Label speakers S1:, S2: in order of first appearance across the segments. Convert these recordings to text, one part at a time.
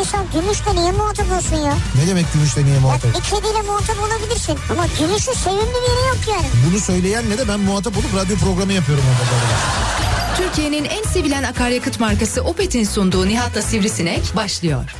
S1: İnsan gümüşle niye muhatap olsun ya?
S2: Ne demek gümüşle niye
S1: Ya
S2: muhatap?
S1: bir kediyle muhatap olabilirsin. Ama gümüşün sevimli bir yeri yok yani.
S2: Bunu söyleyenle de ben muhatap olup radyo programı yapıyorum orada. bu arada.
S3: Türkiye'nin en sevilen akaryakıt markası Opet'in sunduğu Nihat'la Sivrisinek başlıyor.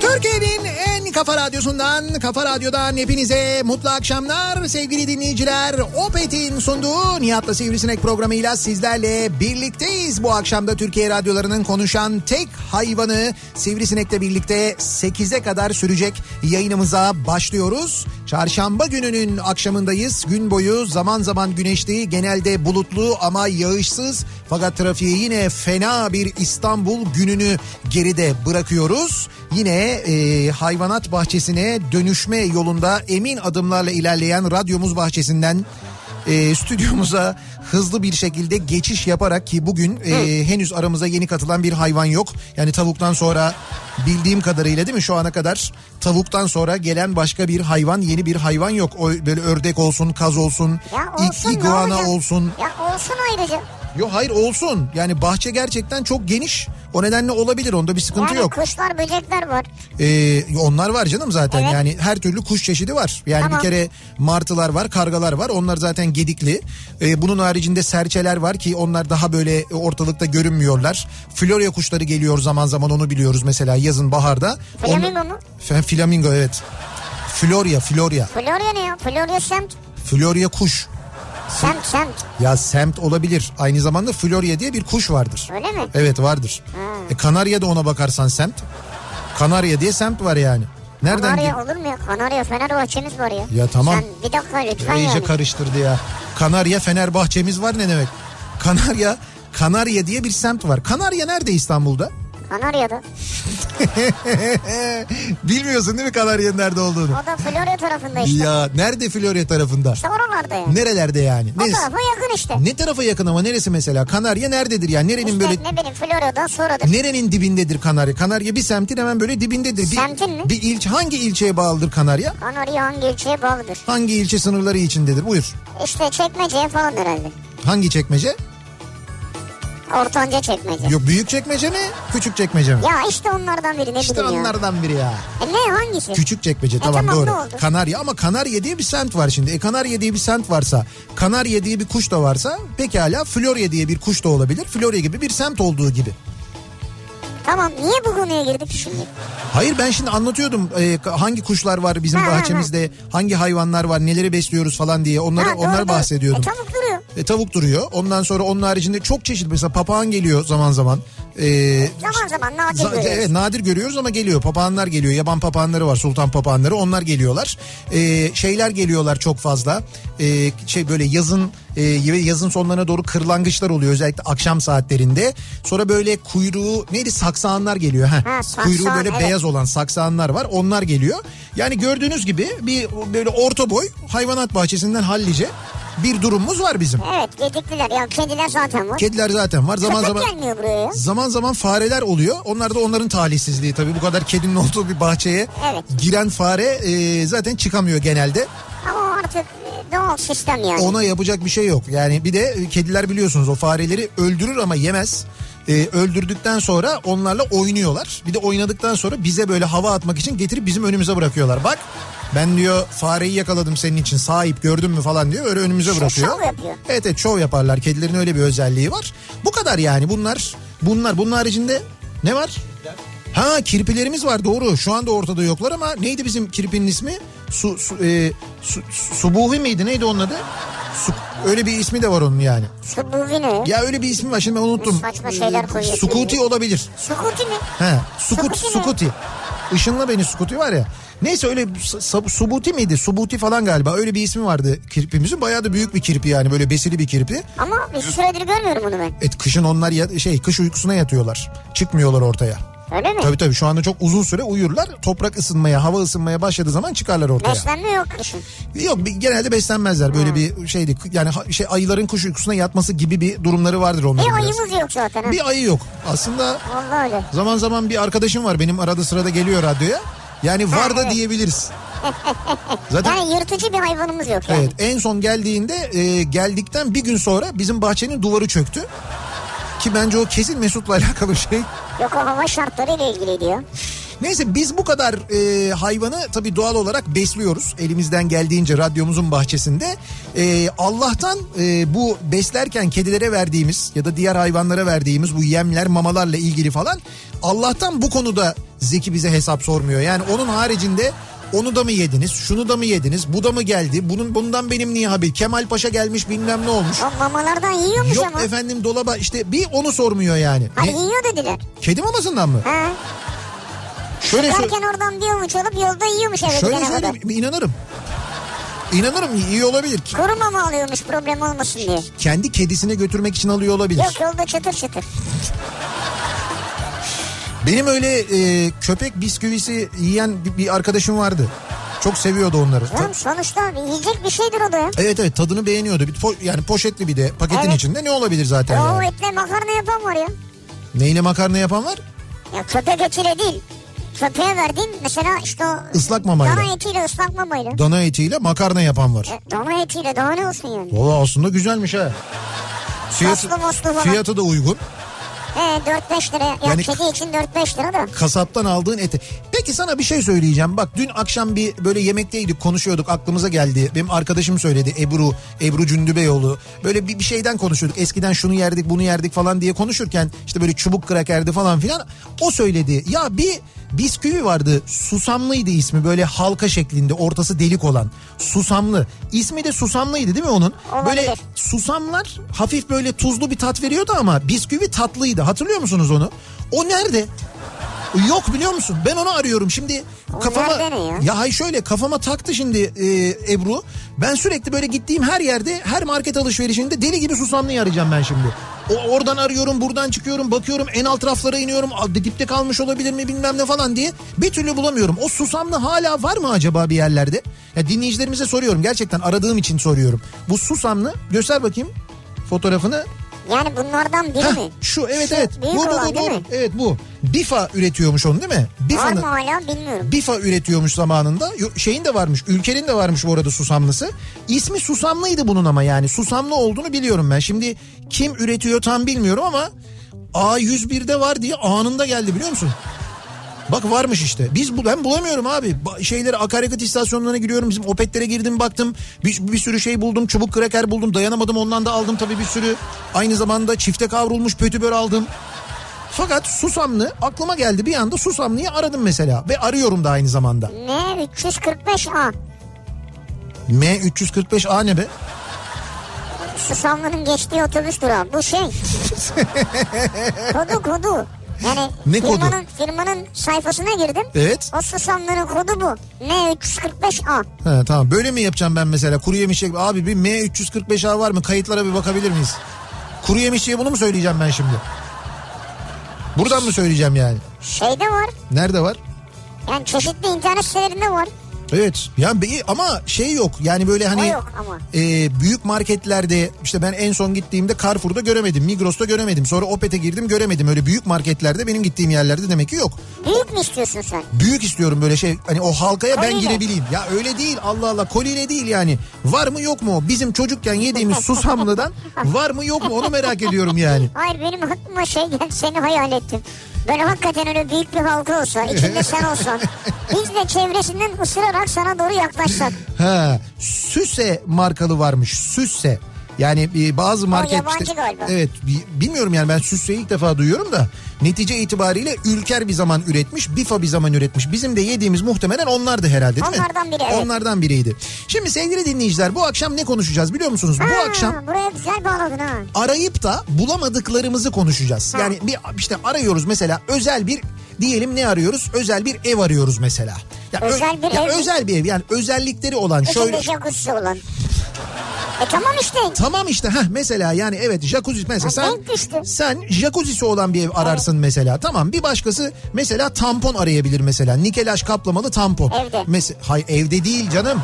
S2: Türkiye'nin en kafa radyosundan, kafa radyodan hepinize mutlu akşamlar sevgili dinleyiciler. Opet'in sunduğu Nihat'la Sivrisinek programıyla sizlerle birlikteyiz. Bu akşam da Türkiye radyolarının konuşan tek hayvanı Sivrisinek'le birlikte 8'e kadar sürecek yayınımıza başlıyoruz. Çarşamba gününün akşamındayız. Gün boyu zaman zaman güneşli, genelde bulutlu ama yağışsız. Fakat trafiğe yine fena bir İstanbul gününü geride bırakıyoruz. Yine e, hayvanat bahçesine dönüşme yolunda emin adımlarla ilerleyen radyomuz bahçesinden e, stüdyomuza hızlı bir şekilde geçiş yaparak ki bugün e, henüz aramıza yeni katılan bir hayvan yok. Yani tavuktan sonra bildiğim kadarıyla değil mi şu ana kadar tavuktan sonra gelen başka bir hayvan yeni bir hayvan yok. O böyle ördek olsun, kaz olsun,
S1: Ya
S2: i-
S1: olsun ne
S2: iguana
S1: olacak?
S2: olsun.
S1: Ya olsun ayrıca.
S2: Yok hayır olsun. Yani bahçe gerçekten çok geniş. O nedenle olabilir. Onda bir sıkıntı
S1: Yani
S2: yok.
S1: kuşlar böcekler var.
S2: Ee, onlar var canım zaten
S1: Evet.
S2: yani her türlü kuş çeşidi var. Yani
S1: Tamam.
S2: bir kere martılar var, kargalar var. Onlar zaten gedikli. Ee, bunun haricinde serçeler var ki onlar daha böyle ortalıkta görünmüyorlar. Florya kuşları geliyor zaman zaman onu biliyoruz mesela yazın baharda.
S1: Flamingo
S2: On-
S1: mu?
S2: Fe- Flamingo evet. Florya, Florya.
S1: Florya ne ya? Florya semt.
S2: Florya kuş.
S1: Semt semt.
S2: Ya semt olabilir. Aynı zamanda Florya diye bir kuş vardır.
S1: Öyle mi?
S2: Evet vardır.
S1: Hmm.
S2: E, Kanarya da ona bakarsan semt. Kanarya diye semt var yani. Nereden
S1: Kanarya
S2: gel-
S1: olur mu ya? Kanarya Fenerbahçe'miz var ya.
S2: Ya tamam.
S1: Sen bir dakika lütfen
S2: Ya İyice
S1: yani.
S2: karıştırdı ya. Kanarya Fenerbahçemiz var ne demek? Kanarya Kanarya diye bir semt var. Kanarya nerede İstanbul'da?
S1: Kanarya'da.
S2: Bilmiyorsun değil mi Kanarya'nın nerede olduğunu?
S1: O da Florya tarafında işte.
S2: Ya nerede Florya tarafında?
S1: İşte oralarda yani.
S2: Nerelerde yani?
S1: O
S2: Neresi?
S1: tarafa yakın işte.
S2: Ne tarafa yakın ama neresi mesela? Kanarya nerededir yani? Nerenin
S1: İşte
S2: böyle
S1: ne bileyim Florya'dan sonradır.
S2: nerenin dibindedir Kanarya? Kanarya bir semtin hemen böyle dibindedir. Bir,
S1: Semtin mi?
S2: Bir ilç hangi ilçeye bağlıdır Kanarya?
S1: Kanarya hangi ilçeye bağlıdır?
S2: Hangi ilçe sınırları içindedir? Buyur.
S1: İşte çekmeceye falan herhalde.
S2: Hangi çekmece?
S1: Ortanca çekmece.
S2: Yok büyük çekmece mi? Küçük çekmece mi?
S1: Ya işte onlardan biri ne
S2: İşte
S1: bileyim ya.
S2: onlardan biri ya.
S1: E ne hangisi?
S2: Küçük çekmece tamam,
S1: E, tamam, ne
S2: doğru.
S1: oldu?
S2: Kanarya ama Kanarya diye bir semt var şimdi. E Kanarya diye bir semt varsa, Kanarya diye bir kuş da varsa pekala Florya diye bir kuş da olabilir. Florya gibi bir semt olduğu gibi.
S1: Tamam niye bu konuya girdik şimdi?
S2: Hayır ben şimdi anlatıyordum e, ka- hangi kuşlar var bizim
S1: Ha, ha,
S2: bahçemizde, hangi hayvanlar var, neleri besliyoruz falan diye. Onları
S1: Ha, doğru,
S2: onlar
S1: doğru.
S2: bahsediyordum.
S1: E tavuk duruyor.
S2: E, tavuk duruyor. Ondan sonra onun haricinde çok çeşitli mesela papağan geliyor zaman zaman. E,
S1: Zaman zaman nadir
S2: Za-
S1: görüyoruz.
S2: Evet nadir görüyoruz ama geliyor. Papağanlar geliyor. Yaban papağanları var. Sultan papağanları. Onlar geliyorlar. Ee, şeyler geliyorlar çok fazla. Ee, şey böyle yazın e, yazın sonlarına doğru kırlangıçlar oluyor. Özellikle akşam saatlerinde. Sonra böyle kuyruğu neydi saksanlar geliyor. Heh.
S1: Ha, saksağan,
S2: kuyruğu böyle
S1: evet.
S2: beyaz olan saksanlar var. Onlar geliyor. Yani gördüğünüz gibi bir böyle orta boy hayvanat bahçesinden hallice bir durumumuz var bizim.
S1: Evet gedikliler ya kediler zaten var.
S2: Kediler zaten var. Zaman
S1: Köpek
S2: zaman
S1: gelmiyor buraya ya.
S2: zaman zaman fareler oluyor. Onlar da onların talihsizliği tabii. Bu kadar kedinin olduğu bir bahçeye
S1: Evet.
S2: giren fare e, zaten çıkamıyor genelde.
S1: Ama artık e, doğal sistem yani.
S2: Ona yapacak bir şey yok. Yani bir de e, kediler biliyorsunuz o fareleri öldürür ama yemez. E, öldürdükten sonra onlarla oynuyorlar. Bir de oynadıktan sonra bize böyle hava atmak için getirip bizim önümüze bırakıyorlar. Bak ben diyor fareyi yakaladım senin için sahip gördün mü falan diyor öyle önümüze
S1: Şov-
S2: bırakıyor.
S1: şov yapıyor.
S2: Evet evet şov yaparlar kedilerin öyle bir özelliği var. Bu kadar yani bunlar bunlar bunun haricinde ne var? Ha kirpilerimiz var doğru şu anda ortada yoklar ama neydi bizim kirpinin ismi? Su, su, e, su- su- subuhi miydi neydi onun adı? Su- öyle bir ismi de var onun yani.
S1: Şu buvi ne?
S2: Ya öyle bir ismi var şimdi ben unuttum.
S1: Saçma şeyler koyuyor.
S2: Sukuti olabilir.
S1: Sukuti mi?
S2: He, sukut,
S1: Sukuti mi?
S2: sukuti. Işınla beni sukuti var ya. Neyse öyle s- sab- subuti miydi? Subuti falan galiba. Öyle bir ismi vardı kirpimizin. Bayağı da büyük bir kirpi yani böyle besili bir kirpi.
S1: Ama bir süredir görmüyorum bunu ben.
S2: Et kışın onlar ya- şey kış uykusuna yatıyorlar. Çıkmıyorlar ortaya.
S1: Öyle mi?
S2: Tabii tabii şu anda çok uzun süre uyurlar. Toprak ısınmaya, hava ısınmaya başladığı zaman çıkarlar ortaya.
S1: Beslenme yok kışın.
S2: Yok bir- genelde beslenmezler. Böyle bir şeydi. Yani ha- şey ayıların kuş uykusuna yatması gibi bir durumları vardır onların.
S1: Bir
S2: biraz.
S1: E, ayımız yok zaten ha.
S2: Bir ayı yok. Aslında
S1: Vallahi öyle.
S2: Zaman zaman bir arkadaşım var benim arada sırada geliyor radyoya. Yani var da
S1: evet.
S2: diyebiliriz. Zaten
S1: Yani yırtıcı bir hayvanımız yok yani.
S2: evet en son geldiğinde e, geldikten bir gün sonra bizim bahçenin duvarı çöktü. Ki bence o kesin Mesut'la alakalı bir şey.
S1: Yok o hava şartlarıyla ilgili diyor.
S2: Neyse biz bu kadar e, hayvanı tabii doğal olarak besliyoruz. Elimizden geldiğince radyomuzun bahçesinde. E, Allah'tan e, bu beslerken kedilere verdiğimiz ya da diğer hayvanlara verdiğimiz bu yemler mamalarla ilgili falan. Allah'tan bu konuda Zeki bize hesap sormuyor. Yani onun haricinde onu da mı yediniz, şunu da mı yediniz, bu da mı geldi, bunun bundan benim niye haber, Kemal Paşa gelmiş bilmem ne olmuş.
S1: O mamalardan yiyormuş
S2: Yok
S1: ama.
S2: efendim dolaba işte bir onu sormuyor yani.
S1: Hani
S2: Ne-
S1: yiyor dediler.
S2: Kedi mamasından mı?
S1: Ha.
S2: Şöyle sö-
S1: Çıkarken oradan bir avuç alıp yolda yiyormuş eve
S2: Şöyle
S1: gidene kadar.
S2: söyleyeyim inanırım. İnanırım iyi olabilir. K-
S1: Kuru mama alıyormuş problem olmasın diye.
S2: Kendi kedisine götürmek için alıyor olabilir.
S1: Yok yolda çıtır çıtır.
S2: Benim öyle e, köpek bisküvisi yiyen bir, bir arkadaşım vardı. Çok seviyordu onları. Ta-
S1: Oğlum sonuçta yiyecek bir şeydir o da ya.
S2: evet evet tadını beğeniyordu. Bir po- yani poşetli bir de paketin
S1: Evet.
S2: içinde ne olabilir zaten
S1: O
S2: yani.
S1: etle makarna yapan var ya.
S2: Neyle makarna yapan var?
S1: Ya köpek etiyle değil. Köpeğe verdiğin mesela işte o...
S2: Islak mamayla.
S1: Dana etiyle ıslak mamayla.
S2: Dana etiyle makarna yapan var.
S1: E, Dana etiyle daha ne olsun yani.
S2: Valla aslında güzelmiş ha. Fiyatı,
S1: Soslu moslu falan.
S2: fiyatı da uygun.
S1: E 4-5 lira. Ya
S2: Yani-
S1: kedi için 4-5 lira da.
S2: kasaptan aldığın eti. Peki sana bir şey söyleyeceğim. Bak dün akşam bir böyle yemekteydik konuşuyorduk aklımıza geldi. Benim arkadaşım söyledi Ebru, Ebru Cündübeyoğlu. Böyle bir, bir şeyden konuşuyorduk. Eskiden şunu yerdik bunu yerdik falan diye konuşurken işte böyle çubuk krakerdi falan filan. O söyledi ya bir bisküvi vardı susamlıydı ismi böyle halka şeklinde ortası delik olan susamlı. İsmi de susamlıydı değil mi onun? Böyle
S1: Olabilir.
S2: susamlar hafif böyle tuzlu bir tat veriyordu ama bisküvi tatlıydı. Hatırlıyor musunuz onu? O nerede? Yok biliyor musun? Ben onu arıyorum şimdi. Kafama
S1: nerede ne ya?
S2: ya hay şöyle kafama taktı şimdi e, Ebru. Ben sürekli böyle gittiğim her yerde, her market alışverişinde deli gibi susamlıyı arayacağım ben şimdi. O oradan arıyorum, buradan çıkıyorum, bakıyorum en alt raflara iniyorum. a, Dipte kalmış olabilir mi bilmem ne falan diye bir türlü bulamıyorum. O susamlı hala var mı acaba bir yerlerde? Ya dinleyicilerimize soruyorum. Gerçekten aradığım için soruyorum. Bu susamlı göster bakayım fotoğrafını.
S1: Yani bunlardan biri
S2: Heh,
S1: mi?
S2: şu evet
S1: Şu
S2: evet.
S1: büyük
S2: bu bu
S1: olan
S2: bu
S1: değil
S2: doğru.
S1: mi?
S2: Evet bu. Bifa üretiyormuş onu değil mi?
S1: Var
S2: Bifa'nın
S1: mı hala bilmiyorum.
S2: Bifa üretiyormuş zamanında. Yo- Şeyin de varmış. Ülkenin de varmış bu arada susamlısı. İsmi susamlıydı bunun ama yani susamlı olduğunu biliyorum ben. Şimdi kim üretiyor tam bilmiyorum ama A101'de var diye anında geldi biliyor musun? Bak varmış işte. Biz bu ben bulamıyorum abi. Ba- şeyleri akaryakıt istasyonlarına giriyorum. Bizim Opet'lere girdim baktım. Bir, bir sürü şey buldum. Çubuk kraker buldum. Dayanamadım ondan da aldım tabii bir sürü. Aynı zamanda çifte kavrulmuş pötibör aldım. Fakat susamlı aklıma geldi bir anda susamlıyı aradım mesela ve arıyorum da aynı zamanda.
S1: M345A.
S2: M345A ne be?
S1: Susamlı'nın geçtiği otobüs durağı. Bu şey. kodu kodu. Yani
S2: Ne kodu? E-
S1: firmanın, firmanın sayfasına girdim.
S2: Evet.
S1: O susamların kodu bu. M345A.
S2: Ha, tamam böyle mi yapacağım ben mesela kuru yemiş abi bir M345A var mı kayıtlara bir bakabilir miyiz? Kuru yemiş diye bunu mu söyleyeceğim ben şimdi? Buradan mı söyleyeceğim yani?
S1: Şeyde var.
S2: Nerede var?
S1: Yani çeşitli internet sitelerinde var.
S2: Evet yani bir- ama şey yok yani böyle hani
S1: O yok ama.
S2: e, büyük marketlerde işte ben en son gittiğimde Carrefour'da göremedim Migros'ta göremedim sonra Opet'e girdim göremedim öyle büyük marketlerde benim gittiğim yerlerde demek ki yok.
S1: Büyük mü istiyorsun sen?
S2: Büyük istiyorum böyle şey hani o halkaya ben
S1: Koliyle.
S2: girebileyim ya öyle değil Allah Allah koliyle değil yani var mı yok mu bizim çocukken yediğimiz susamlıdan var mı yok mu onu merak ediyorum yani.
S1: Hayır benim aklıma şey geldi seni hayal ettim. Böyle hakikaten öyle büyük bir halka olsa içinde sen olsan. Biz de çevresinden ısırarak sana doğru yaklaşsak.
S2: Ha, Süse markalı varmış. Süse. Yani e, bazı market
S1: yabancı
S2: işte-
S1: galiba.
S2: Evet, bi- bilmiyorum yani ben Süse'yi ilk defa duyuyorum da netice itibariyle Ülker bir zaman üretmiş, Bifa bir zaman üretmiş. Bizim de yediğimiz muhtemelen onlardı herhalde değil mi?
S1: Onlardan biri, evet.
S2: Onlardan biriydi. Şimdi sevgili dinleyiciler bu akşam ne konuşacağız biliyor musunuz?
S1: Ha,
S2: Bu akşam
S1: Buraya güzel bağladın ha.
S2: arayıp da bulamadıklarımızı konuşacağız.
S1: Ha.
S2: Yani bir işte arıyoruz mesela özel bir diyelim ne arıyoruz? Özel bir ev arıyoruz mesela. Ya ö-
S1: Özel bir
S2: ya
S1: ev mi?
S2: özel bir ev yani özellikleri olan şöyle
S1: İçinde E, jacuzzi olan. E tamam işte.
S2: Tamam işte ha mesela yani evet jacuzzi mesela
S1: Ya
S2: sen
S1: denk düştü.
S2: sen jacuzzisi olan bir ev ararsın mesela. Tamam bir başkası mesela tampon arayabilir mesela. Nikelaj kaplamalı tampon.
S1: Evde.
S2: Mes- hay evde değil canım.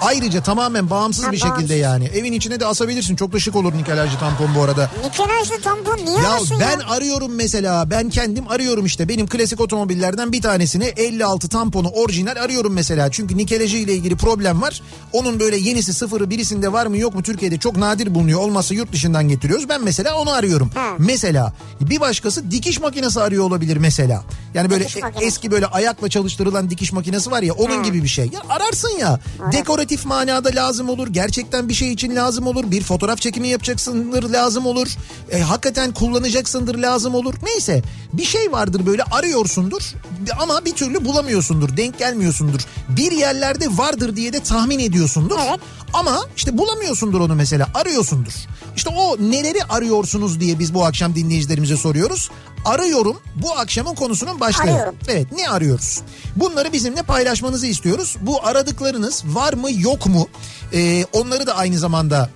S2: Ayrıca tamamen bağımsız
S1: Ha,
S2: bir şekilde
S1: bağımsız.
S2: yani. Evin içine de asabilirsin. Çok da şık olur nikelajlı tampon bu arada.
S1: Nikelajlı tampon niye
S2: Ya
S1: arasın
S2: ben
S1: ya?
S2: arıyorum mesela ben kendim arıyorum işte benim klasik otomobillerden bir tanesini 56 tamponu orijinal arıyorum mesela. Çünkü nikelajı ile ilgili problem var. Onun böyle yenisi sıfırı birisinde var mı yok mu Türkiye'de çok nadir bulunuyor. Olmazsa yurt dışından getiriyoruz. Ben mesela onu arıyorum.
S1: Ha.
S2: Mesela bir başkası dikiş makinesi arıyor olabilir mesela. Yani böyle
S1: Dikiş
S2: e-
S1: makinesi.
S2: eski böyle ayakla çalıştırılan dikiş makinesi var ya onun gibi bir şey. Ya ararsın ya. Dekoratif manada lazım olur. Gerçekten bir şey için lazım olur. Bir fotoğraf çekimi yapacaksındır lazım olur. E, hakikaten kullanacaksındır lazım olur. Neyse bir şey vardır böyle arıyorsundur ama bir türlü bulamıyorsundur. Denk gelmiyorsundur. Bir yerlerde vardır diye de tahmin ediyorsundur.
S1: Evet.
S2: Ama işte bulamıyorsundur onu mesela arıyorsundur. İşte o neleri arıyorsunuz diye biz bu akşam dinleyicilerimize soruyoruz. Arıyorum bu akşamın konusunun başlığı.
S1: Arıyorum.
S2: Evet ne arıyoruz? Bunları bizimle paylaşmanızı istiyoruz. Bu aradıklarınız var mı yok mu? Ee, onları da aynı zamanda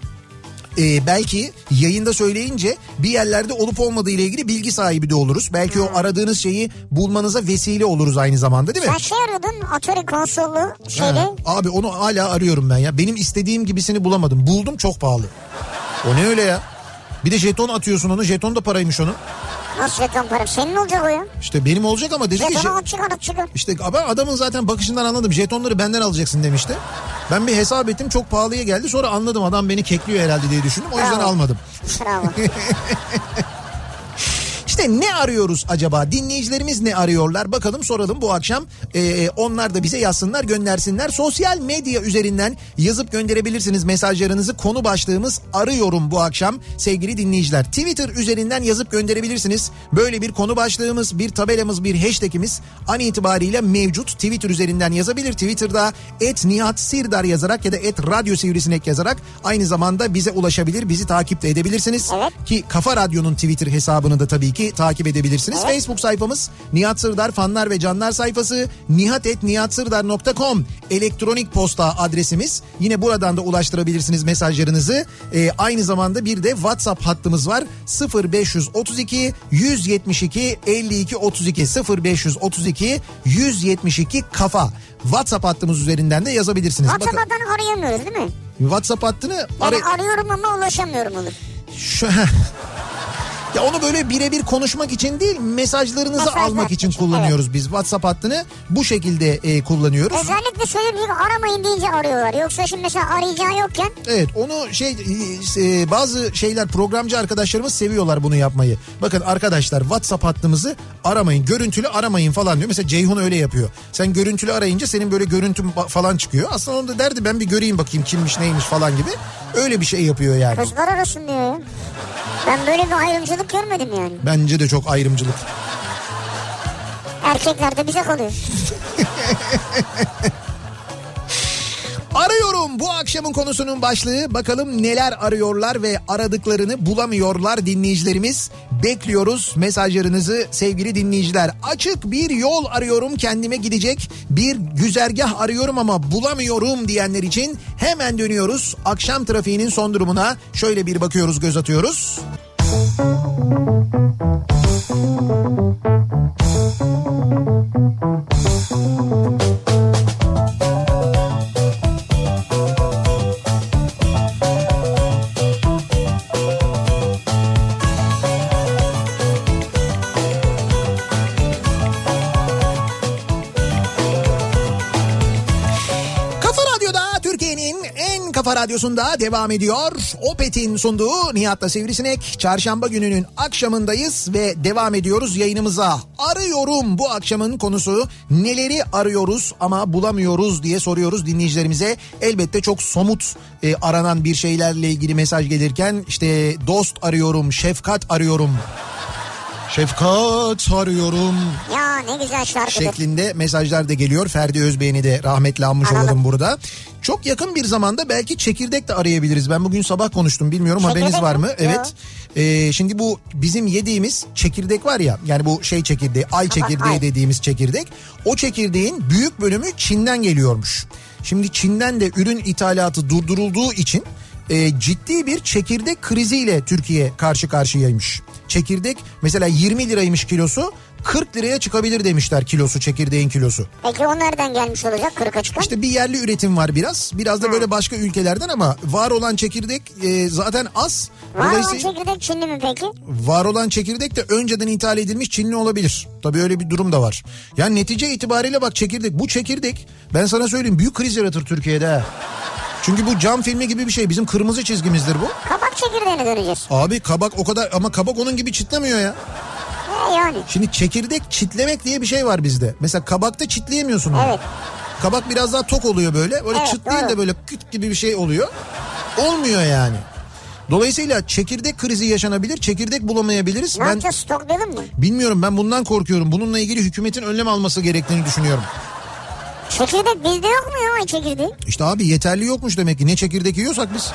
S2: e, belki yayında söyleyince bir yerlerde olup olmadığı ile ilgili bilgi sahibi de oluruz. Belki o aradığınız şeyi bulmanıza vesile oluruz aynı zamanda değil mi?
S1: Sen şey arıyordun Atari konsollu şeyle.
S2: Ha, abi onu hala arıyorum ben ya. Benim istediğim gibisini bulamadım. Buldum çok pahalı. O ne öyle ya? Bir de jeton atıyorsun onu. Jeton da paraymış onun.
S1: Nasıl reklam param? Senin olacak o ya.
S2: İşte benim olacak ama dedi ki...
S1: Jetonu
S2: je-
S1: at çıkar at çıkar.
S2: İşte ama adamın zaten bakışından anladım. Jetonları benden alacaksın demişti. Ben bir hesap ettim çok pahalıya geldi. Sonra anladım adam beni kekliyor herhalde diye düşündüm. O yüzden
S1: Bravo.
S2: almadım.
S1: Bravo.
S2: İşte ne arıyoruz acaba? Dinleyicilerimiz ne arıyorlar? Bakalım soralım bu akşam. Ee, onlar da bize yazsınlar, göndersinler. Sosyal medya üzerinden yazıp gönderebilirsiniz mesajlarınızı. Konu başlığımız arıyorum bu akşam sevgili dinleyiciler. Twitter üzerinden yazıp gönderebilirsiniz. Böyle bir konu başlığımız, bir tabelamız, bir hashtagimiz an itibariyle mevcut. Twitter üzerinden yazabilir. Twitter'da et Nihat Sirdar yazarak ya da et Radyo Sivrisinek yazarak aynı zamanda bize ulaşabilir, bizi takip de edebilirsiniz.
S1: Evet.
S2: Ki Kafa Radyo'nun Twitter hesabını da tabii ki takip edebilirsiniz. Facebook sayfamız Nihat Sırdar fanlar ve canlar sayfası nihatetnihatsırdar.com elektronik posta adresimiz. Yine buradan da ulaştırabilirsiniz mesajlarınızı. Ee, aynı zamanda bir de WhatsApp hattımız var. 0532 172 52 32 0532 172 kafa. WhatsApp hattımız üzerinden de yazabilirsiniz. Bakın,
S1: WhatsApp'tan arayamıyoruz değil mi?
S2: WhatsApp hattını
S1: Yani
S2: ara-
S1: arıyorum ama ulaşamıyorum olur.
S2: şu Ya onu böyle birebir konuşmak için değil mesajlarınızı
S1: Mesajlar
S2: almak için
S1: için,
S2: kullanıyoruz biz. WhatsApp hattını bu şekilde e, kullanıyoruz.
S1: Özellikle söyleyeyim ki aramayın deyince arıyorlar. Yoksa şimdi mesela arayacağı yokken
S2: Evet onu şey e, bazı şeyler programcı arkadaşlarımız seviyorlar bunu yapmayı. Bakın arkadaşlar WhatsApp hattımızı aramayın. Görüntülü aramayın falan diyor. Mesela Ceyhun öyle yapıyor. Sen görüntülü arayınca senin böyle görüntün ba- falan çıkıyor. Aslında onu da derdi ben bir göreyim bakayım kimmiş neymiş falan gibi. Öyle bir şey yapıyor yani.
S1: kızlar arasın diyor ya. Ben böyle bir ayrımcılık görmedim yani.
S2: Bence de çok ayrımcılık.
S1: Erkekler de bize kalıyor.
S2: Arıyorum bu akşamın konusunun başlığı. Bakalım neler arıyorlar ve aradıklarını bulamıyorlar dinleyicilerimiz. Bekliyoruz mesajlarınızı sevgili dinleyiciler. Açık bir yol arıyorum kendime gidecek bir güzergah arıyorum ama bulamıyorum diyenler için hemen dönüyoruz. Akşam trafiğinin son durumuna şöyle bir bakıyoruz göz atıyoruz. Kafa Radyosu'nda devam ediyor. Opet'in sunduğu Nihat'la Sivrisinek. Çarşamba gününün akşamındayız ve devam ediyoruz yayınımıza. Arıyorum bu akşamın konusu. Neleri arıyoruz ama bulamıyoruz diye soruyoruz dinleyicilerimize. Elbette çok somut e, aranan bir şeylerle ilgili mesaj gelirken işte dost arıyorum, şefkat arıyorum. Şefkat arıyorum
S1: Ya ne güzel şarkıdır.
S2: şeklinde mesajlar da geliyor. Ferdi Özbey'ini de rahmetle anmış
S1: Analım.
S2: olalım burada. Çok yakın bir zamanda belki çekirdek de arayabiliriz. Ben bugün sabah konuştum bilmiyorum
S1: Çekirdek
S2: haberiniz var
S1: mi?
S2: mı?
S1: Yok.
S2: Evet. Ee, şimdi bu bizim yediğimiz çekirdek var ya yani bu şey çekirdeği ay çekirdeği
S1: ay.
S2: dediğimiz çekirdek. O çekirdeğin büyük bölümü Çin'den geliyormuş. Şimdi Çin'den de ürün ithalatı durdurulduğu için e, ciddi bir çekirdek kriziyle Türkiye karşı karşıyaymış. Çekirdek mesela 20 liraymış kilosu 40 liraya çıkabilir demişler kilosu çekirdeğin kilosu.
S1: Peki o nereden gelmiş olacak kırka çıkan?
S2: İşte bir yerli üretim var biraz. Biraz da böyle başka ülkelerden ama var olan çekirdek e, zaten az.
S1: Var olan
S2: Dolayısıyla
S1: çekirdek Çinli mi peki?
S2: var olan çekirdek de önceden ithal edilmiş Çinli olabilir. Tabii öyle bir durum da var. Yani netice itibariyle bak çekirdek bu çekirdek ben sana söyleyeyim büyük kriz yaratır Türkiye'de. ha. Çünkü bu cam filmi gibi bir şey. Bizim kırmızı çizgimizdir bu.
S1: Kabak çekirdeğine döneceğiz.
S2: Abi kabak o kadar ama kabak onun gibi çitlemiyor ya.
S1: E yani.
S2: Şimdi çekirdek çitlemek diye bir şey var bizde. Mesela kabakta çitleyemiyorsun onu.
S1: Evet.
S2: Kabak biraz daha tok oluyor böyle. Böyle
S1: Evet,
S2: çıt değil de
S1: doğru.
S2: böyle küt gibi bir şey oluyor. Olmuyor yani. Dolayısıyla çekirdek krizi yaşanabilir. Çekirdek bulamayabiliriz.
S1: Ne
S2: ben
S1: yapacağız stoklayalım mı?
S2: bilmiyorum ben bundan korkuyorum. Bununla ilgili hükümetin önlem alması gerektiğini düşünüyorum.
S1: Çekirdek bizde yok mu ya ay çekirdeği?
S2: İşte abi yeterli yokmuş demek ki. Ne çekirdek yiyorsak biz.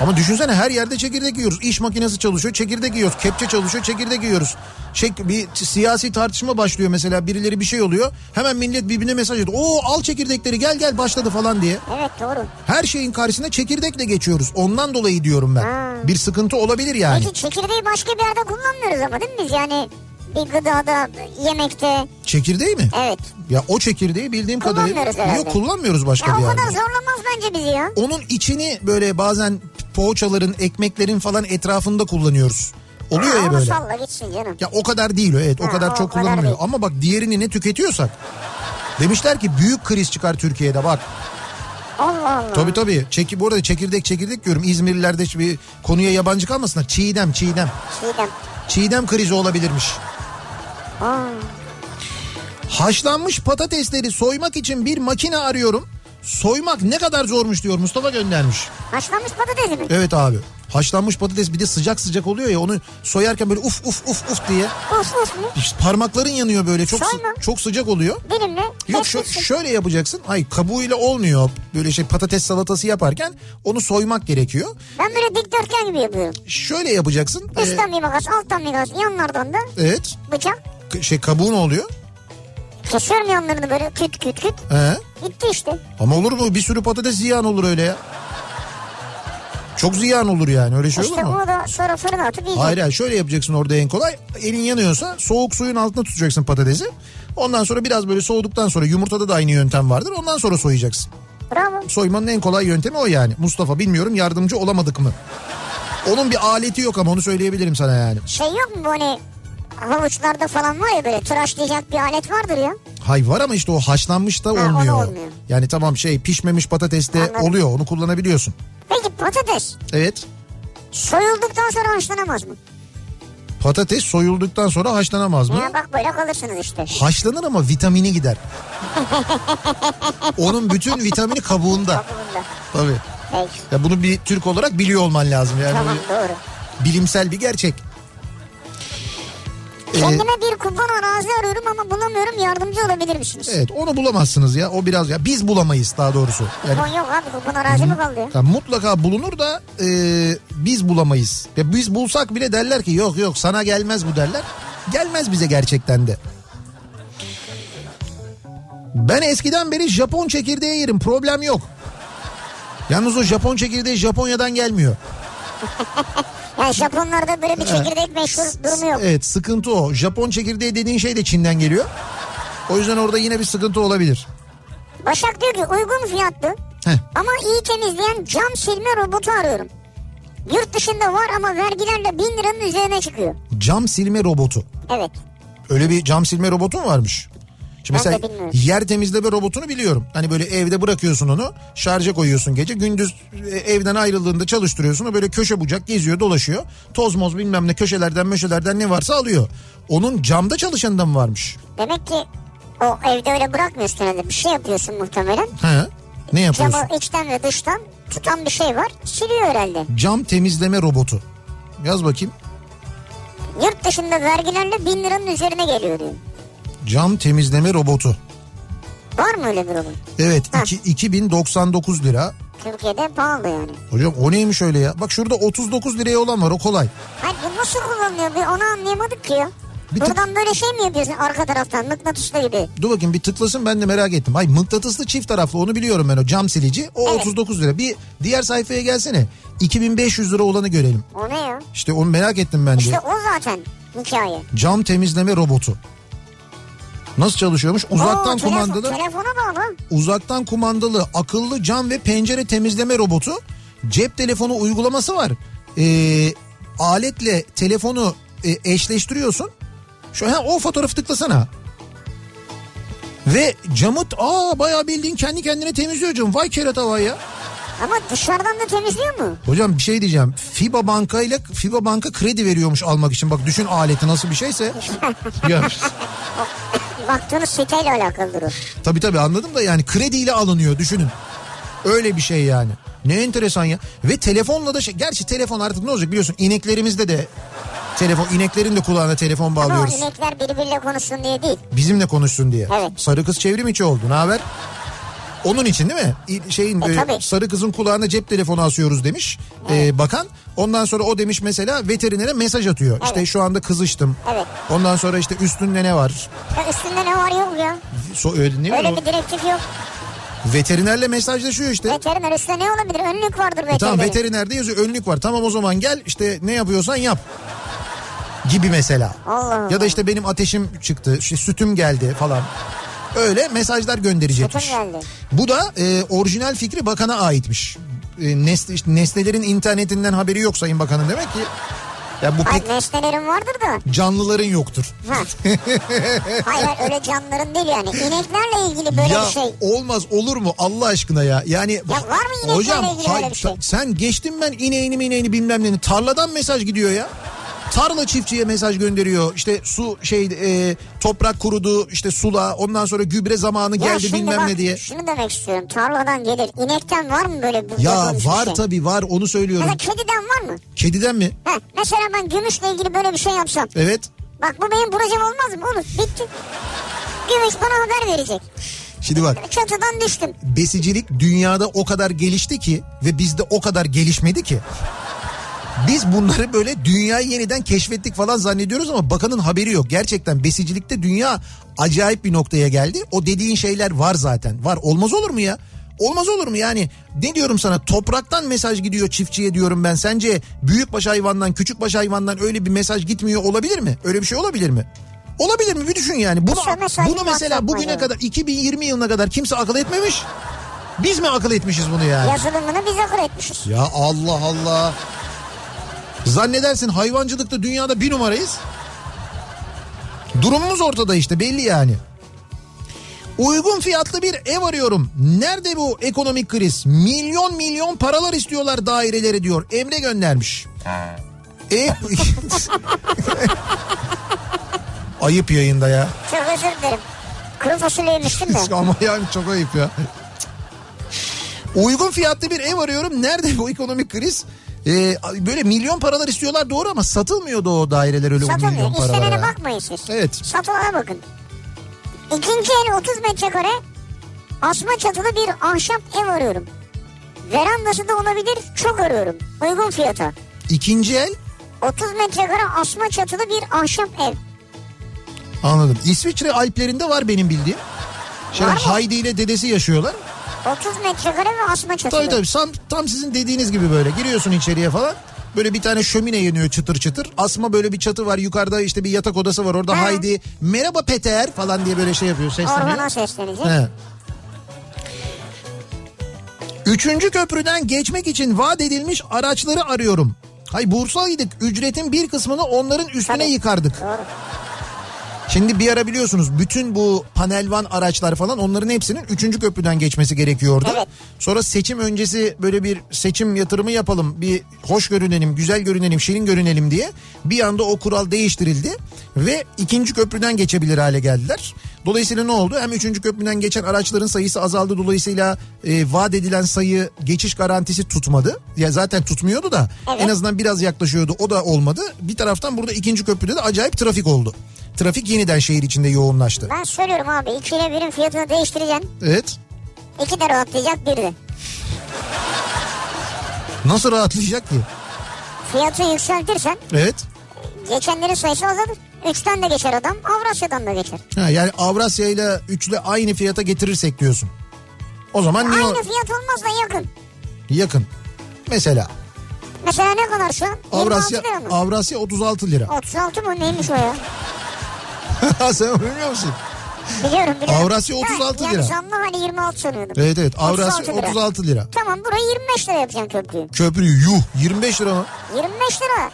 S2: Ama düşünsene her yerde çekirdek yiyoruz. İş makinesi çalışıyor, çekirdek yiyoruz. Kepçe çalışıyor, çekirdek yiyoruz. Şey, bir siyasi tartışma başlıyor mesela. Birileri bir şey oluyor. Hemen millet birbirine mesaj ediyor. Oo al çekirdekleri gel gel başladı falan diye.
S1: Evet doğru.
S2: Her şeyin karşısına çekirdekle geçiyoruz. Ondan dolayı diyorum ben. Bir sıkıntı olabilir yani.
S1: Peki çekirdeği başka bir yerde kullanmıyoruz ama değil mi biz? Yani bir gıdada, yemekte.
S2: Çekirdeği mi?
S1: Evet.
S2: Ya o çekirdeği bildiğim kadarıyla
S1: E- Kullanmıyoruz herhalde.
S2: yok kullanmıyoruz başka
S1: Ya
S2: bir
S1: o
S2: yerde.
S1: kadar zorlamaz bence bizi ya.
S2: Onun içini böyle bazen poğaçaların, ekmeklerin falan etrafında kullanıyoruz. Oluyor
S1: Ha,
S2: ya
S1: onu
S2: böyle.
S1: salla gitsin canım.
S2: Ya o kadar değil evet o
S1: Ha,
S2: kadar
S1: o
S2: çok
S1: kadar
S2: kullanılmıyor.
S1: değil.
S2: Ama bak diğerini ne tüketiyorsak. Demişler ki büyük kriz çıkar Türkiye'de bak.
S1: Allah Allah.
S2: Tabii tabii. Çeki, bu arada çekirdek çekirdek diyorum. İzmirlilerde hiçbir konuya yabancı kalmasınlar. Çiğdem çiğdem.
S1: Çiğdem.
S2: Çiğdem krizi olabilirmiş.
S1: Aa,
S2: Haşlanmış patatesleri soymak için bir makine arıyorum. Soymak ne kadar zormuş diyor Mustafa göndermiş.
S1: haşlanmış patatesi mi?
S2: Evet abi. Haşlanmış patates bir de sıcak sıcak oluyor ya onu soyarken böyle uf uf uf uf diye
S1: Of of mu?
S2: İşte parmakların yanıyor böyle çok sı-
S1: Soyma.
S2: çok sıcak oluyor.
S1: Dilimle.
S2: Yok şu,
S1: kesmişsin.
S2: şöyle yapacaksın. Hayır kabuğuyla olmuyor. Böyle şey patates salatası yaparken onu soymak gerekiyor.
S1: Ben böyle dikdörtgen gibi yapıyorum.
S2: Şöyle yapacaksın. Ee,
S1: Üstten bir makas, alttan bir makas, yanlardan da
S2: evet.
S1: bıçak.
S2: K- Şey kabuğu ne oluyor?
S1: Kesiyorum yanlarını böyle küt küt küt.
S2: He.
S1: Bitti işte.
S2: Ama olur mu? Bir sürü patates ziyan olur öyle ya. Çok ziyan olur yani. Öyle şey
S1: işte
S2: olur mu?
S1: bunu da sonra fırına atıp yiyeceksin.
S2: Hayır hayır şöyle yapacaksın orada en kolay. Elin yanıyorsa soğuk suyun altına tutacaksın patatesi. Ondan sonra biraz böyle soğuduktan sonra yumurtada da aynı yöntem vardır. Ondan sonra soyacaksın.
S1: Bravo.
S2: Soymanın en kolay yöntemi o yani. Mustafa bilmiyorum yardımcı olamadık mı? Onun bir aleti yok ama onu söyleyebilirim sana yani.
S1: Şey yok mu bu hani havuçlarda falan var ya böyle tıraşlayacak bir alet vardır ya.
S2: Hay var ama işte o haşlanmış da
S1: o da
S2: olmuyor.
S1: olmuyor.
S2: Yani tamam şey pişmemiş patates de
S1: Anladım.
S2: oluyor onu kullanabiliyorsun.
S1: Peki patates
S2: Evet
S1: soyulduktan sonra haşlanamaz mı?
S2: patates soyulduktan sonra haşlanamaz mı?
S1: Ya bak böyle kalırsınız işte.
S2: Haşlanır ama vitamini gider. Onun bütün vitamini kabuğunda.
S1: Kabuğunda.
S2: Tabii.
S1: Peki.
S2: Ya bunu bir Türk olarak biliyor olman lazım yani.
S1: Tamam
S2: Bu
S1: doğru.
S2: bilimsel bir gerçek. Ee,
S1: Kendime bir kupon arazi arıyorum ama bulamıyorum yardımcı olabilir misiniz?
S2: evet onu bulamazsınız ya. O biraz ya biz bulamayız daha doğrusu. Yani,
S1: Kupon yok abi kupon arazi mi kaldı ya?
S2: ya mutlaka bulunur da e, biz bulamayız. Ya biz bulsak bile derler ki yok yok sana gelmez bu derler. Gelmez bize gerçekten de. Ben eskiden beri Japon çekirdeği yerim problem yok. Yalnız o Japon çekirdeği Japonya'dan gelmiyor.
S1: Yani Japonlarda böyle bir çekirdek meşhur durumu yok.
S2: Evet sıkıntı o. Japon çekirdeği dediğin şey de Çin'den geliyor. O yüzden orada yine bir sıkıntı olabilir.
S1: Başak diyor ki uygun fiyatlı
S2: Heh.
S1: ama iyi temizleyen cam silme robotu arıyorum. Yurt dışında var ama vergilerle bin liranın üzerine çıkıyor.
S2: Cam silme robotu.
S1: Evet.
S2: Öyle bir cam silme robotu mu varmış? Şimdi
S1: Ben de
S2: mesela
S1: bilmiyorum.
S2: yer temizleme robotunu biliyorum. Hani böyle evde bırakıyorsun onu şarja koyuyorsun gece. Gündüz e, evden ayrıldığında çalıştırıyorsun. O böyle köşe bucak geziyor dolaşıyor. Toz moz bilmem ne köşelerden möşelerden ne varsa alıyor. Onun camda çalışanı da mı varmış?
S1: Demek ki o evde öyle bırakmıyorsun herhalde. Bir şey yapıyorsun muhtemelen.
S2: He. Ne yapıyorsun?
S1: Camı içten ve dıştan tutan bir şey var. Siliyor herhalde.
S2: Cam temizleme robotu. Yaz bakayım.
S1: Yurt dışında vergilerle bin liranın üzerine geliyor diyor.
S2: Cam temizleme robotu.
S1: Var mı öyle bir robot?
S2: Evet
S1: Ha.
S2: iki- 2099 lira.
S1: Türkiye'de pahalı yani.
S2: Hocam o neymiş öyle ya? Bak şurada 39 liraya olan var o kolay.
S1: Hayır bu nasıl kullanılıyor? Bir onu anlayamadık ki ya.
S2: Bir tık-
S1: Buradan böyle şey mi yapıyorsun arka taraftan mıknatıslı gibi?
S2: Dur bakayım bir tıklasın ben de merak ettim. Ay mıknatıslı çift taraflı onu biliyorum ben o cam silici. O
S1: Evet.
S2: 39 lira. Bir diğer sayfaya gelsene. 2500 lira olanı görelim.
S1: O ne ya?
S2: İşte onu merak ettim ben de.
S1: İşte o zaten hikaye.
S2: Cam temizleme robotu. Nasıl çalışıyormuş? Uzaktan
S1: Oo, telefon-
S2: kumandalı,
S1: Telefona bağlı.
S2: uzaktan kumandalı akıllı cam ve pencere temizleme robotu. Cep telefonu uygulaması var. Ee, aletle telefonu e, eşleştiriyorsun. Şu ha, o fotoğrafı tıklasana. Ve camı aa bayağı bildiğin kendi kendine temizliyor canım. Vay kerata vay ya.
S1: Ama dışarıdan da temizliyor mu?
S2: Hocam bir şey diyeceğim. FIBA Banka ile FIBA Banka kredi veriyormuş almak için. Bak düşün aleti nasıl bir şeyse. ya,
S1: Baktığınız siteyle alakalıdır o.
S2: tabii tabii anladım da yani krediyle alınıyor düşünün. Öyle bir şey yani. Ne enteresan ya. Ve telefonla da şey. Gerçi telefon artık ne olacak biliyorsun ineklerimizde de telefon ineklerin de kulağına telefon
S1: Ama o
S2: bağlıyoruz.
S1: inekler birbiriyle konuşsun diye değil.
S2: Bizimle konuşsun diye.
S1: Evet.
S2: Sarı kız çevrim içi oldu. Ne haber? Onun için değil mi? İ- Şeyin
S1: E,
S2: e,
S1: tabii.
S2: sarı kızın kulağına cep telefonu asıyoruz demiş e, bakan. Ondan sonra o demiş mesela veterinere mesaj atıyor. İşte şu anda kızıştım.
S1: Evet.
S2: Ondan sonra işte üstünde ne var?
S1: Ya üstünde ne var yok ya.
S2: So, öyle, ne
S1: Öyle
S2: o?
S1: bir direktif yok.
S2: Veterinerle mesajlaşıyor işte.
S1: Veteriner üstünde ne olabilir? Önlük vardır veterinerin.
S2: E tamam veterinerde yazıyor önlük var. Tamam o zaman gel işte ne yapıyorsan yap. Gibi mesela.
S1: Allah Allah.
S2: Ya da işte benim ateşim çıktı, işte sütüm geldi falan. Öyle mesajlar gönderecekmiş.
S1: Sütüm geldi.
S2: Bu da e, orijinal fikri bakana aitmiş. E, nesne, işte nesnelerin internetinden haberi yok Sayın Bakan'ın demek ki. Ya bu pek
S1: Ay nesnelerin vardır da.
S2: canlıların yoktur.
S1: Ha. hayır hayır öyle canlıların değil yani. İneklerle ilgili böyle
S2: ya
S1: bir şey.
S2: olmaz olur mu Allah aşkına ya? Yani
S1: var mı ineklerle ilgili
S2: hay-
S1: öyle bir şey?
S2: sen- sen geçtin ben ineğini mineğini bilmem neyini tarladan mesaj gidiyor ya. Tarla çiftçiye mesaj gönderiyor. İşte su şey e, toprak kurudu işte sula ondan sonra gübre zamanı
S1: Ya
S2: geldi
S1: şimdi
S2: bilmem
S1: bak,
S2: ne diye.
S1: Şunu demek istiyorum. Tarladan gelir. İnekten var mı böyle bu
S2: Ya
S1: yazılmış bir
S2: var
S1: şey?
S2: tabii var onu
S1: Ya
S2: söylüyorum.
S1: da kediden var mı?
S2: Kediden mi?
S1: Ha, mesela ben gümüşle ilgili böyle bir şey yapsam.
S2: Evet.
S1: Bak bu benim projem olmaz mı? Olur bitti. Gümüş bana haber verecek.
S2: Şimdi bak
S1: Çatıdan düştüm.
S2: besicilik dünyada o kadar gelişti ki ve bizde o kadar gelişmedi ki. Biz bunları böyle dünyayı yeniden keşfettik falan zannediyoruz ama bakanın haberi yok. Gerçekten besicilikte dünya acayip bir noktaya geldi. O dediğin şeyler var zaten. Var olmaz olur mu ya? Olmaz olur mu yani? Ne diyorum sana topraktan mesaj gidiyor çiftçiye diyorum ben. Sence büyükbaş hayvandan küçükbaş hayvandan öyle bir mesaj gitmiyor olabilir mi? Öyle bir şey olabilir mi? Olabilir mi? Bir düşün yani. Bunu,
S1: Mesela mesaj
S2: bunu mesela
S1: WhatsApp
S2: bugüne
S1: mesajı.
S2: kadar 2020 yılına kadar kimse akıl etmemiş. Biz mi akıl etmişiz bunu yani?
S1: Yazılımını biz akıl etmişiz.
S2: Ya Allah Allah. Zannedersin hayvancılıkta dünyada bir numarayız. Durumumuz ortada işte belli yani. Uygun fiyatlı bir ev arıyorum. Nerede bu ekonomik kriz? Milyon milyon paralar istiyorlar daireleri diyor. Emre göndermiş. E... Ayıp yayında ya.
S1: Çok özür dilerim. Kuru fasulye yemiştim de.
S2: Ama yani çok ayıp ya. Uygun fiyatlı bir ev arıyorum. Nerede bu ekonomik kriz? Ee, böyle milyon paralar istiyorlar doğru ama satılmıyordu o daireler öyle o milyon
S1: Satılmıyor.
S2: paralara.
S1: İstenene bakmayın siz.
S2: Evet.
S1: Satılana bakın. İkinci el 30 metrekare asma çatılı bir ahşap ev arıyorum. Verandası da olabilir çok arıyorum. Uygun fiyata.
S2: İkinci el
S1: 30 metrekare asma çatılı bir ahşap ev.
S2: anladım. İsviçre Alplerinde var benim bildiğim. Şey,
S1: Var mı?
S2: Heidi ile dedesi yaşıyorlar.
S1: 30 metrekare ve asma çatılı.
S2: Tabii tabii tam, tam sizin dediğiniz gibi böyle giriyorsun içeriye falan. Böyle bir tane şömine yanıyor çıtır çıtır. Asma böyle bir çatı var yukarıda işte bir yatak odası var orada
S1: Ha.
S2: Heidi merhaba Peter falan diye böyle şey yapıyor sesleniyor.
S1: Ormana seslenecek.
S2: He. Üçüncü köprüden geçmek için vaat edilmiş araçları arıyorum. Hay Bursa'ydık. Ücretin bir kısmını onların üstüne
S1: Tabii.
S2: yıkardık.
S1: Doğru.
S2: Şimdi bir ara biliyorsunuz bütün bu panel van araçlar falan onların hepsinin 3. köprüden geçmesi gerekiyordu.
S1: Evet.
S2: Sonra seçim öncesi böyle bir seçim yatırımı yapalım. Bir hoş görünelim, güzel görünelim, şirin görünelim diye bir anda o kural değiştirildi ve ikinci köprüden geçebilir hale geldiler. Dolayısıyla ne oldu? Hem 3. köprüden geçen araçların sayısı azaldı. Dolayısıyla e, vaat edilen sayı geçiş garantisi tutmadı. Ya zaten tutmuyordu da
S1: Evet.
S2: en azından biraz yaklaşıyordu. O da olmadı. Bir taraftan burada ikinci köprüde de acayip trafik oldu. Trafik yeniden şehir içinde yoğunlaştı.
S1: Ben söylüyorum abi 2 ile 1'in fiyatını değiştireceksin.
S2: Evet.
S1: 2 de rahatlayacak 1 de.
S2: Nasıl rahatlayacak ki?
S1: Fiyatı yükseltirsen
S2: Evet.
S1: geçenlerin sayısı azalır. 3'ten de geçer adam Avrasya'dan da geçer.
S2: Ha, yani Avrasya ile üçle aynı fiyata getirirsek diyorsun. O zaman niye
S1: Aynı fiyat olmaz da yakın.
S2: yakın? Mesela
S1: Mesela ne kadar şu an? 26
S2: Avrasya
S1: lira mı?
S2: Avrasya 36 lira.
S1: 36 mı neymiş o ya? Oh.
S2: Sen bilmiyor musun?
S1: Biliyorum biliyorum.
S2: Avrasya 36 lira.
S1: Yani zamlı hali 26 sanıyordum.
S2: Evet evet Avrasya
S1: 36 lira.
S2: 36 lira.
S1: Tamam burayı 25 lira yapacaksın köprüyü.
S2: Köprüyü yuh 25 lira mı?
S1: 25 lira.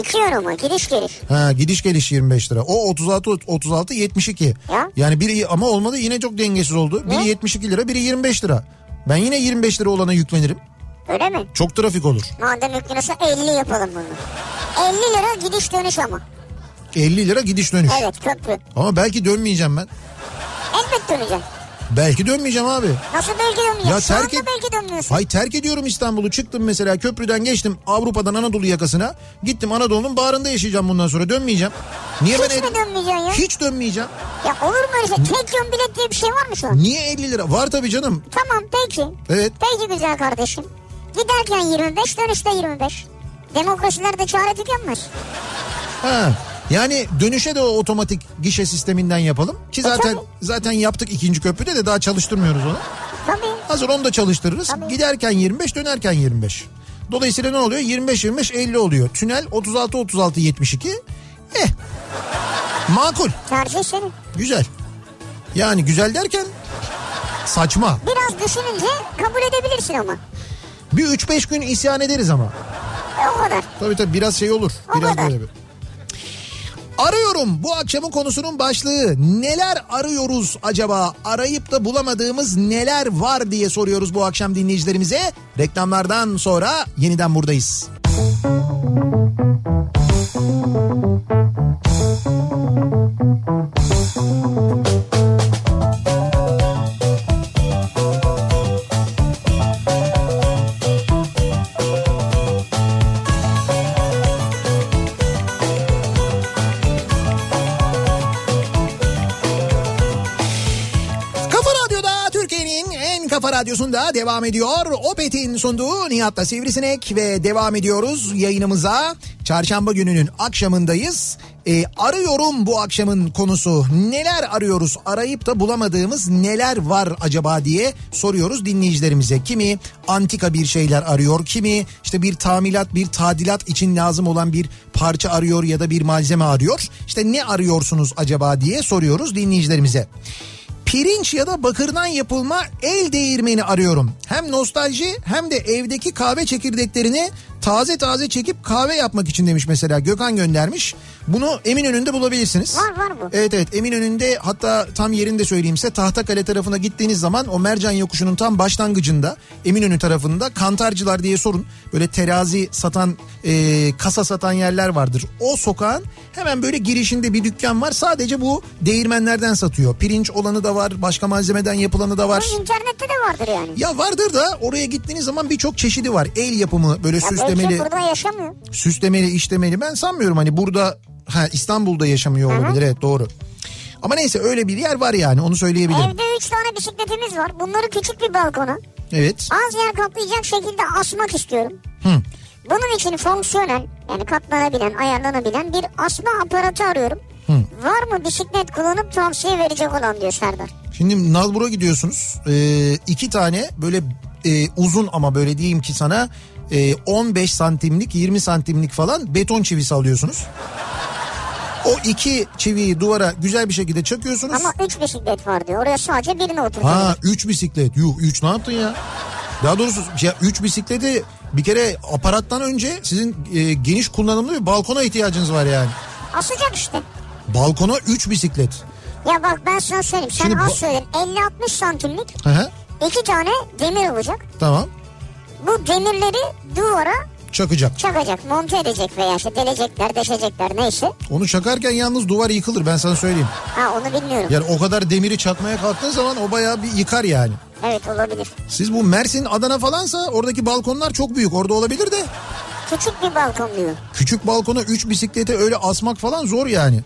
S1: 2 euro mu? Giriş geliş.
S2: Ha gidiş geliş 25 lira. O 36 36 72.
S1: Ya.
S2: Yani biri ama olmadı yine çok dengesiz oldu. Biri
S1: Ne?
S2: 72 lira, biri 25 lira. Ben yine 25 lira olana yüklenirim.
S1: Öyle mi?
S2: Çok trafik olur.
S1: Madem yüklenirse 50 yapalım bunu. 50 lira gidiş dönüş ama.
S2: 50 lira gidiş dönüş.
S1: Evet köprü.
S2: Ama belki dönmeyeceğim ben.
S1: Elbet döneceksin.
S2: Belki dönmeyeceğim abi.
S1: Nasıl belki dönmeyeceksin?
S2: Ya
S1: Şu
S2: terk et-
S1: anda belki dönmüyorsun.
S2: Hay terk ediyorum İstanbul'u. Çıktım mesela köprüden geçtim Avrupa'dan Anadolu yakasına. Gittim Anadolu'nun bağrında yaşayacağım bundan sonra. Dönmeyeceğim. Niye ben
S1: Hiç mi
S2: el-
S1: dönmeyeceksin ya?
S2: Hiç dönmeyeceğim.
S1: Ya olur mu öyle şey? Tek yön bilet diye bir şey var mı şu an?
S2: Niye 50 lira? Var tabii canım.
S1: Tamam peki.
S2: Evet.
S1: Peki güzel kardeşim. Giderken 25 dönüşte 25. Demokrasilerde çare tükenmez.
S2: Ha. Yani dönüşe de o otomatik gişe sisteminden yapalım ki zaten
S1: tabii.
S2: zaten yaptık ikinci köprüde de daha çalıştırmıyoruz onu.
S1: Tabii.
S2: Hazır onu da çalıştırırız.
S1: Tabii.
S2: Giderken 25, dönerken 25. Dolayısıyla ne oluyor? 25 25 50 oluyor. Tünel 36 36 72. Eh. Makul.
S1: Tercih senin.
S2: Güzel. Yani güzel derken saçma.
S1: Biraz düşününce kabul edebilirsin ama.
S2: Bir 3-5 gün isyan ederiz ama.
S1: E, o kadar.
S2: Tabii tabii biraz şey olur.
S1: O
S2: Biraz
S1: kadar.
S2: böyle bir. Arıyorum bu akşamın konusunun başlığı neler arıyoruz acaba arayıp da bulamadığımız neler var diye soruyoruz bu akşam dinleyicilerimize. Reklamlardan sonra yeniden buradayız. Kafa Radyo'da Türkiye'nin en kafa radyosunda devam ediyor. Opet'in sunduğu Nihat'la Sivrisinek ve devam ediyoruz yayınımıza. Çarşamba gününün akşamındayız. Ee, arıyorum bu akşamın konusu. Neler arıyoruz? Arayıp da bulamadığımız neler var acaba diye soruyoruz dinleyicilerimize. Kimi antika bir şeyler arıyor, kimi işte bir tamilat, bir tadilat için lazım olan bir parça arıyor ya da bir malzeme arıyor. İşte ne arıyorsunuz acaba diye soruyoruz dinleyicilerimize. Pirinç ya da bakırdan yapılma el değirmeni arıyorum. Hem nostalji hem de evdeki kahve çekirdeklerini taze taze çekip kahve yapmak için demiş mesela Gökhan göndermiş. Bunu Eminönü'nde bulabilirsiniz.
S1: Var, var bu.
S2: Evet evet Eminönü'nde hatta tam yerinde söyleyeyim size Tahtakale tarafına gittiğiniz zaman o Mercan yokuşunun tam başlangıcında Eminönü tarafında kantarcılar diye sorun. Böyle terazi satan e, kasa satan yerler vardır. O sokağın hemen böyle girişinde bir dükkan var sadece bu değirmenlerden satıyor. Pirinç olanı da var başka malzemeden yapılanı da var.
S1: Bu internette de vardır yani.
S2: Ya vardır da oraya gittiğiniz zaman birçok çeşidi var. El yapımı böyle
S1: Ya
S2: süslemeli
S1: belki burada yaşamıyor.
S2: süslemeli işlemeli ben sanmıyorum hani burada ha İstanbul'da yaşamıyor olabilir evet doğru. Ama neyse öyle bir yer var yani onu söyleyebilirim. Evet.
S1: Evde 3 tane bisikletimiz var. Bunları küçük bir balkona az yer kaplayacak şekilde asmak istiyorum.
S2: Hı.
S1: Bunun için fonksiyonel yani katlanabilen, ayarlanabilen bir asma aparatı arıyorum. Var mı bisiklet kullanıp tavsiye verecek olan diyor Serdar.
S2: Şimdi Nalbur'a gidiyorsunuz. Ee, iki tane böyle e, uzun ama böyle diyeyim ki sana e, 15 santimlik 20 santimlik falan beton çivisi alıyorsunuz. O iki çiviyi duvara güzel bir şekilde çakıyorsunuz.
S1: Ama 3 bisiklet var diyor. Oraya sadece birini oturtuyor.
S2: Ha 3 bisiklet. Yuh 3 ne yaptın ya? Daha doğrusu ya 3 bisikleti bir kere aparattan önce sizin e, geniş kullanımlı bir balkona ihtiyacınız var yani.
S1: Asacak işte.
S2: Balkona 3 bisiklet.
S1: Ya bak ben sana söyleyeyim. Sen
S2: Şimdi bu-
S1: az söyledin. 50-60 santimlik
S2: Hı hı.
S1: iki tane demir olacak.
S2: Tamam.
S1: Bu demirleri duvara
S2: Çakacak.
S1: çakacak, monte edecek veya işte delecekler, deşecekler neyse.
S2: Onu çakarken yalnız duvar yıkılır ben sana söyleyeyim.
S1: Ha onu bilmiyorum.
S2: Yani o kadar demiri çakmaya kalktığın zaman o bayağı bir yıkar yani.
S1: Evet olabilir.
S2: Siz bu Mersin, Adana falansa oradaki balkonlar çok büyük. Orada olabilir de
S1: Küçük bir balkon diyor.
S2: küçük balkona 3 bisiklete öyle asmak falan zor yani.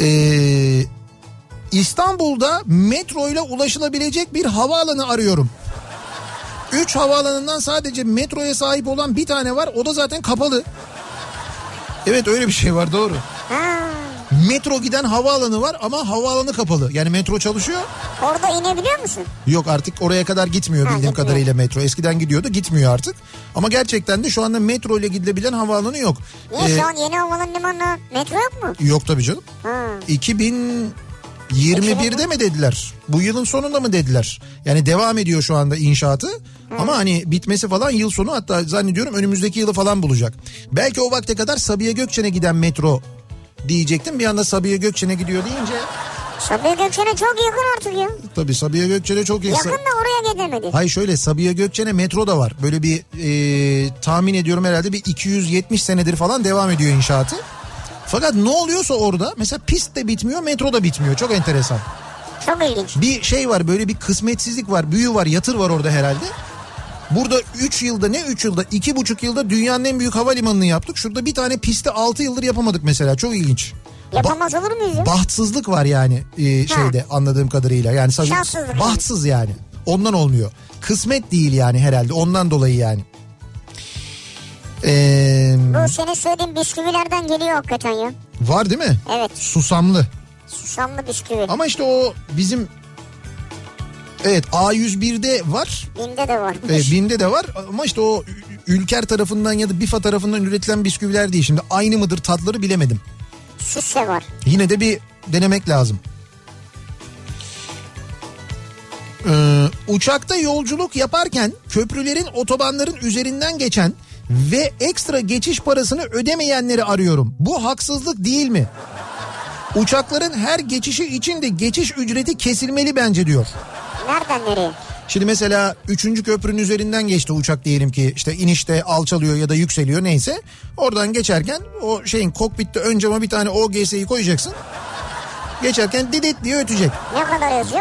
S2: Ee, İstanbul'da metro ile ulaşılabilecek bir havaalanı arıyorum. 3 havaalanından sadece metroya sahip olan bir tane var. O da zaten kapalı. Evet öyle bir şey var doğru.
S1: Ha,
S2: Metro giden havaalanı var ama havaalanı kapalı. Yani metro çalışıyor.
S1: orada inebiliyor musun?
S2: Yok artık oraya kadar gitmiyor
S1: Ha,
S2: bildiğim
S1: gitmiyor.
S2: kadarıyla metro. Eskiden gidiyordu gitmiyor artık. Ama gerçekten de şu anda metro ile gidilebilen havaalanı yok.
S1: Niye
S2: Ee,
S1: şu an yeni havalan limanına metro yok mu?
S2: Yok tabii canım.
S1: Ha.
S2: 2021'de mi dediler? Bu yılın sonunda mı dediler? Yani devam ediyor şu anda inşaatı. Ama hani bitmesi falan yıl sonu hatta zannediyorum önümüzdeki yılı falan bulacak. Belki o vakte kadar Sabiha Gökçen'e giden metro diyecektim. Bir anda Sabiha Gökçen'e gidiyor deyince
S1: Sabiha Gökçen'e çok yakın artık ya.
S2: tabii Sabiha Gökçen'e çok yakın.
S1: Yakın da oraya gidemedi.
S2: Hayır şöyle Sabiha Gökçen'e metro da var. Böyle bir e, tahmin ediyorum herhalde bir 270 senedir falan devam ediyor inşaatı. Fakat ne oluyorsa orada mesela pist de bitmiyor metro da bitmiyor. Çok enteresan.
S1: Çok ilginç.
S2: Bir şey var böyle bir kısmetsizlik var büyü var yatır var orada herhalde. Burada 3 yılda ne 3 yılda 2,5 yılda dünyanın en büyük havalimanını yaptık. Şurada bir tane pisti 6 yıldır yapamadık mesela çok ilginç. Ba-
S1: Yapamaz olur muyuz ya?
S2: bahtsızlık var yani e, şeyde anladığım kadarıyla. Yani sadece
S1: Şanssızlık.
S2: bahtsız yani. Ondan olmuyor. Kısmet değil yani herhalde. Ondan dolayı yani. Ee,
S1: Bu senin söylediğin bisküvilerden geliyor hakikaten ya.
S2: var değil mi?
S1: Evet
S2: Susamlı.
S1: susamlı bisküvi.
S2: Ama işte o bizim Evet A101'de var.
S1: Binde de var.
S2: E, Binde de var ama işte o Ü- Ülker tarafından ya da Bifa tarafından üretilen bisküviler değil. Şimdi aynı mıdır tatları bilemedim.
S1: Süsse var.
S2: Yine de bir denemek lazım. Ee, uçakta yolculuk yaparken köprülerin otobanların üzerinden geçen ve ekstra geçiş parasını ödemeyenleri arıyorum. Bu haksızlık değil mi? Uçakların her geçişi için de geçiş ücreti kesilmeli bence diyor.
S1: Nereden nereye?
S2: Şimdi mesela 3. köprünün üzerinden geçti uçak diyelim ki işte inişte alçalıyor ya da yükseliyor neyse. Oradan geçerken o şeyin kokpitte ön cama bir tane OGS'yi koyacaksın. Geçerken didit diye ötecek.
S1: Ne kadar yazıyor?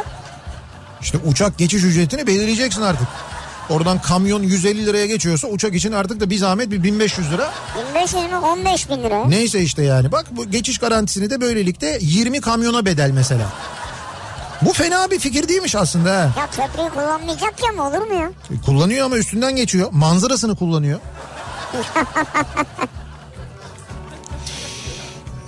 S2: İşte uçak geçiş ücretini belirleyeceksin artık. Oradan kamyon 150 liraya geçiyorsa uçak için artık da bir zahmet bir 1500 lira.
S1: 1500 mi 15 bin lira.
S2: Neyse işte yani bak bu geçiş garantisini de böylelikle 20 kamyona bedel mesela. Bu fena bir fikir değilmiş aslında ha.
S1: Ya köprüyü kullanmayacak ya mı olur mu ya?
S2: Kullanıyor ama üstünden geçiyor. Manzarasını kullanıyor.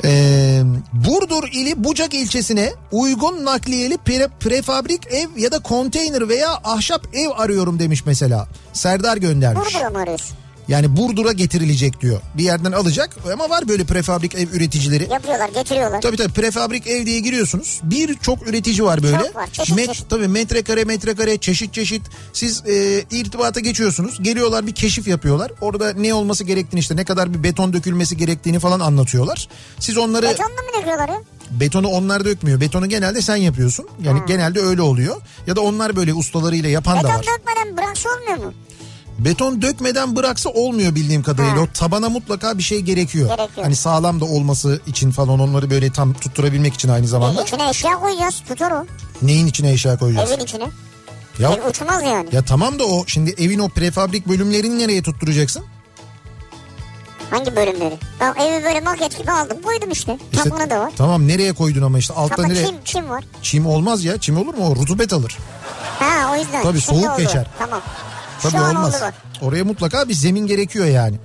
S2: Ee, Burdur ili Bucak ilçesine uygun nakliyeli pre- prefabrik ev ya da konteyner veya ahşap ev arıyorum demiş mesela. Serdar göndermiş.
S1: Burdur'a mı arıyorsun?
S2: Yani Burdur'a getirilecek diyor. Bir yerden alacak ama var böyle prefabrik ev üreticileri.
S1: Yapıyorlar getiriyorlar.
S2: Tabii tabii prefabrik ev diye giriyorsunuz. Birçok üretici var böyle.
S1: Çok var, çeşit
S2: Met-
S1: çeşit.
S2: Tabii metrekare metrekare çeşit çeşit. Siz e, irtibata geçiyorsunuz. Geliyorlar bir keşif yapıyorlar. Orada ne olması gerektiğini işte ne kadar bir beton dökülmesi gerektiğini falan anlatıyorlar. Siz onları
S1: Betonla mı döküyorlar ya?
S2: betonu onlar dökmüyor. Betonu genelde sen yapıyorsun. Yani genelde öyle oluyor. Ya da onlar böyle ustalarıyla yapan da
S1: Hmm. Beton
S2: var.
S1: dökmeden branşı olmuyor mu?
S2: Beton dökmeden bıraksa olmuyor bildiğim kadarıyla.
S1: Ha.
S2: O tabana mutlaka bir şey gerekiyor.
S1: Gerekiyor.
S2: Hani sağlam da olması için falan onları böyle tam tutturabilmek için aynı zamanda.
S1: E, içine eşya koyacağız tutar o.
S2: Neyin içine eşya koyacağız?
S1: Evin içine.
S2: Ya,
S1: Ev uçmaz yani.
S2: ya tamam da o şimdi evin o prefabrik bölümlerini nereye tutturacaksın?
S1: Hangi bölümleri? Ben evi böyle maket gibi aldım koydum işte.
S2: İşte-
S1: Tabanı da var.
S2: E Tamam nereye koydun ama işte altta
S1: Kapa
S2: nereye?
S1: çim, çim var.
S2: Çim olmaz ya çim olur mu o rutubet alır.
S1: Ha o yüzden.
S2: Tabii,
S1: Şimdi
S2: soğuk
S1: oldu.
S2: geçer.
S1: Tamam.
S2: Tabii
S1: Şu an
S2: olmaz.
S1: oldu bak.
S2: Oraya mutlaka bir zemin gerekiyor yani.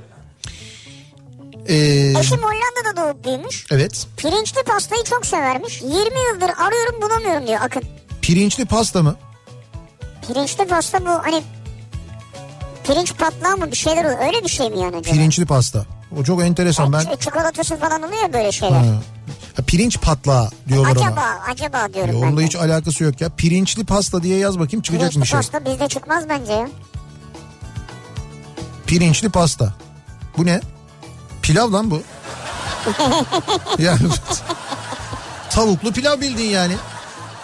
S2: Ee,
S1: Eşim Hollanda'da doğup büyümüş.
S2: evet
S1: Pirinçli pastayı çok severmiş. 20 yıldır arıyorum bulamıyorum diyor Akın.
S2: pirinçli pasta mı?
S1: Pirinçli pasta bu hani pirinç patlağı mı bir şeyler oluyor. Öyle bir şey mi yani? acaba?
S2: Pirinçli pasta. O çok enteresan ben.
S1: Ç- Çikolatası falan oluyor ya böyle şeyler.
S2: Ha. Ha, pirinç patlağı diyorlar
S1: acaba
S2: ona.
S1: acaba diyorum
S2: Ya
S1: ben.
S2: onunla
S1: de.
S2: hiç alakası yok ya. Pirinçli pasta diye yaz bakayım çıkacak
S1: Pirinçli
S2: mı şey.
S1: pasta bizde çıkmaz bence ya.
S2: Pirinçli pasta. Bu ne? Pilav lan bu. yani tavuklu pilav bildin yani.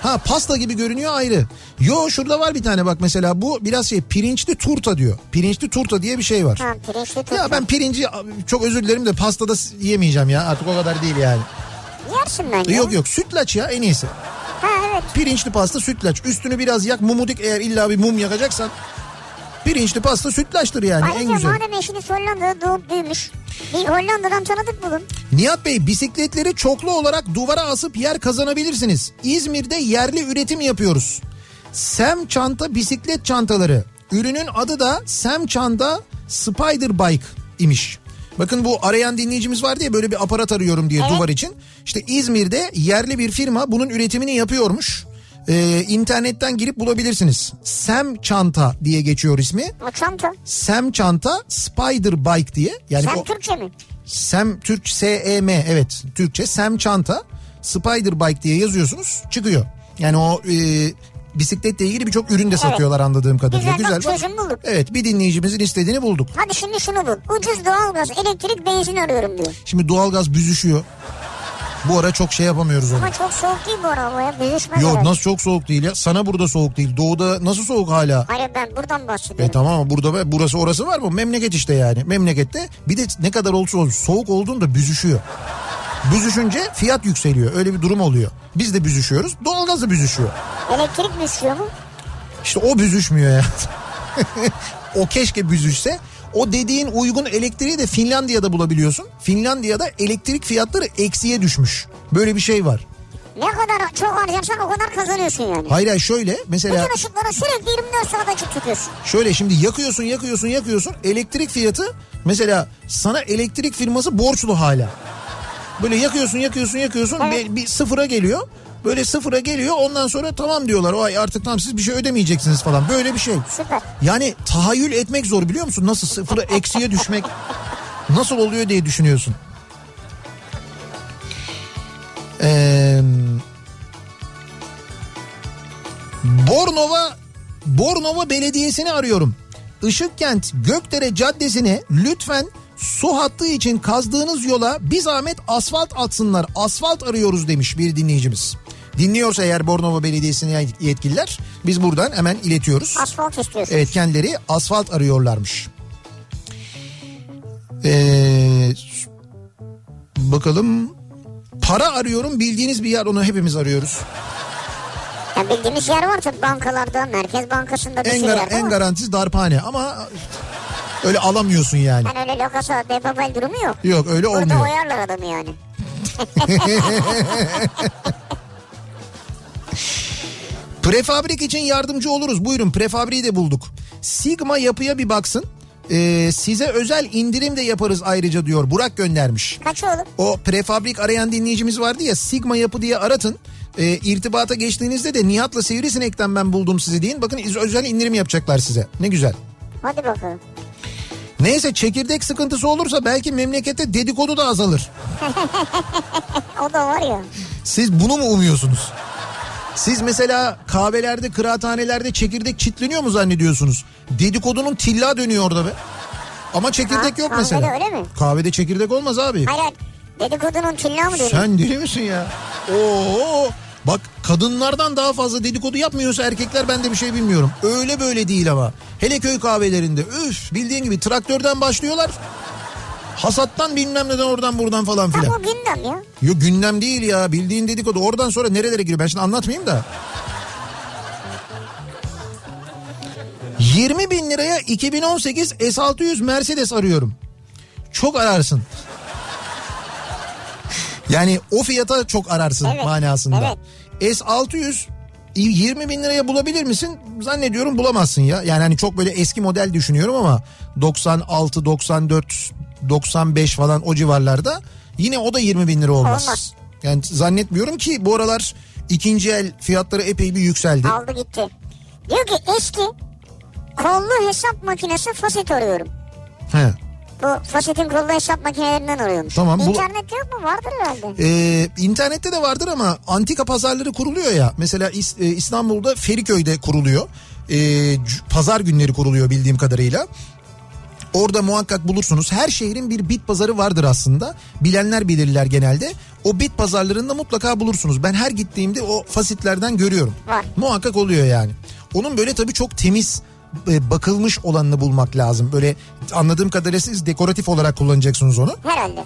S2: Ha pasta gibi görünüyor ayrı. Yo şurada var bir tane bak mesela bu biraz şey pirinçli turta diyor. Pirinçli turta diye bir şey var.
S1: Tamam pirinçli turta.
S2: Ya ben pirinci çok özür dilerim de pastada s- yemeyeceğim ya artık o kadar değil yani.
S1: Yersin bence.
S2: Yok yok sütlaç ya en iyisi.
S1: Ha evet.
S2: Pirinçli pasta sütlaç. Üstünü biraz yak mumudik eğer illa bir mum yakacaksan. Pirinçli pasta sütlaçtır yani en
S1: Ayrıca
S2: güzel.
S1: madem eşiniz Hollanda'da doğup büyümüş. Bir Hollanda'dan tanıdık bulun.
S2: Nihat Bey bisikletleri çoklu olarak duvara asıp yer kazanabilirsiniz. İzmir'de yerli üretim yapıyoruz. Sem çanta bisiklet çantaları. Ürünün adı da Sem çanta Spider Bike imiş. Bakın bu arayan dinleyicimiz var diye böyle bir aparat arıyorum diye duvar için. İşte İzmir'de yerli bir firma bunun üretimini yapıyormuş. Ee, internetten girip bulabilirsiniz. Sem çanta diye geçiyor ismi.
S1: O çanta.
S2: Sem çanta Spider Bike diye. Yani
S1: Sen
S2: Hani o-
S1: Türkçe mi?
S2: Sem Türk SEM evet Türkçe Sem çanta Spider Bike diye yazıyorsunuz çıkıyor. Yani o e, bisikletle ilgili birçok ürün de satıyorlar anladığım kadarıyla.
S1: Güzel,
S2: Güzel.
S1: bak çözüm bulduk.
S2: Evet bir dinleyicimizin istediğini bulduk.
S1: Hadi şimdi şunu bul. Ucuz doğalgaz, elektrik, benzin arıyorum diyor.
S2: Şimdi doğalgaz büzüşüyor. Bu ara çok şey yapamıyoruz onu.
S1: Ama çok soğuk değil bu araba ya. Büzüşmez
S2: Yok
S1: herhalde.
S2: nasıl çok soğuk değil ya. Sana burada soğuk değil. Doğuda nasıl soğuk hala?
S1: Hayır ben buradan
S2: E
S1: bahsediyorum.
S2: tamam ama burada burası orası var mı? Memleket işte yani. Memlekette bir de ne kadar olursa olsun soğuk olduğunda büzüşüyor. Büzüşünce fiyat yükseliyor. Öyle bir durum oluyor. Biz de büzüşüyoruz. Doğalgaz da büzüşüyor.
S1: Elektrik büzüşüyor mu?
S2: İşte o büzüşmüyor ya. o keşke büzüşse. O dediğin uygun elektriği de Finlandiya'da bulabiliyorsun. Finlandiya'da elektrik fiyatları eksiye düşmüş. Böyle bir şey var.
S1: Ne kadar çok harcarsan o kadar kazanıyorsun yani.
S2: Hayır hayır şöyle mesela
S1: Bütün ışıklara sürekli 24 saat açık tutuyorsun.
S2: şöyle şimdi yakıyorsun yakıyorsun yakıyorsun elektrik fiyatı mesela sana elektrik firması borçlu hala. Böyle yakıyorsun yakıyorsun yakıyorsun bir, bir sıfıra geliyor. Böyle sıfıra geliyor ondan sonra tamam diyorlar. Ay artık tam siz bir şey ödemeyeceksiniz falan. Böyle bir şey.
S1: Süper.
S2: Yani tahayyül etmek zor biliyor musun? Nasıl sıfıra eksiye düşmek nasıl oluyor diye düşünüyorsun. Ee, Bornova Bornova Belediyesi'ni arıyorum. Işıkkent Gökdere Caddesi'ne lütfen su hattı için kazdığınız yola bir zahmet asfalt atsınlar. Asfalt arıyoruz demiş bir dinleyicimiz. Dinliyorsa eğer Bornova Belediyesi'ne yetkililer biz buradan hemen iletiyoruz.
S1: Asfalt istiyorsun.
S2: Evet kendileri asfalt arıyorlarmış. Ee, bakalım para arıyorum bildiğiniz bir yer onu hepimiz arıyoruz.
S1: Ya bildiğimiz yer var tabii bankalarda, Merkez Bankası'nda bir
S2: En,
S1: sürü
S2: gar-
S1: yerde
S2: en
S1: var.
S2: garantisi darphane ama öyle alamıyorsun yani.
S1: Ben Hani öyle lokasa, bebabel durumu yok.
S2: Yok öyle
S1: Burada
S2: olmuyor.
S1: oyarlar adamı yani.
S2: Prefabrik için yardımcı oluruz. Buyurun prefabriği de bulduk. Sigma yapıya bir baksın. Ee, size özel indirim de yaparız ayrıca diyor. Burak göndermiş.
S1: Kaç oğlum?
S2: O prefabrik arayan dinleyicimiz vardı ya Sigma Yapı diye aratın. E, irtibata geçtiğinizde de Nihat'la Sivrisinek'ten ben buldum sizi deyin. Bakın iz- özel indirim yapacaklar size. Ne güzel.
S1: Hadi bakalım.
S2: Neyse çekirdek sıkıntısı olursa belki memlekette dedikodu da azalır.
S1: O da var ya.
S2: Siz bunu mu umuyorsunuz? Siz mesela kahvelerde, kıraathanelerde çekirdek çitleniyor mu zannediyorsunuz? Dedikodunun tilla dönüyor orada be. Ama çekirdek
S1: Ha,
S2: yok
S1: kahvede
S2: mesela.
S1: öyle mi?
S2: Kahvede çekirdek olmaz abi.
S1: Hayır hayır. Dedikodunun tilla mı dönüyor?
S2: Sen deli misin ya? Oo. Bak kadınlardan daha fazla dedikodu yapmıyorsa erkekler ben de bir şey bilmiyorum. Öyle böyle değil ama. Hele köy kahvelerinde üf bildiğin gibi traktörden başlıyorlar. Hasattan bilmem neden oradan buradan falan
S1: Tam
S2: filan.
S1: o gündem ya.
S2: Yok gündem değil ya bildiğin dedikodu. Oradan sonra nerelere giriyor ben şimdi anlatmayayım da. 20 bin liraya 2018 S600 Mercedes arıyorum. Çok ararsın. Yani o fiyata çok ararsın
S1: Evet,
S2: manasında. S600 20 bin liraya bulabilir misin? Zannediyorum bulamazsın ya. Yani hani çok böyle eski model düşünüyorum ama 96, 94, 95 falan o civarlarda. Yine o da 20 bin lira olmaz.
S1: Olmaz.
S2: Yani zannetmiyorum ki bu aralar ikinci el fiyatları epey bir yükseldi.
S1: Aldı gitti. Diyor ki eski kollu hesap makinesi fasit arıyorum.
S2: He.
S1: Bu fasitin kollu hesap makinelerinden arıyormuş.
S2: Tamam, bu-
S1: İnternette yok mu? Vardır herhalde.
S2: Ee, internette de vardır ama antika pazarları kuruluyor ya. Mesela İs- e, İstanbul'da Feriköy'de kuruluyor. Ee, c- pazar günleri kuruluyor bildiğim kadarıyla. Orada muhakkak bulursunuz. Her şehrin bir bit pazarı vardır aslında. Bilenler bilirler genelde. O bit pazarlarında mutlaka bulursunuz. Ben her gittiğimde o fasitlerden görüyorum.
S1: Var.
S2: Muhakkak oluyor yani. Onun böyle tabii çok temiz e, bakılmış olanını bulmak lazım. Böyle anladığım kadarıyla siz dekoratif olarak kullanacaksınız onu.
S1: Herhalde.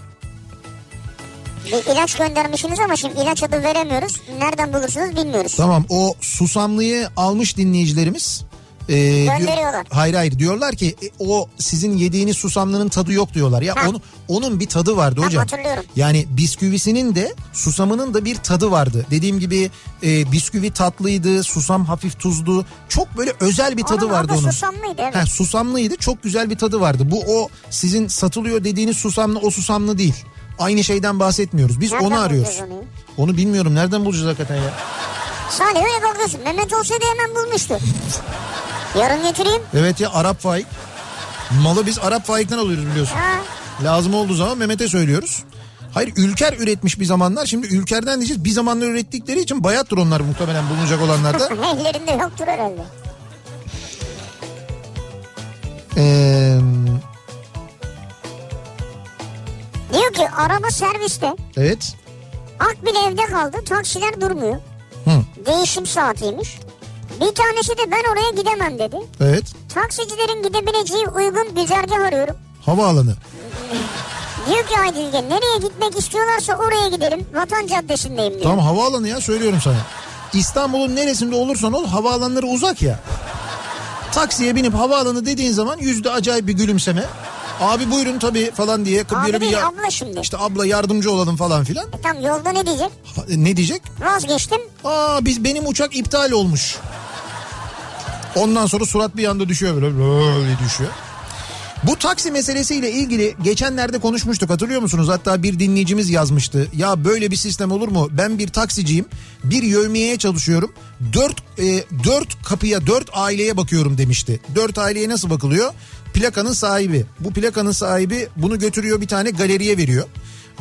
S1: Bir ilaç göndermişsiniz ama şimdi ilaç adı veremiyoruz. Nereden bulursunuz bilmiyoruz.
S2: Tamam o susamlıyı almış dinleyicilerimiz. Ee, diyor-
S1: Gönderiyorlar.
S2: hayır hayır diyorlar ki e, o sizin yediğiniz susamlının tadı yok diyorlar. Ya
S1: Ha.
S2: onu, onun bir tadı vardı
S1: Ben
S2: hocam.
S1: hatırlıyorum.
S2: Yani bisküvisinin de susamının da bir tadı vardı. Dediğim gibi e, bisküvi tatlıydı, susam hafif tuzlu. Çok böyle özel bir tadı
S1: onun
S2: vardı
S1: adı
S2: onun.
S1: susamlıydı evet.
S2: Ha, susamlıydı çok güzel bir tadı vardı. Bu o sizin satılıyor dediğiniz susamlı o susamlı değil. Aynı şeyden bahsetmiyoruz. Biz
S1: Nereden
S2: onu arıyoruz.
S1: bulacağız onu ya?
S2: Onu bilmiyorum nereden bulacağız hakikaten ya.
S1: Salih öyle bakıyorsun. Mehmet olsaydı hemen bulmuştu. Yarın getireyim.
S2: Evet ya Arap faik. Malı biz Arap faikten alıyoruz biliyorsun.
S1: Ha.
S2: Lazım olduğu zaman Mehmet'e söylüyoruz. Hayır Ülker üretmiş bir zamanlar. Şimdi Ülker'den diyeceğiz bir zamanlar ürettikleri için bayattır onlar muhtemelen bulunacak olanlar da.
S1: Ellerinde yoktur herhalde.
S2: Ee,
S1: Diyor ki araba serviste.
S2: evet.
S1: Akbil evde kaldı. Taksiler durmuyor.
S2: Hı,
S1: Değişim saatiymiş. Bir tanesi de ben oraya gidemem dedi.
S2: evet.
S1: Taksicilerin gidebileceği uygun güzergah arıyorum.
S2: Havaalanı.
S1: Diyor ki Aydın Bilge, nereye gitmek istiyorlarsa oraya gidelim. Vatan Caddesi'ndeyim diyor.
S2: Tamam havaalanı ya söylüyorum sana. İstanbul'un neresinde olursan ol havaalanları uzak ya. Taksiye binip havaalanı dediğin zaman yüzde acayip bir gülümseme. Abi buyurun tabii falan diye.
S1: Abi
S2: böyle bir
S1: değil
S2: ya-
S1: abla şimdi.
S2: İşte abla yardımcı olalım falan filan.
S1: E tam yolda ne diyecek?
S2: Ha, Ne diyecek?
S1: Vazgeçtim.
S2: Aa biz benim uçak iptal olmuş. Ondan sonra surat bir anda düşüyor böyle, böyle düşüyor. Bu taksi meselesiyle ilgili geçenlerde konuşmuştuk hatırlıyor musunuz? Hatta bir dinleyicimiz yazmıştı. Ya böyle bir sistem olur mu? Ben bir taksiciyim. Bir yövmiyeye çalışıyorum. Dört, e, dört kapıya, dört aileye bakıyorum demişti. Dört aileye nasıl bakılıyor? Plakanın sahibi. Bu plakanın sahibi bunu götürüyor bir tane galeriye veriyor.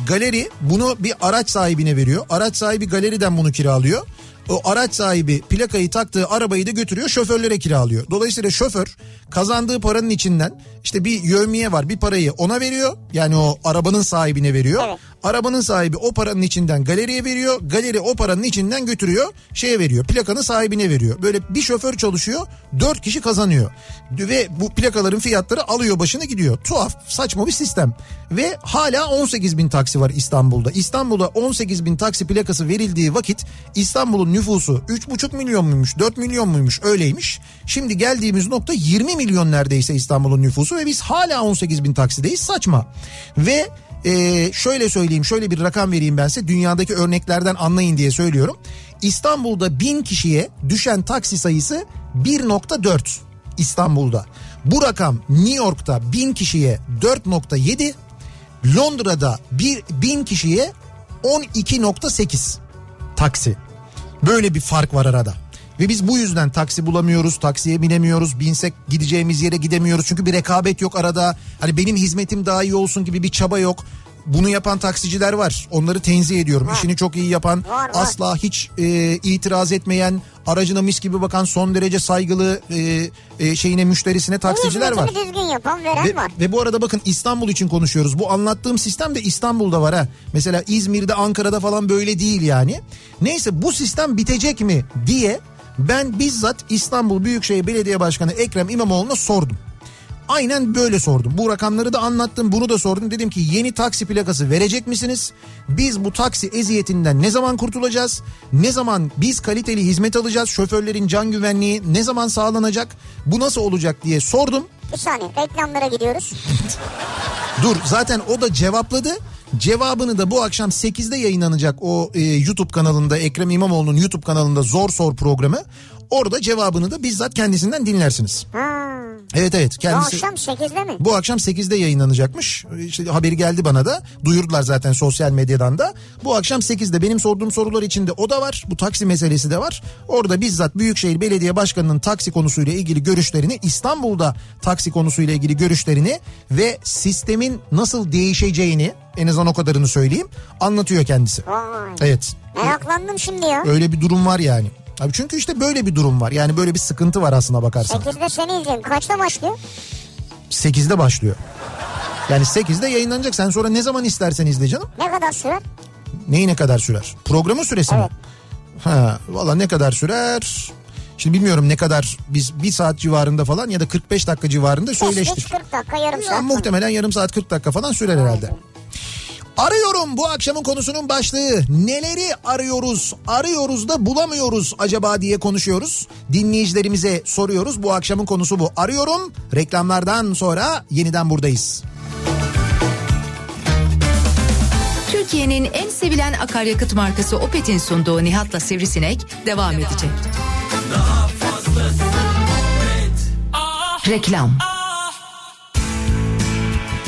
S2: Galeri bunu bir araç sahibine veriyor. Araç sahibi galeriden bunu kiralıyor. O araç sahibi plakayı taktığı arabayı da götürüyor şoförlere kiralıyor. Dolayısıyla şoför kazandığı paranın içinden işte bir yövmiye var bir parayı ona veriyor. Yani o arabanın sahibine veriyor.
S1: Evet.
S2: Arabanın sahibi o paranın içinden galeriye veriyor. Galeri o paranın içinden götürüyor şeye veriyor plakanın sahibine veriyor. Böyle bir şoför çalışıyor dört kişi kazanıyor. Ve bu plakaların fiyatları alıyor başını gidiyor. Tuhaf saçma bir sistem. Ve hala 18 bin taksi var İstanbul'da. İstanbul'a 18 bin taksi plakası verildiği vakit İstanbul'un nüfusu 3,5 milyon muymuş 4 milyon muymuş öyleymiş. Şimdi geldiğimiz nokta 20 milyon neredeyse İstanbul'un nüfusu ve biz hala 18 bin taksideyiz saçma. Ve ee, şöyle söyleyeyim şöyle bir rakam vereyim ben size dünyadaki örneklerden anlayın diye söylüyorum. İstanbul'da bin kişiye düşen taksi sayısı 1.4 İstanbul'da. Bu rakam New York'ta bin kişiye 4.7 Londra'da bir bin kişiye 12.8 taksi. Böyle bir fark var arada. Ve biz bu yüzden taksi bulamıyoruz, taksiye binemiyoruz, binsek gideceğimiz yere gidemiyoruz. Çünkü bir rekabet yok arada. Hani benim hizmetim daha iyi olsun gibi bir çaba yok. Bunu yapan taksiciler var. Onları tenzih ediyorum. İşini çok iyi yapan,
S1: Var, var.
S2: asla hiç e, itiraz etmeyen, aracına mis gibi bakan, son derece saygılı e, e, şeyine müşterisine taksiciler
S1: Hizmetini
S2: var.
S1: düzgün yapan veren
S2: Ve,
S1: var.
S2: ve bu arada bakın İstanbul için konuşuyoruz. Bu anlattığım sistem de İstanbul'da var ha. Mesela İzmir'de, Ankara'da falan böyle değil yani. Neyse bu sistem bitecek mi diye ben bizzat İstanbul Büyükşehir Belediye Başkanı Ekrem İmamoğlu'na sordum. Aynen böyle sordum. Bu rakamları da anlattım, bunu da sordum. Dedim ki yeni taksi plakası verecek misiniz? Biz bu taksi eziyetinden ne zaman kurtulacağız? Ne zaman biz kaliteli hizmet alacağız? Şoförlerin can güvenliği ne zaman sağlanacak? Bu nasıl olacak diye sordum.
S1: Bir saniye reklamlara gidiyoruz.
S2: Dur zaten o da cevapladı. Cevabını da bu akşam 8'de yayınlanacak o e, YouTube kanalında Ekrem İmamoğlu'nun YouTube kanalında Zor Sor programı. Orada cevabını da bizzat kendisinden dinlersiniz.
S1: Ha.
S2: Evet evet
S1: Bu
S2: kendisi.
S1: akşam 8'de mi?
S2: Bu akşam 8'de yayınlanacakmış. İşte haberi geldi bana da. Duyurdular zaten sosyal medyadan da. Bu akşam 8'de benim sorduğum sorular içinde o da var. Bu taksi meselesi de var. Orada bizzat Büyükşehir Belediye Başkanı'nın taksi konusuyla ilgili görüşlerini, İstanbul'da taksi konusuyla ilgili görüşlerini ve sistemin nasıl değişeceğini en azından o kadarını söyleyeyim anlatıyor kendisi.
S1: Vay.
S2: Evet.
S1: Meraklandım şimdi ya.
S2: Öyle bir durum var yani. Abi çünkü işte böyle bir durum var. Yani böyle bir sıkıntı var aslına bakarsan.
S1: 8'de seni izleyeyim. Kaçta başlıyor?
S2: 8'de başlıyor. Yani 8'de yayınlanacak. Sen sonra ne zaman istersen izle canım.
S1: Ne kadar sürer?
S2: Neyi ne kadar sürer? Programın süresi mi?
S1: Evet.
S2: Ha, valla ne kadar sürer? Şimdi bilmiyorum ne kadar biz bir saat civarında falan ya da 45 dakika civarında söyleştik.
S1: 40 dakika yarım
S2: Ya
S1: saat.
S2: muhtemelen yarım saat 40 dakika falan sürer herhalde. Arıyorum bu akşamın konusunun başlığı. Neleri arıyoruz? Arıyoruz da bulamıyoruz acaba diye konuşuyoruz. Dinleyicilerimize soruyoruz. Bu akşamın konusu bu. Arıyorum. Reklamlardan sonra yeniden buradayız.
S3: Türkiye'nin en sevilen akaryakıt markası Opet'in sunduğu Nihat'la Sivrisinek devam edecek. Reklam.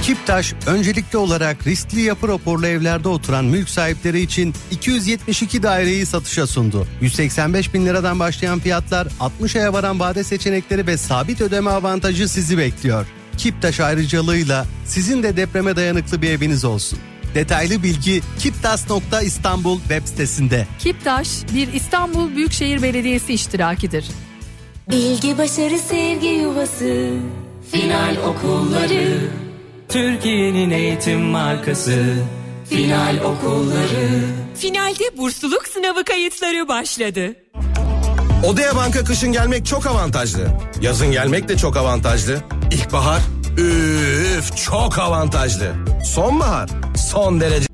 S4: Kiptaş öncelikli olarak riskli yapı raporlu evlerde oturan mülk sahipleri için 272 daireyi satışa sundu. 185 bin liradan başlayan fiyatlar 60 aya varan vade seçenekleri ve sabit ödeme avantajı sizi bekliyor. Kiptaş ayrıcalığıyla sizin de depreme dayanıklı bir eviniz olsun. Detaylı bilgi kiptas.istanbul web sitesinde.
S5: Kiptaş bir İstanbul Büyükşehir Belediyesi iştirakidir.
S6: Bilgi, başarı, sevgi yuvası.
S7: Final okulları Türkiye'nin eğitim markası Final okulları
S6: Finalde bursluluk sınavı kayıtları başladı.
S8: Odea Banka kışın gelmek çok avantajlı. Yazın gelmek de çok avantajlı. İlkbahar üf çok avantajlı. Sonbahar son derece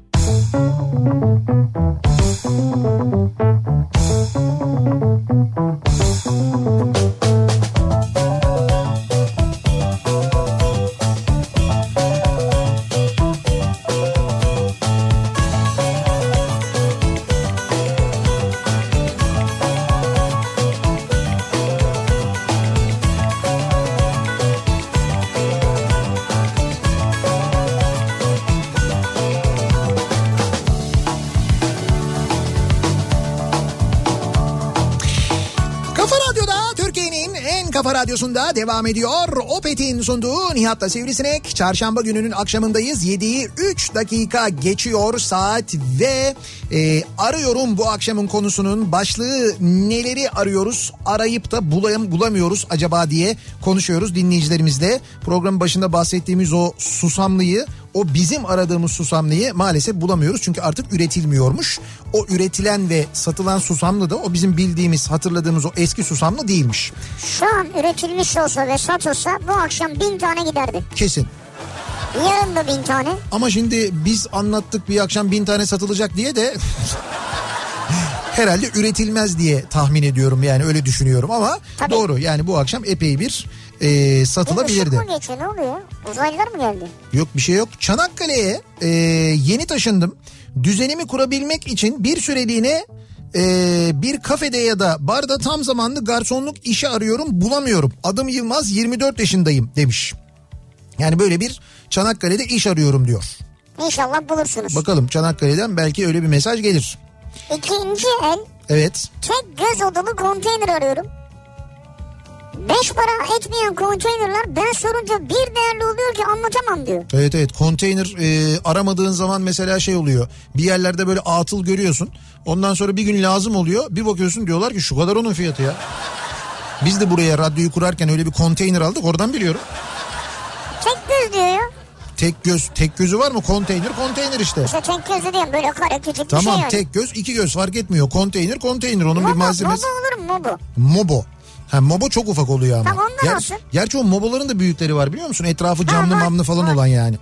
S2: Kafa Radyo'da Türkiye'nin en kafa radyosunda devam ediyor. Opet'in sunduğu Nihat'la Sivrisinek. Çarşamba gününün akşamındayız. 7'yi 3 dakika geçiyor saat ve e, arıyorum bu akşamın konusunun başlığı neleri arıyoruz? Arayıp da bulayım, bulamıyoruz acaba diye konuşuyoruz dinleyicilerimizle. Programın başında bahsettiğimiz o susamlıyı o bizim aradığımız susamlıyı maalesef bulamıyoruz. Çünkü artık üretilmiyormuş. O üretilen ve satılan susamlı da o bizim bildiğimiz, hatırladığımız o eski susamlı değilmiş.
S1: Şu an üretilmiş olsa ve satılsa bu akşam bin tane giderdi.
S2: Kesin.
S1: Yarın da bin tane.
S2: Ama şimdi biz anlattık bir akşam bin tane satılacak diye de herhalde üretilmez diye tahmin ediyorum yani öyle düşünüyorum ama
S1: Tabii.
S2: doğru yani bu akşam epey bir e,
S1: Bir ışık
S2: satılabilirdi.
S1: mı geçiyor ne oluyor? Uzaylılar mı geldi?
S2: Yok bir şey yok. Çanakkale'ye e, yeni taşındım. Düzenimi kurabilmek için bir süreliğine e, bir kafede ya da barda tam zamanlı garsonluk işi arıyorum bulamıyorum. Adım Yılmaz 24 yaşındayım demiş. Yani böyle bir Çanakkale'de iş arıyorum diyor.
S1: İnşallah bulursunuz.
S2: Bakalım Çanakkale'den belki öyle bir mesaj gelir.
S1: İkinci el
S2: Evet.
S1: tek göz odalı konteyner arıyorum. Beş para etmeyen konteynerler ben sorunca bir değerli oluyor ki anlatamam diyor.
S2: Evet evet konteyner e, aramadığın zaman mesela şey oluyor bir yerlerde böyle atıl görüyorsun ondan sonra bir gün lazım oluyor bir bakıyorsun diyorlar ki şu kadar onun fiyatı ya. Biz de buraya radyoyu kurarken öyle bir konteyner aldık oradan biliyorum.
S1: Tek göz diyor ya.
S2: Tek göz tek gözü var mı konteyner konteyner işte.
S1: İşte tek gözü diyorum böyle kare küçük bir şey
S2: Tamam
S1: yani.
S2: tek göz iki göz fark etmiyor konteyner konteyner onun bir
S1: Mobo,
S2: malzemesi.
S1: mobo olur mu mobo?
S2: Mobo. Ha mobo çok ufak oluyor ama.
S1: Tamam, ondan
S2: Ger-
S1: olsun.
S2: Gerçi o moboların da büyükleri var biliyor musun? Etrafı camlı
S1: var,
S2: mamlı falan
S1: var.
S2: olan yani.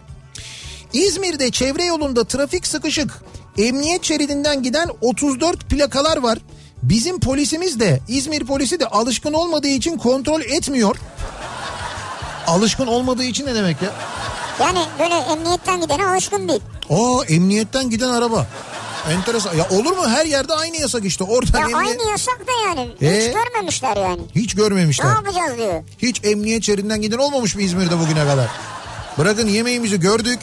S2: İzmir'de çevre yolunda trafik sıkışık. Emniyet şeridinden giden 34 plakalar var. Bizim polisimiz de İzmir polisi de alışkın olmadığı için kontrol etmiyor. alışkın olmadığı için ne demek ya?
S1: Yani böyle emniyetten gidene alışkın değil.
S2: Aa emniyetten giden araba. Enteresan. Ya olur mu? Her yerde aynı yasak işte. Oradan
S1: Ya
S2: emniyet...
S1: aynı yasak da yani.
S2: Ee?
S1: Hiç görmemişler yani.
S2: Hiç
S1: Ne
S2: görmemişler.
S1: yapacağız diyor.
S2: Hiç emniyet şeridinden giden olmamış mı İzmir'de bugüne kadar? Bırakın yemeğimizi gördük.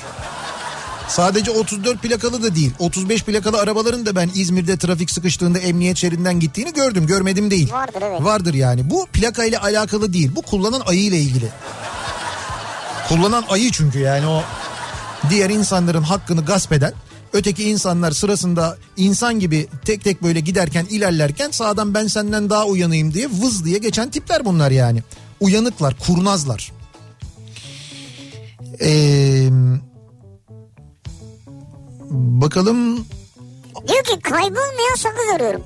S2: Sadece 34 plakalı da değil. 35 plakalı arabaların da ben İzmir'de trafik sıkıştığında emniyet şeridinden gittiğini gördüm. Görmedim değil.
S1: Vardır, evet.
S2: Vardır yani. Bu plaka ile alakalı değil. Bu kullanan ayı ile ilgili. Kullanan ayı çünkü yani o diğer insanların hakkını gasp eden öteki insanlar sırasında insan gibi tek tek böyle giderken ilerlerken sağdan ben senden daha uyanayım diye vız diye geçen tipler bunlar yani. Uyanıklar, kurnazlar. Ee, bakalım
S1: Diyor ki kaybolmayan sakız arıyorum.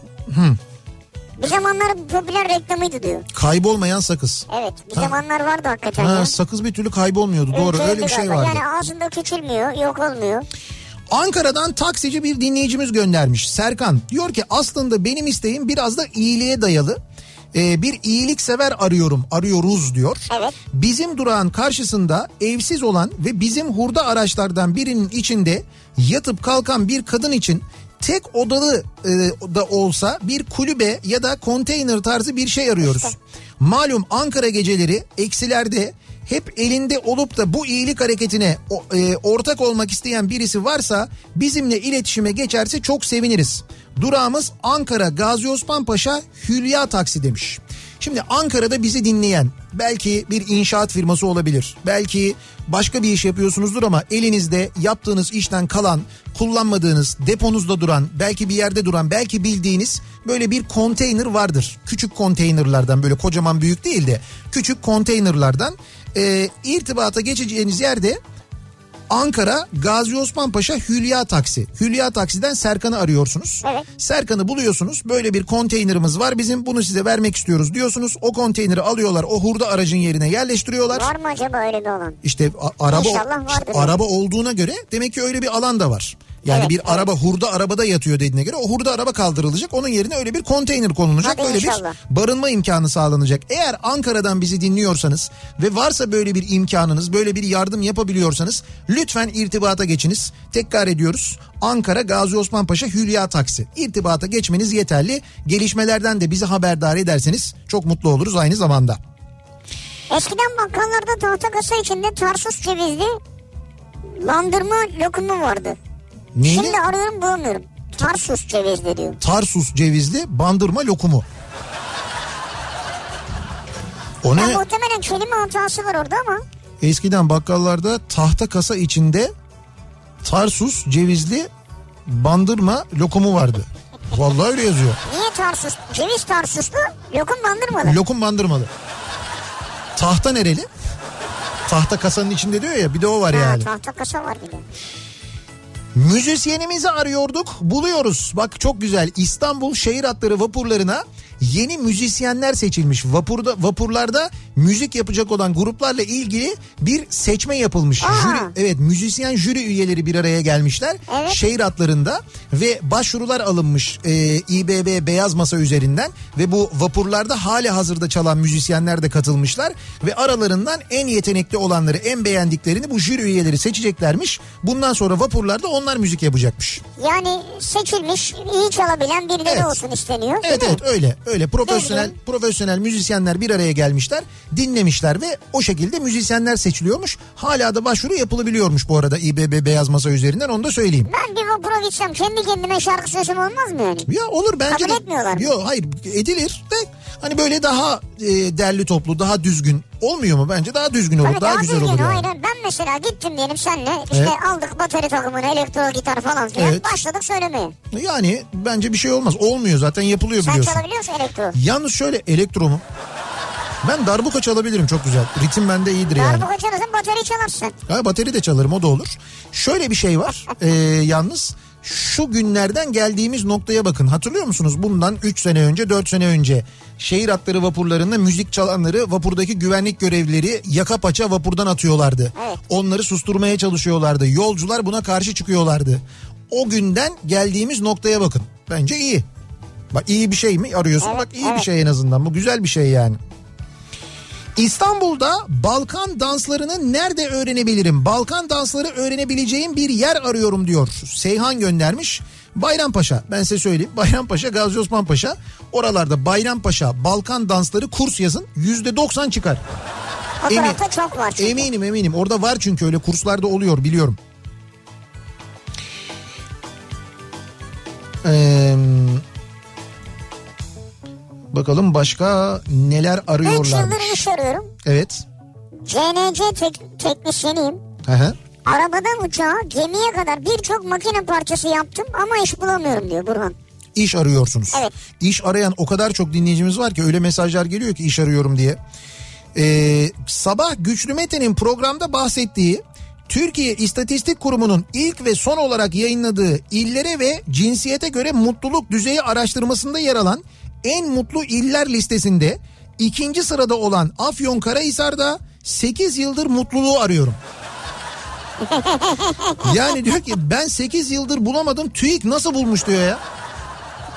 S1: Bir zamanlar bu popüler reklamıydı diyor.
S2: kaybolmayan sakız.
S1: Evet bir
S2: Ha.
S1: zamanlar vardı hakikaten ya.
S2: Ha, sakız bir türlü kaybolmuyordu doğru
S1: Ülkelerde
S2: öyle bir şey
S1: galiba.
S2: vardı.
S1: Yani ağzında küçülmüyor yok olmuyor.
S2: Ankara'dan taksici bir dinleyicimiz göndermiş. Serkan diyor ki aslında benim isteğim biraz da iyiliğe dayalı. Ee, bir iyiliksever arıyorum, arıyoruz diyor.
S1: Evet.
S2: Bizim durağın karşısında evsiz olan ve bizim hurda araçlardan birinin içinde yatıp kalkan bir kadın için tek odalı e, da olsa bir kulübe ya da konteyner tarzı bir şey arıyoruz. Malum Ankara geceleri eksilerde hep elinde olup da bu iyilik hareketine o- e, ortak olmak isteyen birisi varsa bizimle iletişime geçerse çok seviniriz. Durağımız Ankara Gazi Osman Paşa Hülya Taksi demiş. Şimdi Ankara'da bizi dinleyen belki bir inşaat firması olabilir. Belki başka bir iş yapıyorsunuzdur ama elinizde yaptığınız işten kalan, kullanmadığınız, deponuzda duran, belki bir yerde duran, belki bildiğiniz böyle bir konteyner vardır. Küçük konteynerlardan böyle kocaman büyük değil de küçük konteynerlardan e, irtibata geçeceğiniz yerde Ankara Gazi Osman Paşa Hülya Taksi. Hülya Taksi'den Serkan'ı arıyorsunuz.
S1: Evet.
S2: Serkan'ı buluyorsunuz. Böyle bir konteynerimiz var bizim bunu size vermek istiyoruz diyorsunuz. O konteyneri alıyorlar o hurda aracın yerine yerleştiriyorlar.
S1: Var mı acaba öyle bir olan?
S2: İşte a- araba
S1: İnşallah vardır.
S2: işte araba olduğuna göre demek ki öyle bir alan da var. Yani
S1: Evet,
S2: bir araba hurda arabada yatıyor dediğine göre o hurda araba kaldırılacak. Onun yerine öyle bir konteyner konulacak.
S1: Hadi
S2: böyle
S1: inşallah.
S2: bir barınma imkanı sağlanacak. Eğer Ankara'dan bizi dinliyorsanız ve varsa böyle bir imkanınız, böyle bir yardım yapabiliyorsanız lütfen irtibata geçiniz. Tekrar ediyoruz. Ankara Gazi Osman Paşa Hülya Taksi. İrtibata geçmeniz yeterli. Gelişmelerden de bizi haberdar ederseniz çok mutlu oluruz aynı zamanda.
S1: Eskiden bakkallarda tahta kasa içinde tarsus cevizli bandırma lokumu vardı.
S2: Neydi?
S1: Şimdi arıyorum bulamıyorum. Tarsus cevizli diyor.
S2: Tarsus cevizli bandırma lokumu. O
S1: Ya
S2: ne?
S1: muhtemelen kelime hatası var orada ama
S2: Eskiden bakkallarda tahta kasa içinde Tarsus cevizli bandırma lokumu vardı. Vallahi öyle yazıyor.
S1: niye tarsus? Ceviz tarsuslu lokum bandırmalı.
S2: Lokum bandırmalı. Tahta nereli? Tahta kasanın içinde diyor ya bir de o var
S1: Ha,
S2: yani.
S1: tahta kasa var bir de.
S2: Müzisyenimizi arıyorduk, buluyoruz. Bak çok güzel. İstanbul şehir hatları vapurlarına yeni müzisyenler seçilmiş. Vapurda vapurlarda müzik yapacak olan gruplarla ilgili bir seçme yapılmış.
S1: Aa.
S2: Jüri, evet, müzisyen jüri üyeleri bir araya gelmişler.
S1: Evet.
S2: Şehir hatlarında ve başvurular alınmış e, İBB beyaz masa üzerinden ve bu vapurlarda hali hazırda çalan müzisyenler de katılmışlar ve aralarından en yetenekli olanları, en beğendiklerini bu jüri üyeleri seçeceklermiş. Bundan sonra vapurlarda onlar müzik yapacakmış.
S1: Yani seçilmiş iyi çalabilen birileri
S2: Evet.
S1: olsun isteniyor.
S2: Evet
S1: değil mi?
S2: evet öyle. Öyle profesyonel profesyonel müzisyenler bir araya gelmişler, dinlemişler ve o şekilde müzisyenler seçiliyormuş. Hala da başvuru yapılabiliyormuş bu arada İBB beyaz masa üzerinden onu da söyleyeyim.
S1: Ben bir vapura gitsem kendi kendime şarkı sesim olmaz mı yani?
S2: Ya olur bence
S1: Kabul
S2: de.
S1: etmiyorlar mı?
S2: Yok hayır edilir de hani böyle daha e, derli toplu daha düzgün olmuyor mu? Bence daha düzgün olur
S1: Tabii
S2: daha, güzel olur. yani.
S1: Hayır, hayır. ben mesela gittim diyelim senle işte
S2: Evet.
S1: aldık bateri takımını elektro gitar falan filan
S2: Evet.
S1: başladık söylemeye.
S2: Yani bence bir şey olmaz olmuyor zaten yapılıyor
S1: Sen
S2: biliyorsun.
S1: çalabiliyor musun elektro?
S2: Yalnız şöyle elektro mu? Ben darbuka çalabilirim çok güzel. Ritim bende iyidir yani.
S1: Darbuka çalırsın bateri çalarsın.
S2: Ha, bateri de çalarım o da olur. Şöyle bir şey var e, yalnız şu günlerden geldiğimiz noktaya bakın. Hatırlıyor musunuz bundan 3 sene önce 4 sene önce şehir hatları vapurlarında müzik çalanları vapurdaki güvenlik görevlileri yaka paça vapurdan atıyorlardı.
S1: Evet.
S2: Onları susturmaya çalışıyorlardı. Yolcular buna karşı çıkıyorlardı. O günden geldiğimiz noktaya bakın. Bence iyi. Bak iyi bir şey mi arıyorsun?
S1: Evet,
S2: Bak iyi bir
S1: evet.
S2: şey en azından. Bu güzel bir şey yani. İstanbul'da Balkan danslarını nerede öğrenebilirim? Balkan dansları öğrenebileceğim bir yer arıyorum diyor. Seyhan göndermiş. Bayrampaşa ben size söyleyeyim. Bayrampaşa, Gazi Osman Paşa. Oralarda Bayrampaşa Balkan dansları kurs yazın. Yüzde doksan çıkar.
S1: O
S2: Emin.
S1: tarafta çok var çünkü.
S2: Eminim eminim. Orada var çünkü öyle kurslarda oluyor biliyorum. Ee, bakalım başka neler
S1: 3 yıldır
S2: arıyorlarmış.
S1: iş arıyorum.
S2: Evet.
S1: CNC tek, teknisyeniyim.
S2: Hı hı.
S1: Arabadan uçağa gemiye kadar birçok makine parçası yaptım ama iş bulamıyorum diyor Burhan.
S2: İş arıyorsunuz.
S1: Evet.
S2: İş arayan o kadar çok dinleyicimiz var ki öyle mesajlar geliyor ki iş arıyorum diye. Ee, sabah Güçlü Mete'nin programda bahsettiği Türkiye İstatistik Kurumu'nun ilk ve son olarak yayınladığı illere ve cinsiyete göre mutluluk düzeyi araştırmasında yer alan en mutlu iller listesinde ikinci sırada olan Afyonkarahisar'da 8 yıldır mutluluğu arıyorum. yani diyor ki ben 8 yıldır bulamadım TÜİK nasıl bulmuş diyor ya.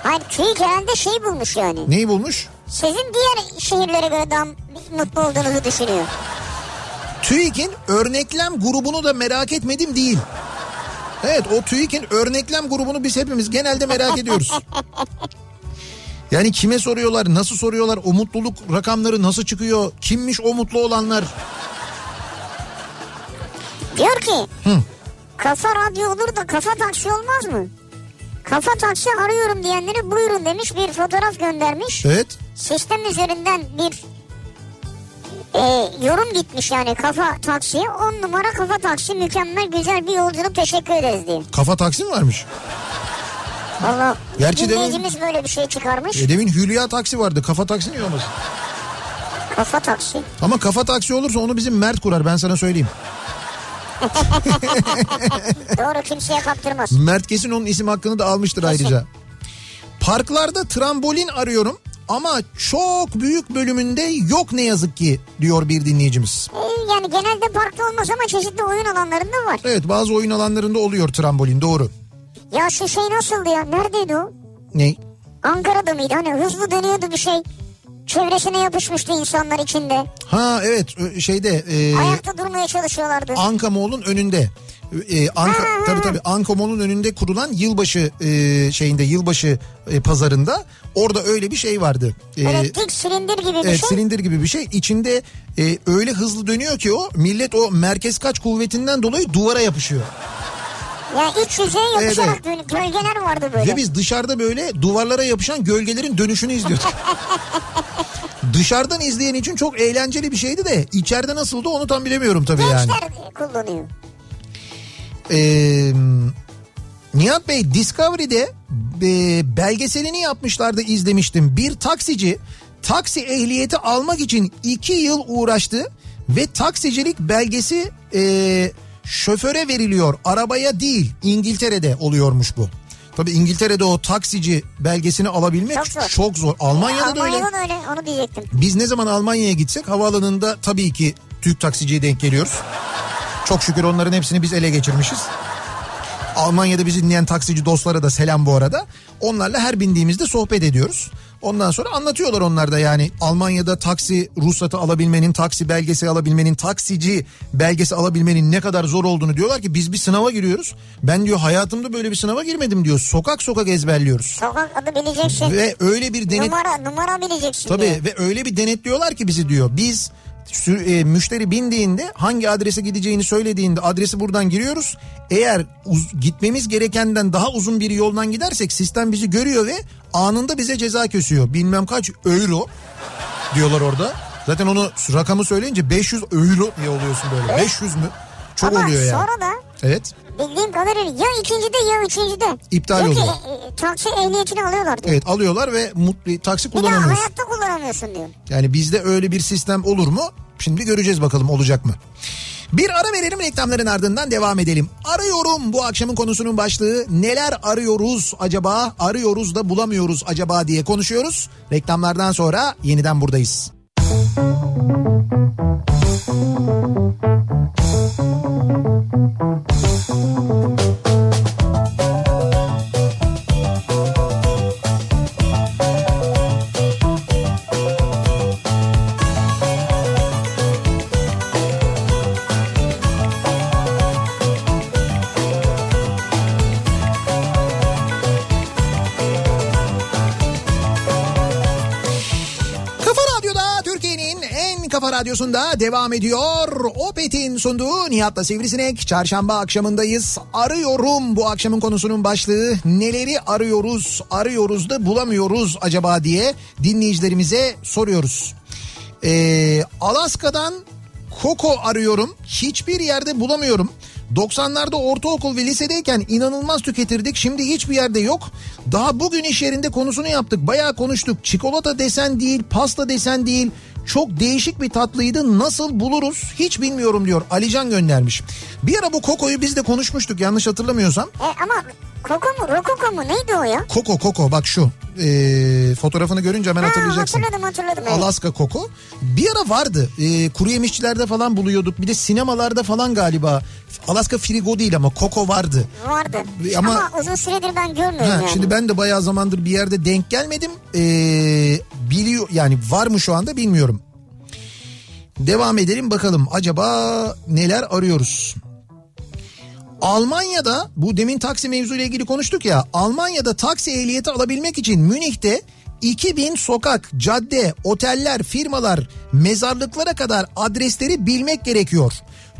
S1: Hayır TÜİK herhalde şey bulmuş yani.
S2: Neyi bulmuş?
S1: Sizin diğer şehirlere göre daha mutlu olduğunuzu düşünüyor.
S2: TÜİK'in örneklem grubunu da merak etmedim değil. Evet o TÜİK'in örneklem grubunu biz hepimiz genelde merak ediyoruz. Yani kime soruyorlar, nasıl soruyorlar, o mutluluk rakamları nasıl çıkıyor, kimmiş o mutlu olanlar?
S1: Diyor ki kafa radyo olur da kafa taksi olmaz mı? Kafa taksi arıyorum diyenlere buyurun demiş bir fotoğraf göndermiş.
S2: Evet.
S1: Sistem üzerinden bir e, yorum gitmiş yani kafa taksiye. 10 numara kafa taksi mükemmel güzel bir yolculuk teşekkür ederiz diye.
S2: Kafa taksi mi varmış?
S1: Valla
S2: Gerçi demin-
S1: dinleyicimiz böyle bir şey çıkarmış.
S2: E demin Hülya taksi vardı. Kafa taksi niye olmasın?
S1: Kafa taksi.
S2: Ama kafa taksi olursa onu bizim Mert kurar ben sana söyleyeyim.
S1: Doğru kimseye kaptırmaz.
S2: Mert kesin onun isim hakkını da almıştır ayrıca. Parklarda trambolin arıyorum ama çok büyük bölümünde yok ne yazık ki diyor bir dinleyicimiz.
S1: E, yani genelde parkta olmaz ama çeşitli oyun alanlarında var.
S2: Evet bazı oyun alanlarında oluyor trambolin doğru.
S1: Ya şu şey nasıldı ya? Neredeydi o?
S2: Ne?
S1: Ankara'da mıydı? Hani hızlı dönüyordu bir şey. Çevresine yapışmıştı insanlar içinde.
S2: Ha evet ö- şeyde e,
S1: Ayakta durmaya çalışıyorlardı.
S2: Anka Mall'un önünde. E, Anka, tabii tabii Anka Mall'un önünde kurulan yılbaşı e, şeyinde yılbaşı e, pazarında orada öyle bir şey vardı. E,
S1: Böyle dik silindir gibi
S2: Evet
S1: bir şey.
S2: E, silindir gibi bir şey. İçinde e, öyle hızlı dönüyor ki o millet o merkez kaç kuvvetinden dolayı duvara yapışıyor.
S1: Yani iç yüzeye
S2: Evet,
S1: yapışarak
S2: Ee, evet.
S1: böyle gölgeler vardı böyle.
S2: Ve biz dışarıda böyle duvarlara yapışan gölgelerin dönüşünü izliyorduk. Dışarıdan izleyen için çok eğlenceli bir şeydi de içeride nasıldı onu tam bilemiyorum tabii yani.
S1: Gençler kullanıyor.
S2: Ee, Nihat Bey Discovery'de e, belgeselini yapmışlardı izlemiştim. Bir taksici taksi ehliyeti almak için iki yıl uğraştı ve taksicilik belgesi e, şoföre veriliyor arabaya değil İngiltere'de oluyormuş bu. Tabii İngiltere'de o taksici belgesini alabilmek
S1: Çok zor.
S2: çok zor. Almanya'da da öyle.
S1: Almanya'dan öyle. Onu diyecektim.
S2: Biz ne zaman Almanya'ya gitsek havaalanında tabii ki Türk taksiciye denk geliyoruz. Çok şükür onların hepsini biz ele geçirmişiz. Almanya'da bizi dinleyen taksici dostlara da selam bu arada. Onlarla her bindiğimizde sohbet ediyoruz. Ondan sonra anlatıyorlar onlar da yani Almanya'da taksi ruhsatı alabilmenin, taksi belgesi alabilmenin, taksici belgesi alabilmenin ne kadar zor olduğunu diyorlar ki biz bir sınava giriyoruz. Ben diyor hayatımda böyle bir sınava girmedim diyor. Sokak sokak ezberliyoruz.
S1: Sokak adı bileceksin.
S2: Ve öyle bir denet
S1: Numara, numara bileceksin.
S2: Tabii
S1: diyor.
S2: ve öyle bir denetliyorlar ki bizi diyor. Biz sü- e, müşteri bindiğinde hangi adrese gideceğini söylediğinde adresi buradan giriyoruz. Eğer uz- gitmemiz gerekenden daha uzun bir yoldan gidersek sistem bizi görüyor ve anında bize ceza kesiyor. Bilmem kaç euro diyorlar orada. Zaten onu rakamı söyleyince 500 euro diye oluyorsun böyle. 500 mü? Çok
S1: Ama
S2: oluyor yani.
S1: sonra da
S2: Evet.
S1: bildiğim kadarıyla ya ikincide ya üçüncüde.
S2: İptal
S1: Diyor ki,
S2: oluyor.
S1: e, e, taksi ehliyetini alıyorlar diyor.
S2: Evet alıyorlar ve mutlu taksi
S1: Bir daha
S2: kullanamıyorsun.
S1: hayatta kullanamıyorsun diyor.
S2: Yani bizde öyle bir sistem olur mu? Şimdi göreceğiz bakalım olacak mı? Bir ara verelim reklamların ardından devam edelim. Arıyorum bu akşamın konusunun başlığı. Neler arıyoruz acaba? Arıyoruz da bulamıyoruz acaba diye konuşuyoruz. Reklamlardan sonra yeniden buradayız. Kafa Radyo'da Türkiye'nin en kafa radyosunda devam ediyor. Opet'in sunduğu Nihat'la Sivrisinek. Çarşamba akşamındayız. Arıyorum bu akşamın konusunun başlığı. Neleri arıyoruz, arıyoruz da bulamıyoruz acaba diye dinleyicilerimize soruyoruz. Ee, Alaska'dan Koko arıyorum. Hiçbir yerde bulamıyorum. 90'larda ortaokul ve lisedeyken inanılmaz tüketirdik. Şimdi hiçbir yerde yok. Daha bugün iş yerinde konusunu yaptık. Bayağı konuştuk. Çikolata desen değil, pasta desen değil. Çok değişik bir tatlıydı. Nasıl buluruz hiç bilmiyorum diyor. Alican göndermiş. Bir ara bu kokoyu biz de konuşmuştuk yanlış hatırlamıyorsam.
S1: E, ama Koko mu Rokoko mu neydi o ya?
S2: Koko koko bak şu. Ee, fotoğrafını görünce hemen
S1: Ha,
S2: hatırlayacaksın.
S1: hatırladım hatırladım. Evet.
S2: Alaska koku. Bir ara vardı. Ee, kuru yemişçilerde falan buluyorduk. Bir de sinemalarda falan galiba. Alaska Frigo değil ama Koko vardı.
S1: Vardı. Ama,
S2: Ama-
S1: uzun süredir ben görmüyorum
S2: Ha,
S1: yani.
S2: şimdi ben de bayağı zamandır bir yerde denk gelmedim. Ee, biliyor yani var mı şu anda bilmiyorum. Devam edelim bakalım acaba neler arıyoruz. Almanya'da bu demin taksi mevzuyla ilgili konuştuk ya. Almanya'da taksi ehliyeti alabilmek için Münih'te 2000 sokak, cadde, oteller, firmalar, mezarlıklara kadar adresleri bilmek gerekiyor.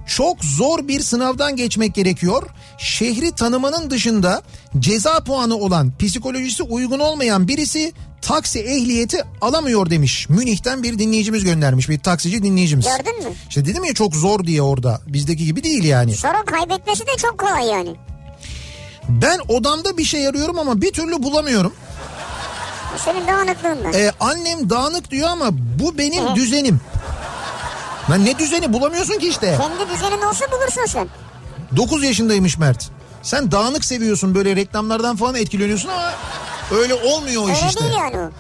S2: Çok zor bir sınavdan geçmek gerekiyor. Şehri tanımanın dışında ceza puanı olan, psikolojisi uygun olmayan birisi taksi ehliyeti alamıyor demiş. Münih'ten bir dinleyicimiz göndermiş, bir taksici dinleyicimiz.
S1: Gördün mü?
S2: İşte dedim ya çok zor diye orada. Bizdeki gibi değil yani.
S1: Sonra kaybetmesi de çok kolay yani.
S2: Ben odamda bir şey arıyorum ama bir türlü bulamıyorum.
S1: Bu Senin dağınıklığın var.
S2: Ee, annem dağınık diyor ama bu benim düzenim. Lan ne düzeni bulamıyorsun ki işte.
S1: Kendi düzenin olsa bulursun sen.
S2: 9 yaşındaymış Mert. Sen dağınık seviyorsun böyle reklamlardan falan etkileniyorsun ama öyle olmuyor o iş
S1: Öyle
S2: işte.
S1: değil yani o.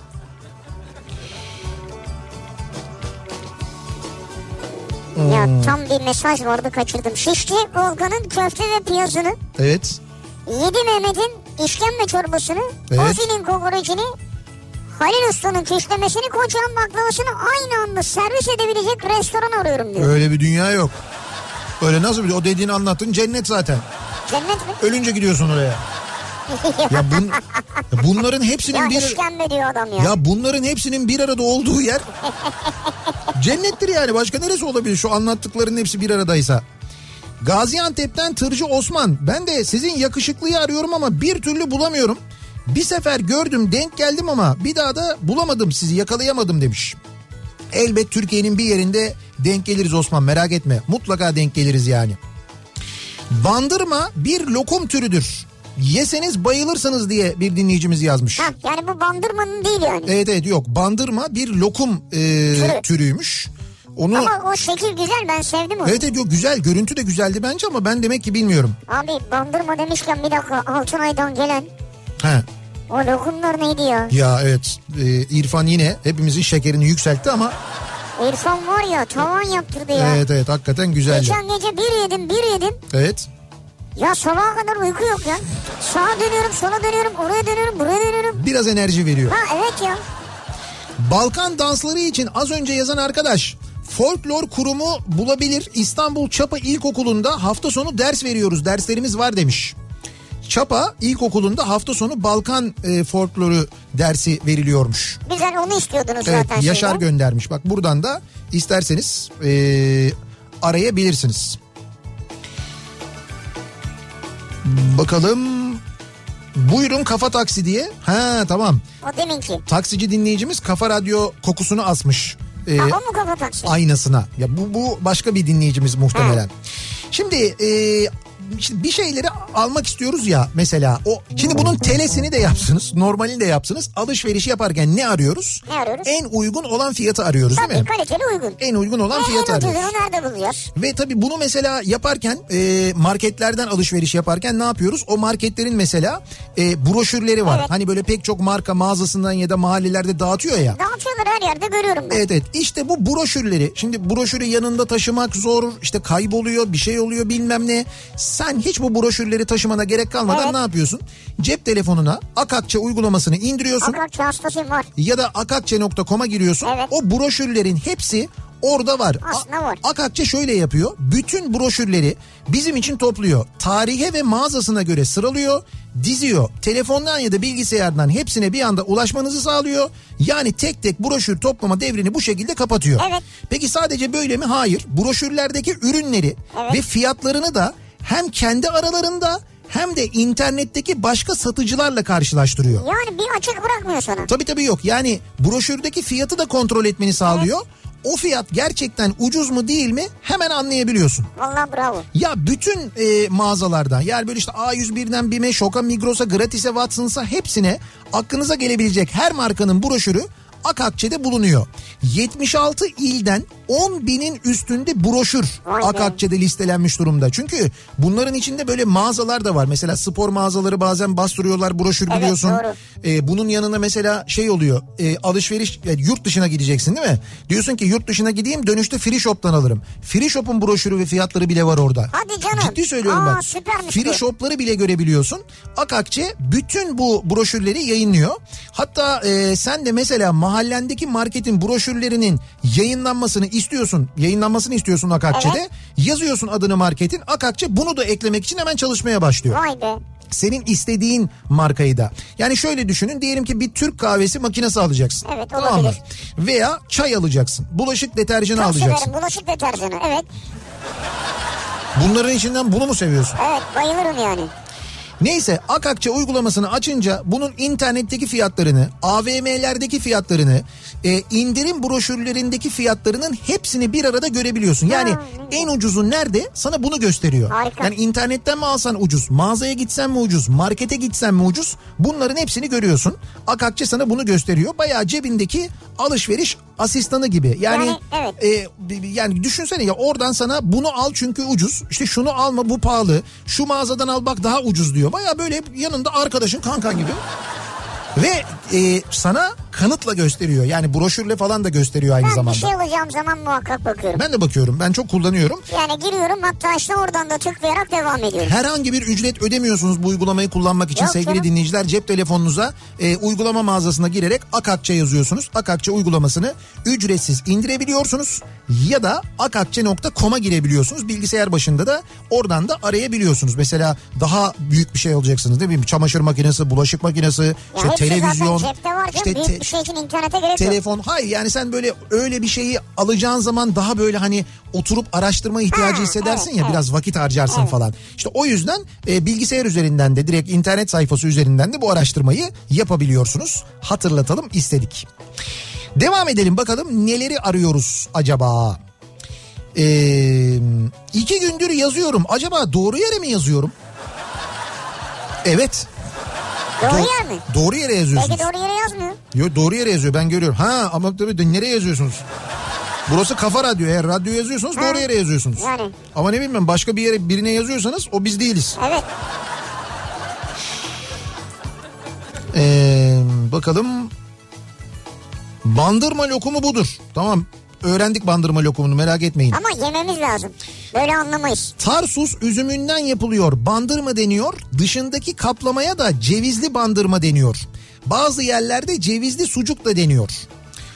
S2: Hmm.
S1: Ya tam bir mesaj vardı kaçırdım. Şişli Olga'nın köfte ve piyazını,
S2: Evet.
S1: Yedi Mehmet'in işkembe çorbasını,
S2: Evet.
S1: Ozi'nin kokorecini, Halil Usta'nın küşlemesini, Koçak'ın baklavasını aynı anda servis edebilecek restoran arıyorum diyor.
S2: Öyle bir dünya yok. Öyle nasıl bir o dediğini anlattın cennet zaten.
S1: Cennet mi?
S2: Ölünce gidiyorsun oraya. Ya, bun, ya bunların hepsinin
S1: ya
S2: bir
S1: işkembe diyor adam ya.
S2: Ya bunların hepsinin bir arada olduğu yer cennettir yani başka neresi olabilir şu anlattıkların hepsi bir aradaysa. Gaziantep'ten Tırcı Osman ben de sizin yakışıklıyı arıyorum ama bir türlü bulamıyorum. Bir sefer gördüm denk geldim ama bir daha da bulamadım sizi yakalayamadım demiş. Elbet Türkiye'nin bir yerinde denk geliriz Osman merak etme mutlaka denk geliriz yani. Bandırma bir lokum türüdür. Yeseniz bayılırsınız diye bir dinleyicimiz yazmış.
S1: Ha, yani bu bandırmanın değil yani.
S2: Evet evet yok bandırma bir lokum e, türüymüş. Onu
S1: Ama o şekil güzel ben sevdim onu.
S2: evet evet yok güzel görüntü de güzeldi bence ama ben demek ki bilmiyorum.
S1: Abi bandırma demişken bir dakika Altunay'dan gelen
S2: Ha
S1: o lokumlar neydi ya?
S2: ya evet e, İrfan yine hepimizin şekerini yükseltti ama
S1: İrfan var ya tavan yaptırdı ya.
S2: evet evet hakikaten güzeldi.
S1: Geçen gece bir yedim bir yedim.
S2: Evet.
S1: Ya sabaha kadar uyku yok ya. Sağa dönüyorum sola dönüyorum oraya dönüyorum buraya dönüyorum.
S2: Biraz enerji veriyor.
S1: Ha evet ya.
S2: Balkan dansları için az önce yazan arkadaş folklor kurumu bulabilir. İstanbul Çapa İlkokulu'nda hafta sonu ders veriyoruz. Derslerimiz var demiş. Çapa İlkokulu'nda hafta sonu Balkan e, folkloru dersi veriliyormuş.
S1: Güzel onu istiyordunuz
S2: Evet
S1: zaten. şey
S2: Yaşar
S1: şimdi.
S2: göndermiş. Bak buradan da isterseniz e, arayabilirsiniz. Bakalım. Buyurun kafa taksi diye. Ha tamam.
S1: O deminki.
S2: Taksici dinleyicimiz kafa radyo kokusunu asmış. e,
S1: Ha, o mu kafa taksi?
S2: aynasına. Ya bu bu başka bir dinleyicimiz muhtemelen. Şimdi e, şimdi bir şeyleri almak istiyoruz ya mesela o şimdi bunun telesini de yapsınız, normalini de yapsınız. Alışveriş yaparken ne arıyoruz?
S1: Ne arıyoruz?
S2: En uygun olan fiyatı arıyoruz değil
S1: Tabii
S2: mi?
S1: kaliteli uygun.
S2: En uygun olan
S1: E, en
S2: fiyatı arıyoruz.
S1: ucuzunu nerede buluyoruz?
S2: Ve tabii bunu mesela yaparken e, marketlerden alışveriş yaparken ne yapıyoruz? O marketlerin mesela e, broşürleri var.
S1: Evet.
S2: Hani böyle pek çok marka mağazasından ya da mahallelerde dağıtıyor ya.
S1: Dağıtıyorlar her yerde görüyorum ben.
S2: Evet evet işte bu broşürleri şimdi broşürü yanında taşımak zor işte kayboluyor bir şey oluyor bilmem ne. Sen hiç bu broşürleri taşımana gerek kalmadan
S1: Evet.
S2: ne yapıyorsun? Cep telefonuna Akakçe uygulamasını indiriyorsun
S1: Akakçı hastasıyım var.
S2: ya da akakçe.com'a giriyorsun.
S1: Evet.
S2: O broşürlerin hepsi orada var.
S1: Aslında var.
S2: Akakçe şöyle yapıyor. Bütün broşürleri bizim için topluyor. Tarihe ve mağazasına göre sıralıyor, diziyor. Telefondan ya da bilgisayardan hepsine bir anda ulaşmanızı sağlıyor. Yani tek tek broşür toplama devrini bu şekilde kapatıyor.
S1: Evet.
S2: Peki sadece böyle mi? Hayır. Broşürlerdeki ürünleri
S1: Evet.
S2: ve fiyatlarını da hem kendi aralarında hem de internetteki başka satıcılarla karşılaştırıyor.
S1: Yani bir açık bırakmıyor sana.
S2: Tabii tabii yok. Yani broşürdeki fiyatı da kontrol etmeni sağlıyor. O fiyat gerçekten ucuz mu değil mi hemen anlayabiliyorsun.
S1: Vallahi bravo.
S2: Ya bütün e, mağazalardan yani böyle işte A101'den BİM'e, Şok'a, Migros'a, Gratis'e, Watson's'a hepsine aklınıza gelebilecek her markanın broşürü Akakçe'de bulunuyor. 76 ilden 10 binin üstünde broşür
S1: Vay be.
S2: Akakçe'de listelenmiş durumda. Çünkü bunların içinde böyle mağazalar da var. Mesela spor mağazaları bazen bastırıyorlar broşür
S1: Evet,
S2: biliyorsun.
S1: doğru.
S2: Ee, bunun yanına mesela şey oluyor e, alışveriş e, yurt dışına gideceksin değil mi? Diyorsun ki yurt dışına gideyim dönüşte free shop'tan alırım. Free shop'un broşürü ve fiyatları bile var orada.
S1: Hadi canım.
S2: Ciddi söylüyorum
S1: Aa,
S2: bak.
S1: süpermiş
S2: Free
S1: bu.
S2: shop'ları bile görebiliyorsun. Akakçe bütün bu broşürleri yayınlıyor. Hatta e, sen de mesela mahallendeki marketin broşürlerinin yayınlanmasını istiyorsun. Yayınlanmasını istiyorsun Akakçe'de.
S1: Evet.
S2: Yazıyorsun adını marketin. Akakçe bunu da eklemek için hemen çalışmaya başlıyor
S1: Vay be.
S2: senin istediğin markayı da. Yani şöyle düşünün diyelim ki bir Türk kahvesi makinesi alacaksın.
S1: Evet,
S2: mı?
S1: olabilir.
S2: Veya çay alacaksın. Bulaşık deterjanı
S1: Çok
S2: alacaksın.
S1: severim bulaşık deterjanı. Evet.
S2: Bunların içinden bunu mu seviyorsun?
S1: Evet bayılırım yani.
S2: Neyse Akakçe uygulamasını açınca bunun internetteki fiyatlarını, AVM'lerdeki fiyatlarını, e, indirim broşürlerindeki fiyatlarının hepsini bir arada görebiliyorsun. Yani
S1: Ha, ne
S2: en ucuzu nerede sana bunu gösteriyor.
S1: Harika.
S2: Yani internetten mi alsan ucuz, mağazaya gitsen mi ucuz, markete gitsen mi ucuz bunların hepsini görüyorsun. Akakçe sana bunu gösteriyor. Bayağı cebindeki alışveriş asistanı gibi. Yani,
S1: Yani, evet.
S2: e, b- b- yani düşünsene ya oradan sana bunu al çünkü ucuz. İşte şunu alma bu pahalı. Şu mağazadan al bak daha ucuz diyor. Baya böyle hep yanında arkadaşın kankan gibi. Ve e, sana kanıtla gösteriyor. Yani broşürle falan da gösteriyor aynı
S1: Ben bir
S2: zamanda.
S1: şey alacağım zaman muhakkak bakıyorum.
S2: Ben de bakıyorum. Ben çok kullanıyorum.
S1: Yani giriyorum hatta işte oradan da tıklayarak devam ediyorum.
S2: Herhangi bir ücret ödemiyorsunuz bu uygulamayı kullanmak için
S1: Yok
S2: sevgili
S1: canım.
S2: dinleyiciler. Cep telefonunuza e, uygulama mağazasına girerek Akakçe yazıyorsunuz. Akakçe uygulamasını ücretsiz indirebiliyorsunuz ya da akakçe.com'a girebiliyorsunuz. Bilgisayar başında da oradan da arayabiliyorsunuz. Mesela daha büyük bir şey alacaksınız değil mi? Çamaşır makinesi, bulaşık makinesi,
S1: Ya
S2: işte
S1: hepsi
S2: televizyon,
S1: zaten cepte var canım.
S2: işte
S1: Büyük
S2: te-
S1: bir şey için internete gerek yok.
S2: telefon. Hayır yani sen böyle öyle bir şeyi alacağın zaman daha böyle hani oturup araştırma ihtiyacı
S1: Ha,
S2: hissedersin
S1: evet,
S2: ya
S1: evet.
S2: biraz vakit harcarsın
S1: Hmm.
S2: falan. İşte o yüzden e, bilgisayar üzerinden de direkt internet sayfası üzerinden de bu araştırmayı yapabiliyorsunuz. Hatırlatalım istedik. Devam edelim bakalım neleri arıyoruz acaba? Ee, iki gündür yazıyorum. Acaba doğru yere mi yazıyorum? Evet.
S1: Doğru
S2: do-
S1: yer mi?
S2: Doğru yere yazıyorsunuz.
S1: Belki doğru yere yazmıyor.
S2: Yo, doğru yere yazıyor ben görüyorum. Ha ama tabii de nereye yazıyorsunuz? Burası kafa radyo. Eğer radyo yazıyorsanız doğru
S1: Ha,
S2: yere yazıyorsunuz.
S1: yani.
S2: Ama ne bileyim ben başka bir yere birine yazıyorsanız o biz değiliz.
S1: Evet.
S2: Ee, bakalım. Bandırma lokumu budur. Tamam öğrendik bandırma lokumunu merak etmeyin.
S1: Ama yememiz lazım. Böyle anlamayız.
S2: Tarsus üzümünden yapılıyor. Bandırma deniyor. Dışındaki kaplamaya da cevizli bandırma deniyor. Bazı yerlerde cevizli sucuk da deniyor.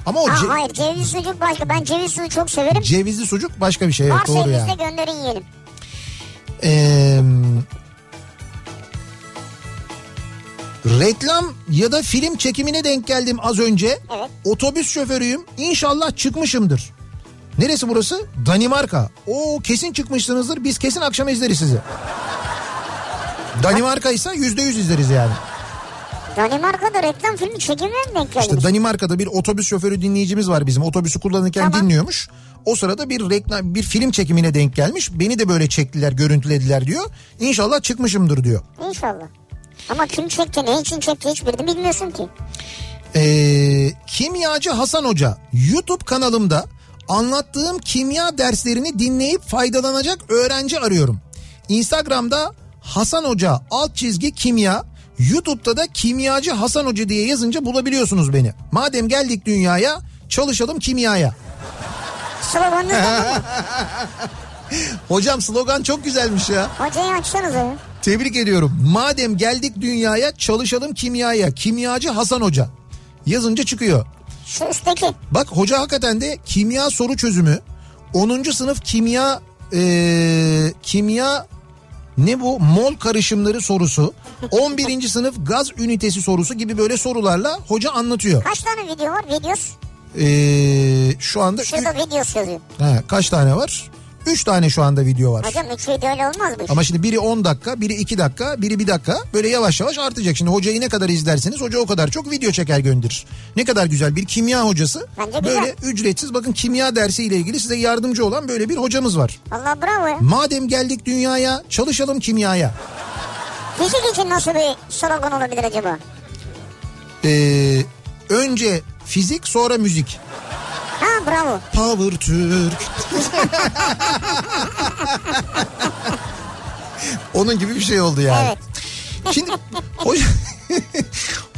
S2: Ama o
S1: Ha,
S2: ce-
S1: hayır ceviz sucuk başka. Ben ceviz suyu çok severim.
S2: cevizli sucuk başka bir şey. Evet,
S1: Varsa
S2: doğru
S1: elinizde
S2: yani.
S1: gönderin yiyelim.
S2: Eee, reklam ya da film çekimine denk geldim az önce.
S1: Evet.
S2: Otobüs şoförüyüm. İnşallah çıkmışımdır. Neresi burası? Danimarka. Oo kesin çıkmışsınızdır. Biz kesin akşam izleriz sizi. Danimarka ise yüzde yüz izleriz yani.
S1: Danimarka'da reklam filmi çekimine mi denk geldiniz?
S2: İşte Danimarka'da bir otobüs şoförü dinleyicimiz var bizim. Otobüsü kullanırken
S1: Tamam.
S2: dinliyormuş. O sırada bir reklam bir film çekimine denk gelmiş. Beni de böyle çektiler, görüntülediler diyor. İnşallah çıkmışımdır diyor.
S1: İnşallah. Ama kim çekti, ne için çekti hiçbirini bilmiyorsun ki.
S2: Ee, kimyacı Hasan Hoca YouTube kanalımda anlattığım kimya derslerini dinleyip faydalanacak öğrenci arıyorum. Instagram'da Hasan Hoca alt çizgi kimya, YouTube'da da kimyacı Hasan Hoca diye yazınca bulabiliyorsunuz beni. Madem geldik dünyaya çalışalım kimyaya.
S1: Sloganınız da mı?
S2: Hocam slogan çok güzelmiş ya.
S1: Hocayı açsanıza ya.
S2: Tebrik ediyorum. Madem geldik dünyaya çalışalım kimyaya. Kimyacı Hasan Hoca. Yazınca çıkıyor.
S1: Şu üstteki.
S2: Bak hoca hakikaten de kimya soru çözümü 10. sınıf kimya e, kimya ne bu mol karışımları sorusu 11. sınıf gaz ünitesi sorusu gibi böyle sorularla hoca anlatıyor.
S1: Kaç tane video var? Videos.
S2: E, şu anda
S1: Şurada videos yazıyor.
S2: ha, kaç tane var? 3 tane şu anda video var.
S1: Hocam üç video öyle olmaz mı?
S2: Ama şimdi biri 10 dakika, biri 2 dakika, biri 1 dakika böyle yavaş yavaş artacak. Şimdi hocayı ne kadar izlerseniz hoca o kadar çok video çeker gönderir. Ne kadar güzel bir kimya hocası.
S1: Bence güzel.
S2: böyle ücretsiz bakın kimya dersiyle ilgili size yardımcı olan böyle bir hocamız var.
S1: Valla bravo ya.
S2: Madem geldik dünyaya çalışalım kimyaya.
S1: Fizik için nasıl bir slogan olabilir acaba?
S2: Ee, önce Fizik sonra müzik.
S1: Ha bravo.
S2: Power Türk. Onun gibi bir şey oldu yani.
S1: Evet.
S2: Şimdi hocam,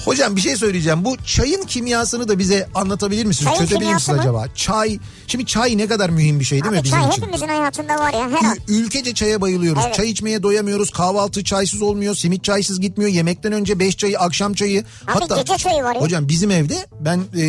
S2: hocam bir şey söyleyeceğim. Bu çayın kimyasını da bize anlatabilir misiniz?
S1: Çayın
S2: Çözebilir
S1: kimyası
S2: misiniz
S1: mı?
S2: acaba? Çay. Şimdi çay ne kadar mühim bir şey değil mi
S1: Abi
S2: bizim
S1: çay
S2: için?
S1: hepimizin hayatında var ya her an.
S2: Ü- Ülkece çaya bayılıyoruz.
S1: Evet.
S2: Çay içmeye doyamıyoruz. Kahvaltı çaysız olmuyor. Simit çaysız gitmiyor. Yemekten önce beş çayı, akşam çayı.
S1: gece çayı var ya.
S2: Hocam bizim evde ben e,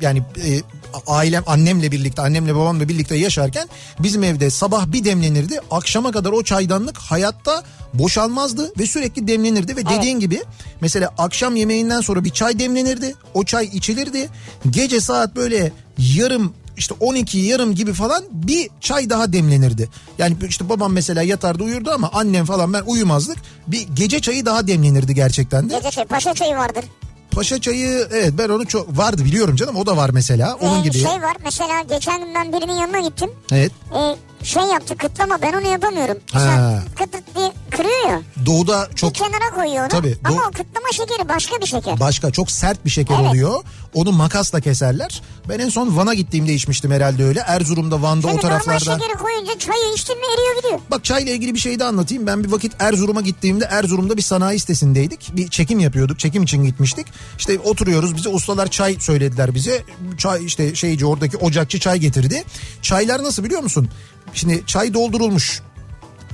S2: yani e, ailem annemle birlikte annemle babamla birlikte yaşarken bizim evde sabah bir demlenirdi. Akşama kadar o çaydanlık hayatta boşalmazdı ve sürekli demlenirdi ve dediğin gibi mesela akşam yemeğinden sonra bir çay demlenirdi. O çay içilirdi. Gece saat böyle yarım işte 12 yarım gibi falan bir çay daha demlenirdi. Yani işte babam mesela yatardı uyurdu ama annem falan ben uyumazdık. Bir gece çayı daha demlenirdi gerçekten de.
S1: Gece çayı, paşa çayı vardır.
S2: Paşa çayı evet ben onu çok vardı biliyorum canım o da var mesela onun
S1: Ee,
S2: gibi.
S1: Şey var mesela geçen gün ben birinin yanına gittim.
S2: Evet
S1: Ee, şey yaptı kıtlama ben onu yapamıyorum.
S2: Ha.
S1: Sen kıtırt diye kırıyor ya.
S2: doğuda çok
S1: Bir kenara koyuyor onu.
S2: Tabii,
S1: Ama
S2: bu-
S1: o kıtlama şekeri başka bir şeker.
S2: başka çok sert bir şeker
S1: Evet.
S2: oluyor. Onu makasla keserler. Ben en son Van'a gittiğimde içmiştim herhalde öyle. Erzurum'da Van'da
S1: Şimdi
S2: o taraflarda.
S1: normal şekeri koyunca çayı içtin mi eriyor gidiyor.
S2: Bak çayla ilgili bir şey de anlatayım. Ben bir vakit Erzurum'a gittiğimde Erzurum'da bir sanayi sitesindeydik. Bir çekim yapıyorduk. Çekim için gitmiştik. İşte oturuyoruz. Bize ustalar çay söylediler bize. Çay işte şeyci oradaki ocakçı çay getirdi. Çaylar nasıl biliyor musun? Şimdi çay doldurulmuş.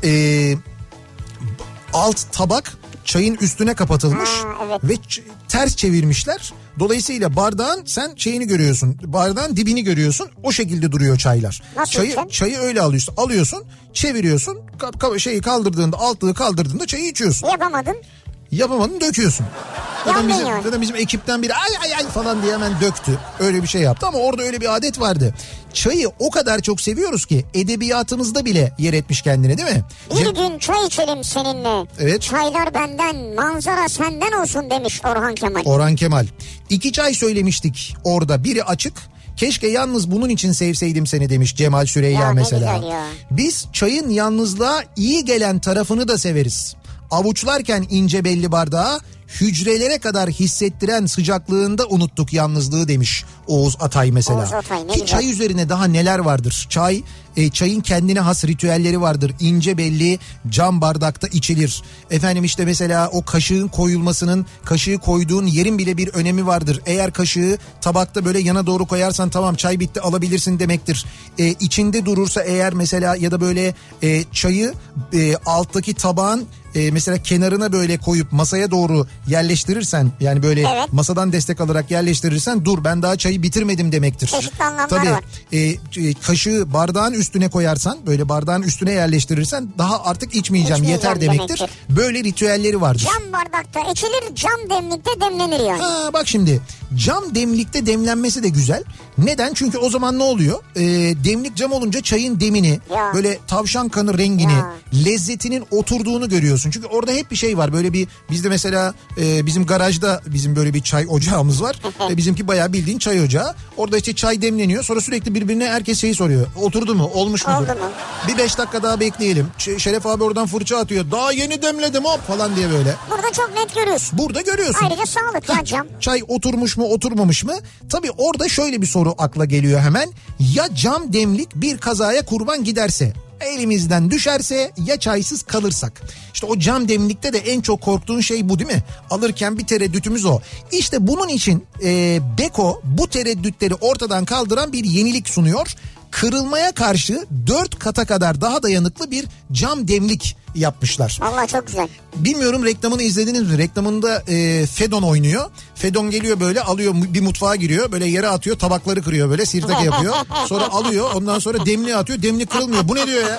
S2: Ee, alt tabak çayın üstüne kapatılmış
S1: Ha, evet.
S2: ve ç- ters çevirmişler. Dolayısıyla bardağın sen şeyini görüyorsun. Bardağın dibini görüyorsun. O şekilde duruyor çaylar.
S1: Nasıl
S2: çayı
S1: içeceksin?
S2: çayı öyle alıyorsun. Alıyorsun, çeviriyorsun. ka- ka- şeyi kaldırdığında, altlığı kaldırdığında çayı içiyorsun.
S1: Yapamadın.
S2: Yapamadın döküyorsun. Zaten
S1: Yanlış
S2: bizim,
S1: yani.
S2: zaten bizim ekipten biri ay ay ay falan diye hemen döktü. Öyle bir şey yaptı ama orada öyle bir adet vardı. Çayı o kadar çok seviyoruz ki edebiyatımızda bile yer etmiş kendine değil mi?
S1: Bir
S2: Ce-
S1: gün çay içelim seninle.
S2: Evet.
S1: Çaylar benden, manzara senden olsun demiş Orhan Kemal.
S2: Orhan Kemal. İki çay söylemiştik orada biri açık. Keşke yalnız bunun için sevseydim seni demiş Cemal Süreyya
S1: Ya ne
S2: mesela.
S1: güzel ya.
S2: Biz çayın yalnızlığa iyi gelen tarafını da severiz. Avuçlarken ince belli bardağı hücrelere kadar hissettiren sıcaklığında unuttuk yalnızlığı demiş Oğuz Atay mesela.
S1: Oğuz Atay
S2: Ki
S1: ne güzel.
S2: çay üzerine daha neler vardır? Çay, e, çayın kendine has ritüelleri vardır. İnce belli cam bardakta içilir. Efendim işte mesela o kaşığın koyulmasının, kaşığı koyduğun yerin bile bir önemi vardır. Eğer kaşığı tabakta böyle yana doğru koyarsan tamam çay bitti alabilirsin demektir. E, içinde durursa eğer mesela ya da böyle e, çayı e, alttaki tabağın e, mesela kenarına böyle koyup masaya doğru yerleştirirsen yani böyle
S1: Evet.
S2: masadan destek alarak yerleştirirsen dur ben daha çayı bitirmedim demektir.
S1: Çeşitli anlamlar
S2: Tabii,
S1: var.
S2: e, e, kaşığı bardağın üstüne koyarsan böyle bardağın üstüne yerleştirirsen daha artık içmeyeceğim,
S1: İçmeyeceğim
S2: yeter demektir.
S1: demektir.
S2: Böyle ritüelleri vardır.
S1: Cam bardakta içilir, cam demlikte demlenir yani.
S2: Ha, bak şimdi cam demlikte demlenmesi de güzel. Neden? Çünkü o zaman ne oluyor? Ee, demlik cam olunca çayın demini
S1: Ya.
S2: böyle tavşan kanı rengini
S1: Ya.
S2: lezzetinin oturduğunu görüyorsun. Çünkü orada hep bir şey var böyle bir bizde mesela e, bizim garajda bizim böyle bir çay ocağımız var. E, bizimki bayağı bildiğin çay ocağı. Orada işte çay demleniyor sonra sürekli birbirine herkes şeyi soruyor. Oturdu mu? Olmuş mudur?
S1: Oldu mu?
S2: Bir beş dakika daha bekleyelim. Ş- Şeref abi oradan fırça atıyor. Daha yeni demledim hop falan diye böyle.
S1: Burada çok net görüyorsun.
S2: Burada görüyorsun.
S1: Ayrıca sağlık ya cam.
S2: Çay oturmuş mu oturmamış mı? Tabii orada şöyle bir soru akla geliyor hemen. Ya cam demlik bir kazaya kurban giderse? elimizden düşerse ya çaysız kalırsak. İşte o cam demlikte de en çok korktuğun şey bu değil mi? Alırken bir tereddütümüz o. İşte bunun için e, Beko bu tereddütleri ortadan kaldıran bir yenilik sunuyor. Kırılmaya karşı 4 kata kadar daha dayanıklı bir cam demlik yapmışlar.
S1: Vallahi çok güzel.
S2: Bilmiyorum reklamını izlediniz mi? Reklamında e, Fedon oynuyor. Fedon geliyor böyle alıyor mu- bir mutfağa giriyor. Böyle yere atıyor tabakları kırıyor böyle sirtaka yapıyor. Sonra alıyor ondan sonra demli atıyor. Demli kırılmıyor. Bu ne diyor ya?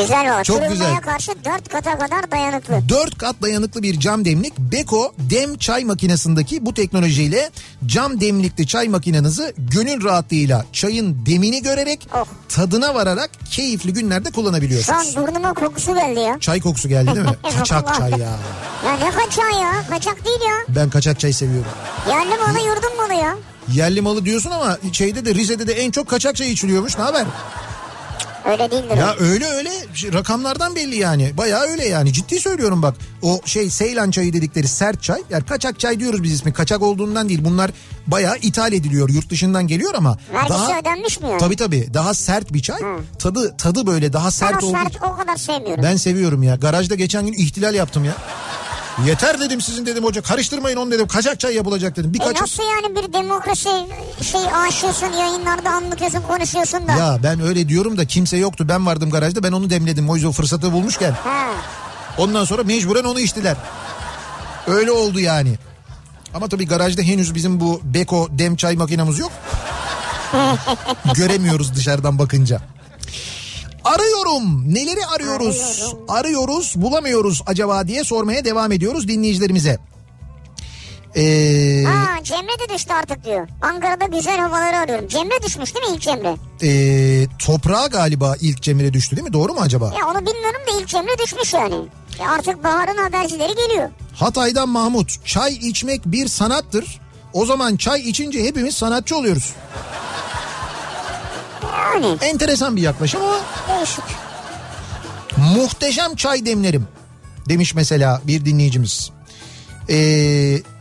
S1: Güzel var.
S2: Çok
S1: Kırılmaya
S2: güzel.
S1: karşı dört kata kadar dayanıklı.
S2: 4 kat dayanıklı bir cam demlik Beko dem çay makinesindeki bu teknolojiyle cam demlikli çay makinenizi gönül rahatlığıyla çayın demini görerek
S1: Oh.
S2: tadına vararak keyifli günlerde
S1: Şu an
S2: kullanabiliyorsunuz.
S1: burnuma kokusu geldi ya.
S2: Çay kokusu geldi değil mi? Kaçak çay ya.
S1: Ya ne kaçağı ya? Kaçak değil ya.
S2: Ben kaçak çay seviyorum.
S1: Yerli malı yurdum malı ya.
S2: şey Yerli malı diyorsun ama şeyde de Rize'de de en çok kaçak çay içiliyormuş. Ne haber?
S1: Öyle değildir.
S2: Ya öyle öyle Ş- rakamlardan belli yani. Bayağı öyle yani. Ciddi söylüyorum bak. O şey Seylan çayı dedikleri sert çay. Yani kaçak çay diyoruz biz ismi. Kaçak olduğundan değil. Bunlar bayağı ithal ediliyor. Yurt dışından geliyor ama
S1: Vergisi
S2: daha
S1: ödenmiş mi yani?
S2: tabii tabii daha sert bir çay. Tadı tadı böyle daha sert
S1: Ama
S2: olduğu
S1: sert o kadar sevmiyorum.
S2: Ben seviyorum ya. Garajda geçen gün ihtilal yaptım ya. Yeter dedim sizin dedim hoca karıştırmayın onu dedim. Kaçak çay yapılacak dedim.
S1: E
S2: Birkaç
S1: nasıl yani bir demokrasi şey aşıyorsun yayınlarda anlatıyorsun konuşuyorsun da.
S2: Ya ben öyle diyorum da kimse yoktu. Ben vardım garajda. Ben onu demledim. O yüzden fırsatı bulmuşken.
S1: Ha.
S2: Ondan sonra mecburen onu içtiler. Öyle oldu yani. Ama tabii garajda henüz bizim bu Beko dem çay makinamız yok. Göremiyoruz dışarıdan bakınca. Arıyorum. Neleri arıyoruz? Arıyoruz, bulamıyoruz acaba diye sormaya devam ediyoruz dinleyicilerimize. Ee,
S1: Aa Cemre de düştü artık diyor. Ankara'da güzel havaları arıyorum. Cemre düşmüş değil mi ilk Cemre?
S2: ee, toprağa galiba ilk Cemile düştü değil mi? Doğru mu acaba?
S1: Ya onu bilmiyorum da ilk Cemre düşmüş yani. E artık baharın habercileri geliyor.
S2: Hatay'dan Mahmut. Çay içmek bir sanattır. O zaman çay içince hepimiz sanatçı oluyoruz.
S1: Yani
S2: Enteresan bir yaklaşım ama
S1: değişik.
S2: muhteşem çay demlerim demiş mesela bir dinleyicimiz. Ee,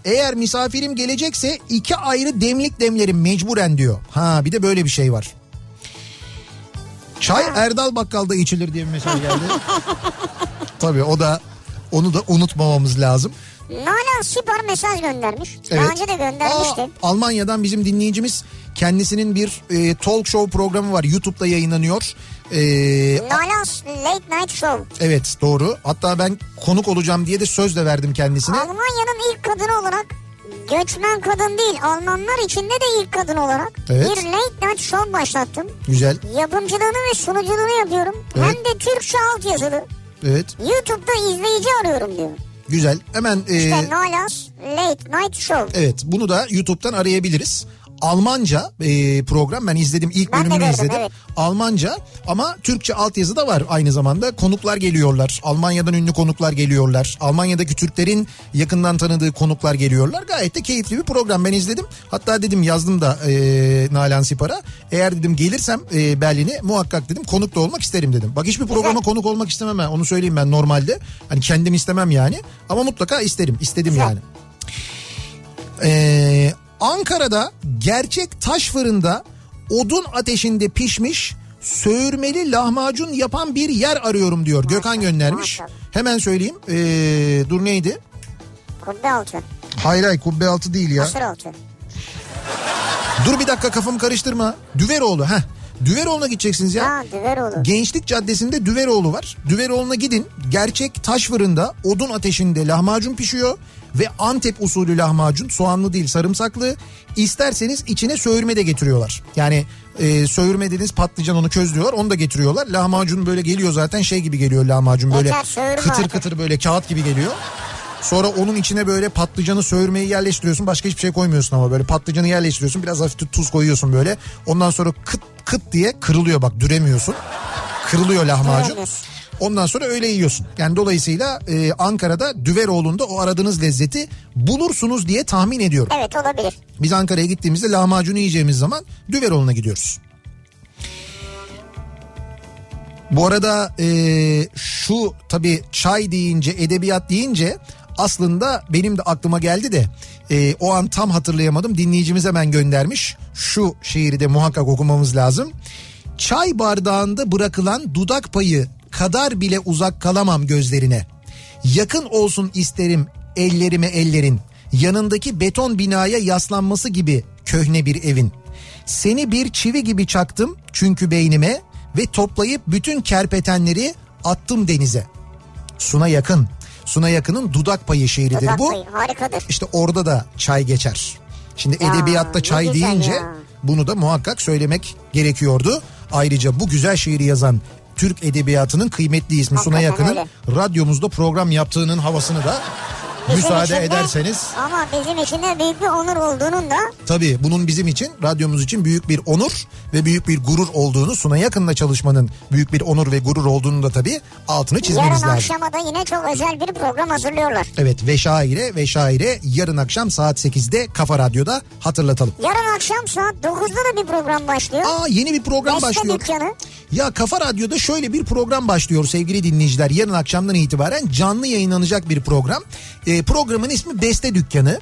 S2: eğer misafirim gelecekse iki ayrı demlik demlerim mecburen diyor. Ha bir de böyle bir şey var. Çay Erdal Bakkal'da içilir diye bir mesaj geldi. Tabii o da onu da unutmamamız lazım.
S1: Nalan Sipar mesaj göndermiş.
S2: Evet.
S1: Daha önce de göndermişti.
S2: Aa, Almanya'dan bizim dinleyicimiz kendisinin bir e, talk show programı var. YouTube'da yayınlanıyor. E,
S1: Nalan Late Night Show.
S2: evet doğru. Hatta ben konuk olacağım diye de söz de verdim kendisine.
S1: Almanya'nın ilk kadını olarak göçmen kadın değil Almanlar içinde de ilk kadın olarak
S2: Evet.
S1: bir late night show başlattım.
S2: Güzel.
S1: Yapımcılığını ve sunuculuğunu yapıyorum.
S2: Evet.
S1: Hem de Türkçe altyazılı.
S2: Evet.
S1: YouTube'da izleyici arıyorum diyor.
S2: Güzel. Hemen e,
S1: İşte Nalas Late Night Show.
S2: evet bunu da YouTube'dan arayabiliriz. Almanca e, program ben izledim ilk
S1: Ben de
S2: bölümünü
S1: gördüm,
S2: izledim.
S1: evet.
S2: Almanca ama Türkçe altyazı da var aynı zamanda. Konuklar geliyorlar. Almanya'dan ünlü konuklar geliyorlar. Almanya'daki Türklerin yakından tanıdığı konuklar geliyorlar. Gayet de keyifli bir program ben izledim. Hatta dedim yazdım da e, Nalan Sipar'a. Eğer dedim gelirsem e, Berlin'e muhakkak dedim konuk da olmak isterim dedim. Bak hiçbir programa konuk olmak istemem ha, onu söyleyeyim ben normalde. Hani kendim istemem yani ama mutlaka isterim. istedim yani. Ee, Ankara'da gerçek taş fırında odun ateşinde pişmiş söğürmeli lahmacun yapan bir yer arıyorum diyor. Gökhan göndermiş.
S1: maşallah.
S2: Hemen söyleyeyim. Ee, dur neydi?
S1: Kubbe altı.
S2: Hayır hayır kubbe altı değil ya.
S1: Asır altı.
S2: Dur bir dakika kafamı karıştırma. Düveroğlu ha. Düveroğlu'na gideceksiniz ya.
S1: Ha Düveroğlu.
S2: Gençlik Caddesi'nde Düveroğlu var. Düveroğlu'na gidin. Gerçek taş fırında odun ateşinde lahmacun pişiyor ve Antep usulü lahmacun soğanlı değil sarımsaklı. İsterseniz içine söğürme de getiriyorlar. Yani e, söğürme dediğiniz patlıcan onu közlüyorlar onu da getiriyorlar. Lahmacun böyle geliyor zaten şey gibi geliyor lahmacun böyle
S1: Yeter, söğürme
S2: kıtır
S1: artık.
S2: kıtır böyle kağıt gibi geliyor. Sonra onun içine böyle patlıcanı söğürmeyi yerleştiriyorsun. Başka hiçbir şey koymuyorsun ama böyle patlıcanı yerleştiriyorsun. Biraz hafif tuz koyuyorsun böyle. Ondan sonra kıt kıt diye kırılıyor bak düremiyorsun. Kırılıyor lahmacun.
S1: Düremiyorsun.
S2: Ondan sonra öyle yiyorsun. Yani dolayısıyla e, Ankara'da Düveroğlu'nda o aradığınız lezzeti bulursunuz diye tahmin ediyorum.
S1: Evet olabilir.
S2: Biz Ankara'ya gittiğimizde lahmacunu yiyeceğimiz zaman Düveroğlu'na gidiyoruz. Bu arada e, şu tabii çay deyince edebiyat deyince aslında benim de aklıma geldi de e, o an tam hatırlayamadım dinleyicimiz hemen göndermiş. Şu şiiri de muhakkak okumamız lazım. Çay bardağında bırakılan dudak payı kadar bile uzak kalamam gözlerine. Yakın olsun isterim ellerime ellerin. Yanındaki beton binaya yaslanması gibi köhne bir evin. Seni bir çivi gibi çaktım çünkü beynime ve toplayıp bütün kerpetenleri attım denize. Suna yakın. Suna yakının dudak payı şiiridir
S1: Dudak
S2: bu.
S1: payı, harikadır.
S2: İşte orada da çay geçer. Şimdi
S1: Ya,
S2: edebiyatta
S1: ne
S2: çay
S1: güzel
S2: deyince
S1: ya.
S2: bunu da muhakkak söylemek gerekiyordu. Ayrıca bu güzel şiiri yazan Türk edebiyatının kıymetli ismi Suna
S1: Hakikaten
S2: Yakın'ın
S1: öyle.
S2: radyomuzda program yaptığının havasını da
S1: Bizim
S2: müsaade
S1: için de-
S2: ederseniz.
S1: Ama bizim için de büyük bir onur olduğunun da
S2: Tabii bunun bizim için, radyomuz için büyük bir onur ve büyük bir gurur olduğunu, Suna Yakın'la çalışmanın büyük bir onur ve gurur olduğunu da tabii altını
S1: yarın
S2: çizmemiz lazım.
S1: akşama da yine çok özel bir program hazırlıyorlar.
S2: Evet ve şaire ve şaire yarın akşam saat 8'de Kafa Radyo'da hatırlatalım.
S1: Yarın akşam saat 9'da da bir program başlıyor.
S2: Aa yeni bir program
S1: Beste
S2: başlıyor.
S1: dükkanı.
S2: Ya Kafa Radyo'da şöyle bir program başlıyor sevgili dinleyiciler. Yarın akşamdan itibaren canlı yayınlanacak bir program. Ee, programın ismi Beste Dükkanı.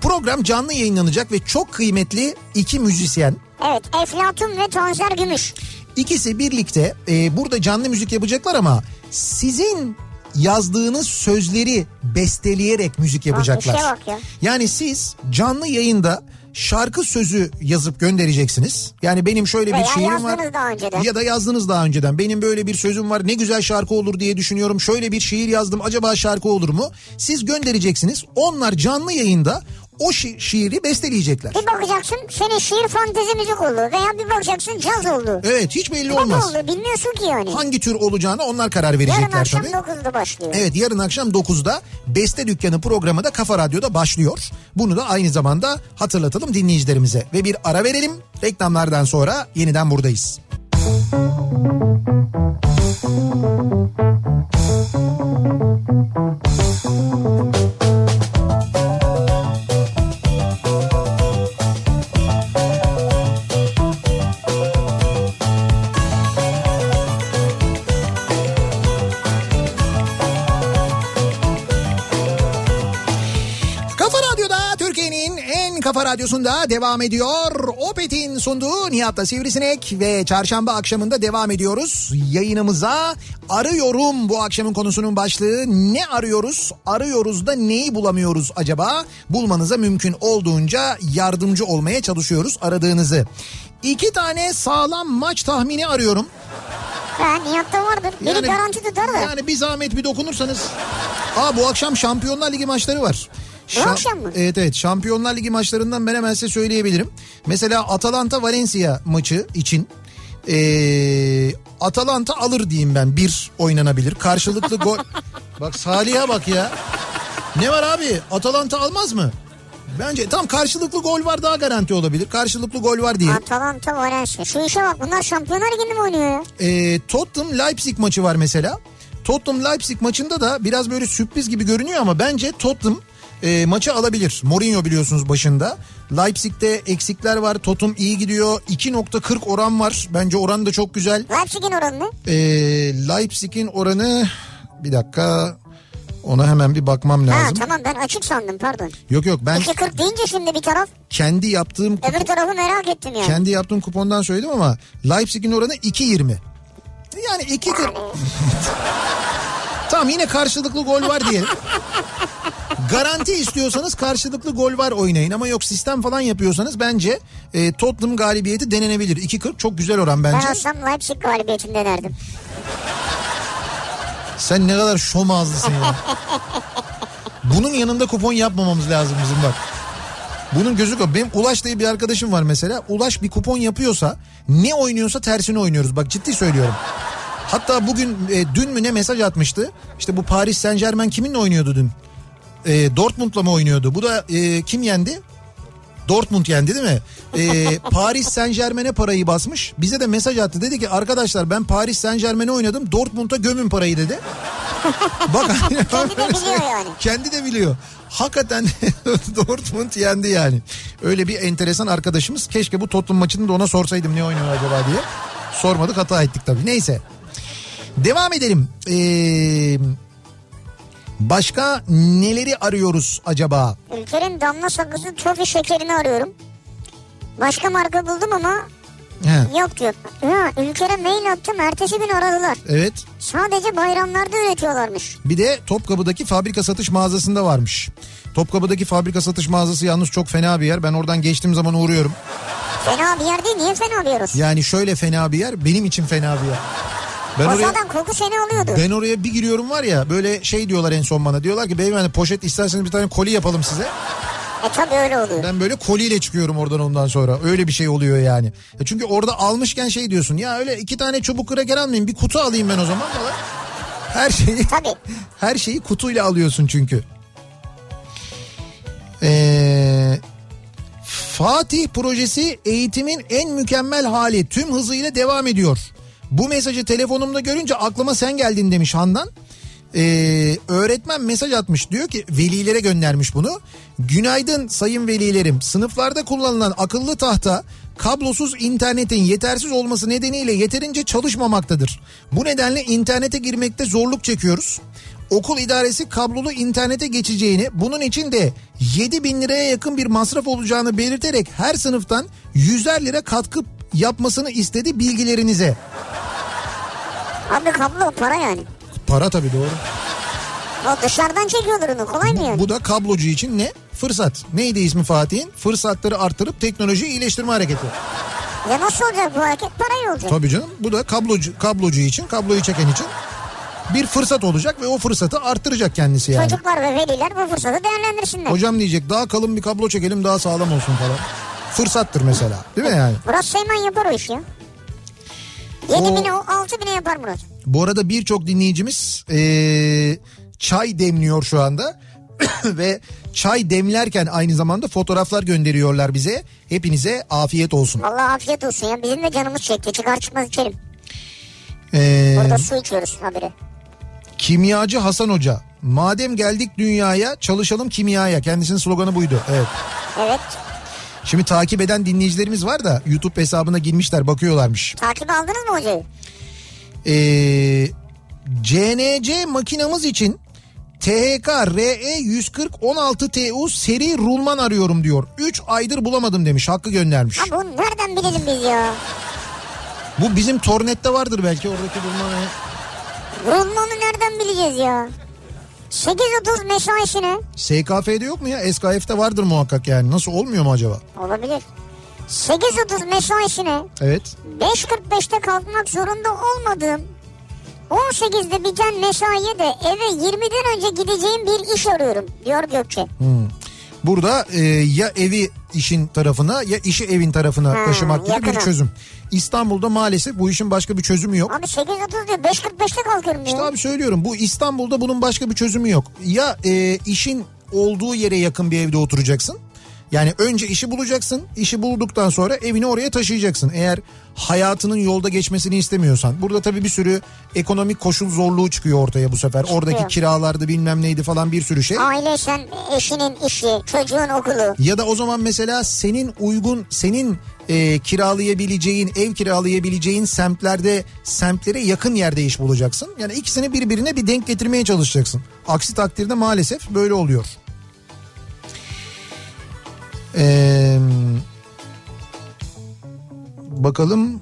S2: Program canlı yayınlanacak ve çok kıymetli iki müzisyen.
S1: Evet Eflatun ve Tonzer Gümüş.
S2: İkisi birlikte e, burada canlı müzik yapacaklar ama sizin yazdığınız sözleri besteleyerek müzik yapacaklar.
S1: işe bak ya.
S2: Yani siz canlı yayında şarkı sözü yazıp göndereceksiniz. Yani benim şöyle bir
S1: Veya
S2: şiirim var.
S1: yazdınız daha önceden.
S2: Ya da yazdınız daha önceden. Benim böyle bir sözüm var. Ne güzel şarkı olur diye düşünüyorum. Şöyle bir şiir yazdım. Acaba şarkı olur mu? Siz göndereceksiniz. Onlar canlı yayında o şi- şiiri besteleyecekler.
S1: Bir bakacaksın senin şiir fantezi müzik oldu veya bir bakacaksın caz oldu.
S2: Evet hiç belli
S1: e, Ne
S2: olmaz.
S1: oldu bilmiyorsun ki yani.
S2: Hangi tür olacağını onlar karar verecekler
S1: Yarın akşam
S2: tabii.
S1: 9'da başlıyor.
S2: Evet yarın akşam 9'da Beste Dükkanı programı da Kafa Radyo'da başlıyor. Bunu da aynı zamanda hatırlatalım dinleyicilerimize. Ve bir ara verelim. Reklamlardan sonra yeniden buradayız. Kafa Radyo'da Türkiye'nin en kafa radyosunda devam ediyor. Opet'in sunduğu Nihat'la Sivrisinek ve çarşamba akşamında devam ediyoruz. Yayınımıza arıyorum bu akşamın konusunun başlığı. Ne arıyoruz? Arıyoruz da neyi bulamıyoruz acaba? Bulmanıza mümkün olduğunca yardımcı olmaya çalışıyoruz aradığınızı. İki tane sağlam maç tahmini arıyorum.
S1: Ha, Nihat'ta vardır. Biri garanti tutar da.
S2: Yani bir zahmet bir dokunursanız. Aa bu akşam Şampiyonlar Ligi maçları var.
S1: Bu akşam mı?
S2: Evet evet Şampiyonlar Ligi maçlarından ben hemen size söyleyebilirim. Mesela Atalanta Valencia maçı için ee, Atalanta alır diyeyim ben bir oynanabilir. Karşılıklı gol. bak Salih'e bak ya. Ne var abi Atalanta almaz mı? Bence tam karşılıklı gol var daha garanti olabilir. Karşılıklı gol var diye.
S1: Atalanta Valencia. Şu işe bak bunlar şampiyonlar liginde mi oynuyor ya?
S2: E, Tottenham Leipzig maçı var mesela. Tottenham Leipzig maçında da biraz böyle sürpriz gibi görünüyor ama bence Tottenham e, maçı alabilir. Mourinho biliyorsunuz başında. Leipzig'te eksikler var. Tottenham iyi gidiyor. 2.40 oran var. Bence oran da çok güzel.
S1: Leipzig'in oranı ne?
S2: E, Leipzig'in oranı bir dakika ona hemen bir bakmam
S1: Ha
S2: lazım.
S1: tamam ben açık sandım pardon.
S2: Yok yok ben
S1: 2.40 deyince şimdi bir taraf
S2: kendi yaptığım
S1: öbür tarafı merak ettim yani.
S2: kendi yaptığım kupondan söyledim ama Leipzig'in oranı 2.20. Yani 2 Tamam yine karşılıklı gol var diyelim. Garanti istiyorsanız karşılıklı gol var oynayın ama yok sistem falan yapıyorsanız bence e, Tottenham galibiyeti denenebilir. 2.40 çok güzel oran
S1: ben
S2: bence.
S1: olsam Leipzig galibiyetini denerdim.
S2: Sen ne kadar şom ağızlısın ya. Bunun yanında kupon yapmamamız lazım bizim bak. Bunun gözü kap- Benim Ulaş diye bir arkadaşım var mesela. Ulaş bir kupon yapıyorsa ne oynuyorsa tersini oynuyoruz. Bak ciddi söylüyorum. Hatta bugün e, dün mü ne mesaj atmıştı. İşte bu Paris Saint Germain kiminle oynuyordu dün? E, Dortmund'la mı oynuyordu? Bu da e, kim yendi? Dortmund yendi değil mi? Ee, Paris Saint Germain'e parayı basmış. Bize de mesaj attı. Dedi ki arkadaşlar ben Paris Saint Germain'e oynadım. Dortmund'a gömün parayı dedi. Bak hani şey
S1: Kendi de biliyor yani.
S2: Kendi de biliyor. Hakikaten Dortmund yendi yani. Öyle bir enteresan arkadaşımız. Keşke bu Tottenham maçını da ona sorsaydım ne oynuyor acaba diye. Sormadık hata ettik tabii. Neyse. Devam edelim. Ee, başka neleri arıyoruz acaba?
S1: Ülker'in damla sakızı tofi şekerini arıyorum. Başka marka buldum ama
S2: He,
S1: yok diyor. Ya Ülker'e mail attım ertesi gün aradılar.
S2: evet.
S1: Sadece bayramlarda üretiyorlarmış.
S2: Bir de Topkapı'daki fabrika satış mağazasında varmış. Topkapı'daki fabrika satış mağazası yalnız çok fena bir yer. Ben oradan geçtiğim zaman uğruyorum.
S1: Fena bir yer değil niye fena bir yer olsun?
S2: Yani şöyle fena bir yer, benim için fena bir yer. Ben
S1: o
S2: oraya,
S1: zaten koku seni alıyordu.
S2: ben oraya bir giriyorum var ya böyle şey diyorlar en son bana. Diyorlar ki beyefendi poşet isterseniz bir tane koli yapalım size.
S1: E tabi öyle oluyor.
S2: Ben böyle koliyle çıkıyorum oradan ondan sonra. Öyle bir şey oluyor yani. E çünkü orada almışken şey diyorsun. Ya öyle iki tane çubuk kraker almayayım bir kutu alayım ben o zaman. falan. Her şeyi
S1: Tabii.
S2: her şeyi kutuyla alıyorsun çünkü. Ee, Fatih projesi eğitimin en mükemmel hali tüm hızıyla devam ediyor. Bu mesajı telefonumda görünce aklıma sen geldin demiş Handan. Ee, öğretmen mesaj atmış diyor ki velilere göndermiş bunu. Günaydın sayın velilerim sınıflarda kullanılan akıllı tahta kablosuz internetin yetersiz olması nedeniyle yeterince çalışmamaktadır. Bu nedenle internete girmekte zorluk çekiyoruz. Okul idaresi kablolu internete geçeceğini bunun için de 7 bin liraya yakın bir masraf olacağını belirterek her sınıftan 100'er lira katkı yapmasını istedi bilgilerinize.
S1: Abi kablo para yani.
S2: Para tabii doğru.
S1: O dışarıdan çekiyordur onu kolay mı yani?
S2: Bu da kablocu için ne? Fırsat. Neydi ismi Fatih'in? Fırsatları artırıp teknoloji iyileştirme hareketi.
S1: Ya nasıl olacak bu hareket? Parayla olacak.
S2: Tabii canım bu da kablocu, kablocu için, kabloyu çeken için bir fırsat olacak ve o fırsatı artıracak kendisi yani.
S1: Çocuklar ve veliler bu fırsatı değerlendirsinler.
S2: Hocam diyecek daha kalın bir kablo çekelim daha sağlam olsun falan. Fırsattır mesela değil mi yani?
S1: Murat Seyman yapar o işi ya. 7 bine 6 bine yapar Murat.
S2: Bu arada birçok dinleyicimiz eee, çay demliyor şu anda. ve çay demlerken aynı zamanda fotoğraflar gönderiyorlar bize. Hepinize afiyet olsun.
S1: Allah afiyet olsun ya. Bizim de canımız çekti. Çıkar çıkmaz içelim.
S2: Eee,
S1: Burada su içiyoruz habire.
S2: E, kimyacı Hasan Hoca. Madem geldik dünyaya çalışalım kimyaya. Kendisinin sloganı buydu. Evet.
S1: Evet.
S2: Şimdi takip eden dinleyicilerimiz var da YouTube hesabına girmişler bakıyorlarmış.
S1: Takip aldınız mı hocayı?
S2: Ee, CNC makinamız için THK RE 140 16 TU seri rulman arıyorum diyor. 3 aydır bulamadım demiş. Hakkı göndermiş.
S1: Ha bunu nereden bilelim biz ya?
S2: Bu bizim tornette vardır belki oradaki rulman.
S1: Rulmanı nereden bileceğiz ya? 8.30 mesaisine
S2: SKF'de yok mu ya? SKF'de vardır muhakkak yani. Nasıl olmuyor mu acaba?
S1: olabilir. 8.30 mesaisine
S2: Evet.
S1: 5.45'te kalkmak zorunda olmadığım 18'de biten mesaiye de eve 20'den önce gideceğim bir iş arıyorum diyor Gökçe.
S2: Burada e, ya evi işin tarafına ya işi evin tarafına
S1: Ha,
S2: taşımak gibi bir
S1: yakına.
S2: çözüm. İstanbul'da maalesef bu işin başka bir çözümü yok.
S1: Abi 8.30 diyor 5.45'te kalkıyorum diyor.
S2: İşte abi söylüyorum bu İstanbul'da bunun başka bir çözümü yok. Ya e, işin olduğu yere yakın bir evde oturacaksın. Yani önce işi bulacaksın. işi bulduktan sonra evini oraya taşıyacaksın. Eğer hayatının yolda geçmesini istemiyorsan. Burada tabii bir sürü ekonomik koşul zorluğu çıkıyor ortaya bu sefer. Oradaki
S1: Çıkıyor.
S2: kiralardı bilmem neydi falan bir sürü şey.
S1: Aile sen eşinin işi, çocuğun okulu.
S2: Ya da o zaman mesela senin uygun, senin e, kiralayabileceğin, ev kiralayabileceğin semtlerde, semtlere yakın yerde iş bulacaksın. Yani ikisini birbirine bir denk getirmeye çalışacaksın. Aksi takdirde maalesef böyle oluyor. Ee, bakalım.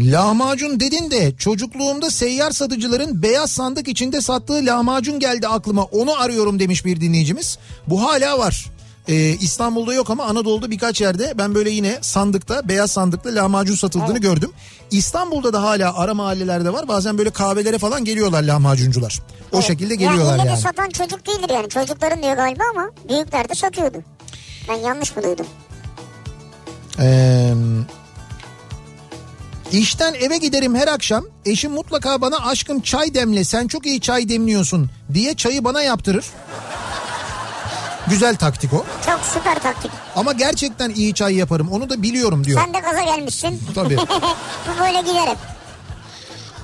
S2: Lahmacun dedin de çocukluğumda seyyar satıcıların beyaz sandık içinde sattığı lahmacun geldi aklıma. Onu arıyorum demiş bir dinleyicimiz. Bu hala var. Ee, İstanbul'da yok ama Anadolu'da birkaç yerde ben böyle yine sandıkta beyaz sandıkta lahmacun satıldığını gördüm. İstanbul'da da hala ara mahallelerde var. Bazen böyle kahvelere falan geliyorlar lahmacuncular. O şekilde geliyorlar
S1: yani. ille
S2: yani.
S1: de satan çocuk değildir yani. Çocukların diyor galiba ama büyükler de satıyordu. Ben yanlış mı duydum?
S2: Ee, işten eve giderim her akşam. Eşim mutlaka bana aşkım çay demle sen çok iyi çay demliyorsun diye çayı bana yaptırır. Güzel taktik o.
S1: Çok süper taktik.
S2: Ama gerçekten iyi çay yaparım onu da biliyorum diyor.
S1: Sen de gaza gelmişsin.
S2: Tabii.
S1: Bu böyle gider hep.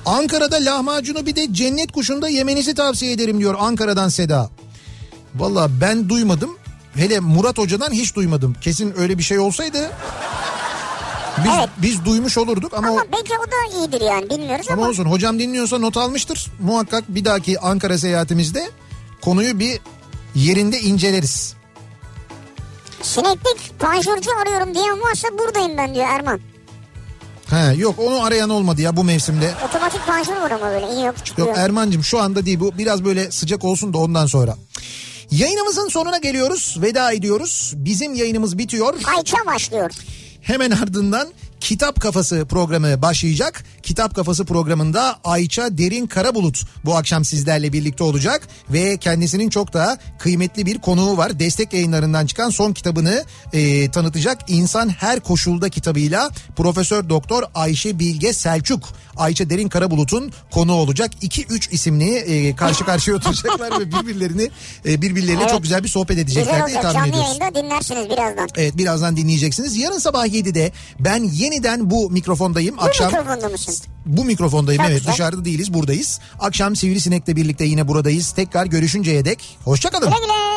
S2: Ankara'da lahmacunu bir de cennet kuşunda yemenizi tavsiye ederim diyor Ankara'dan Seda. Valla ben duymadım. Hele Murat Hoca'dan hiç duymadım. Kesin öyle bir şey olsaydı biz,
S1: Evet.
S2: biz duymuş olurduk ama, o-
S1: Ama belki o da iyidir yani bilmiyoruz ama.
S2: Ama olsun hocam dinliyorsa not almıştır. Muhakkak bir dahaki Ankara seyahatimizde konuyu bir yerinde inceleriz.
S1: Sineklik panjurcu arıyorum diyen varsa buradayım ben diyor Erman.
S2: He, yok onu arayan olmadı ya bu mevsimde.
S1: Otomatik panjur var ama böyle iyi yok çıkıyor.
S2: Yok er- Erman'cığım şu anda değil bu biraz böyle sıcak olsun da ondan sonra. Yayınımızın sonuna geliyoruz veda ediyoruz. Bizim yayınımız bitiyor.
S1: Ayça başlıyor.
S2: Hemen ardından Kitap Kafası programı başlayacak. Kitap Kafası programında Ayça Derin Karabulut bu akşam sizlerle birlikte olacak ve kendisinin çok da kıymetli bir konuğu var. Destek yayınlarından çıkan son kitabını e, tanıtacak İnsan Her Koşulda kitabıyla Profesör Doktor Ayşe Bilge Selçuk Ayça Derin Karabulut'un konu olacak. 2-3 isimli e, karşı karşıya oturacaklar ve birbirlerini e, birbirleriyle çok güzel bir sohbet edecekler
S1: Güzel
S2: diye
S1: olacak.
S2: tahmin
S1: Canlı
S2: ediyoruz.
S1: yayında dinlersiniz birazdan.
S2: Evet birazdan dinleyeceksiniz. Yarın sabah 7'de ben yeniden bu mikrofondayım.
S1: Bu
S2: Akşam
S1: mikrofonda mısın?
S2: bu mikrofondayım
S1: Çok
S2: evet
S1: güzel.
S2: dışarıda değiliz buradayız. Akşam Sivrisinek'le birlikte yine buradayız. Tekrar görüşünceye dek hoşçakalın.
S1: Güle güle.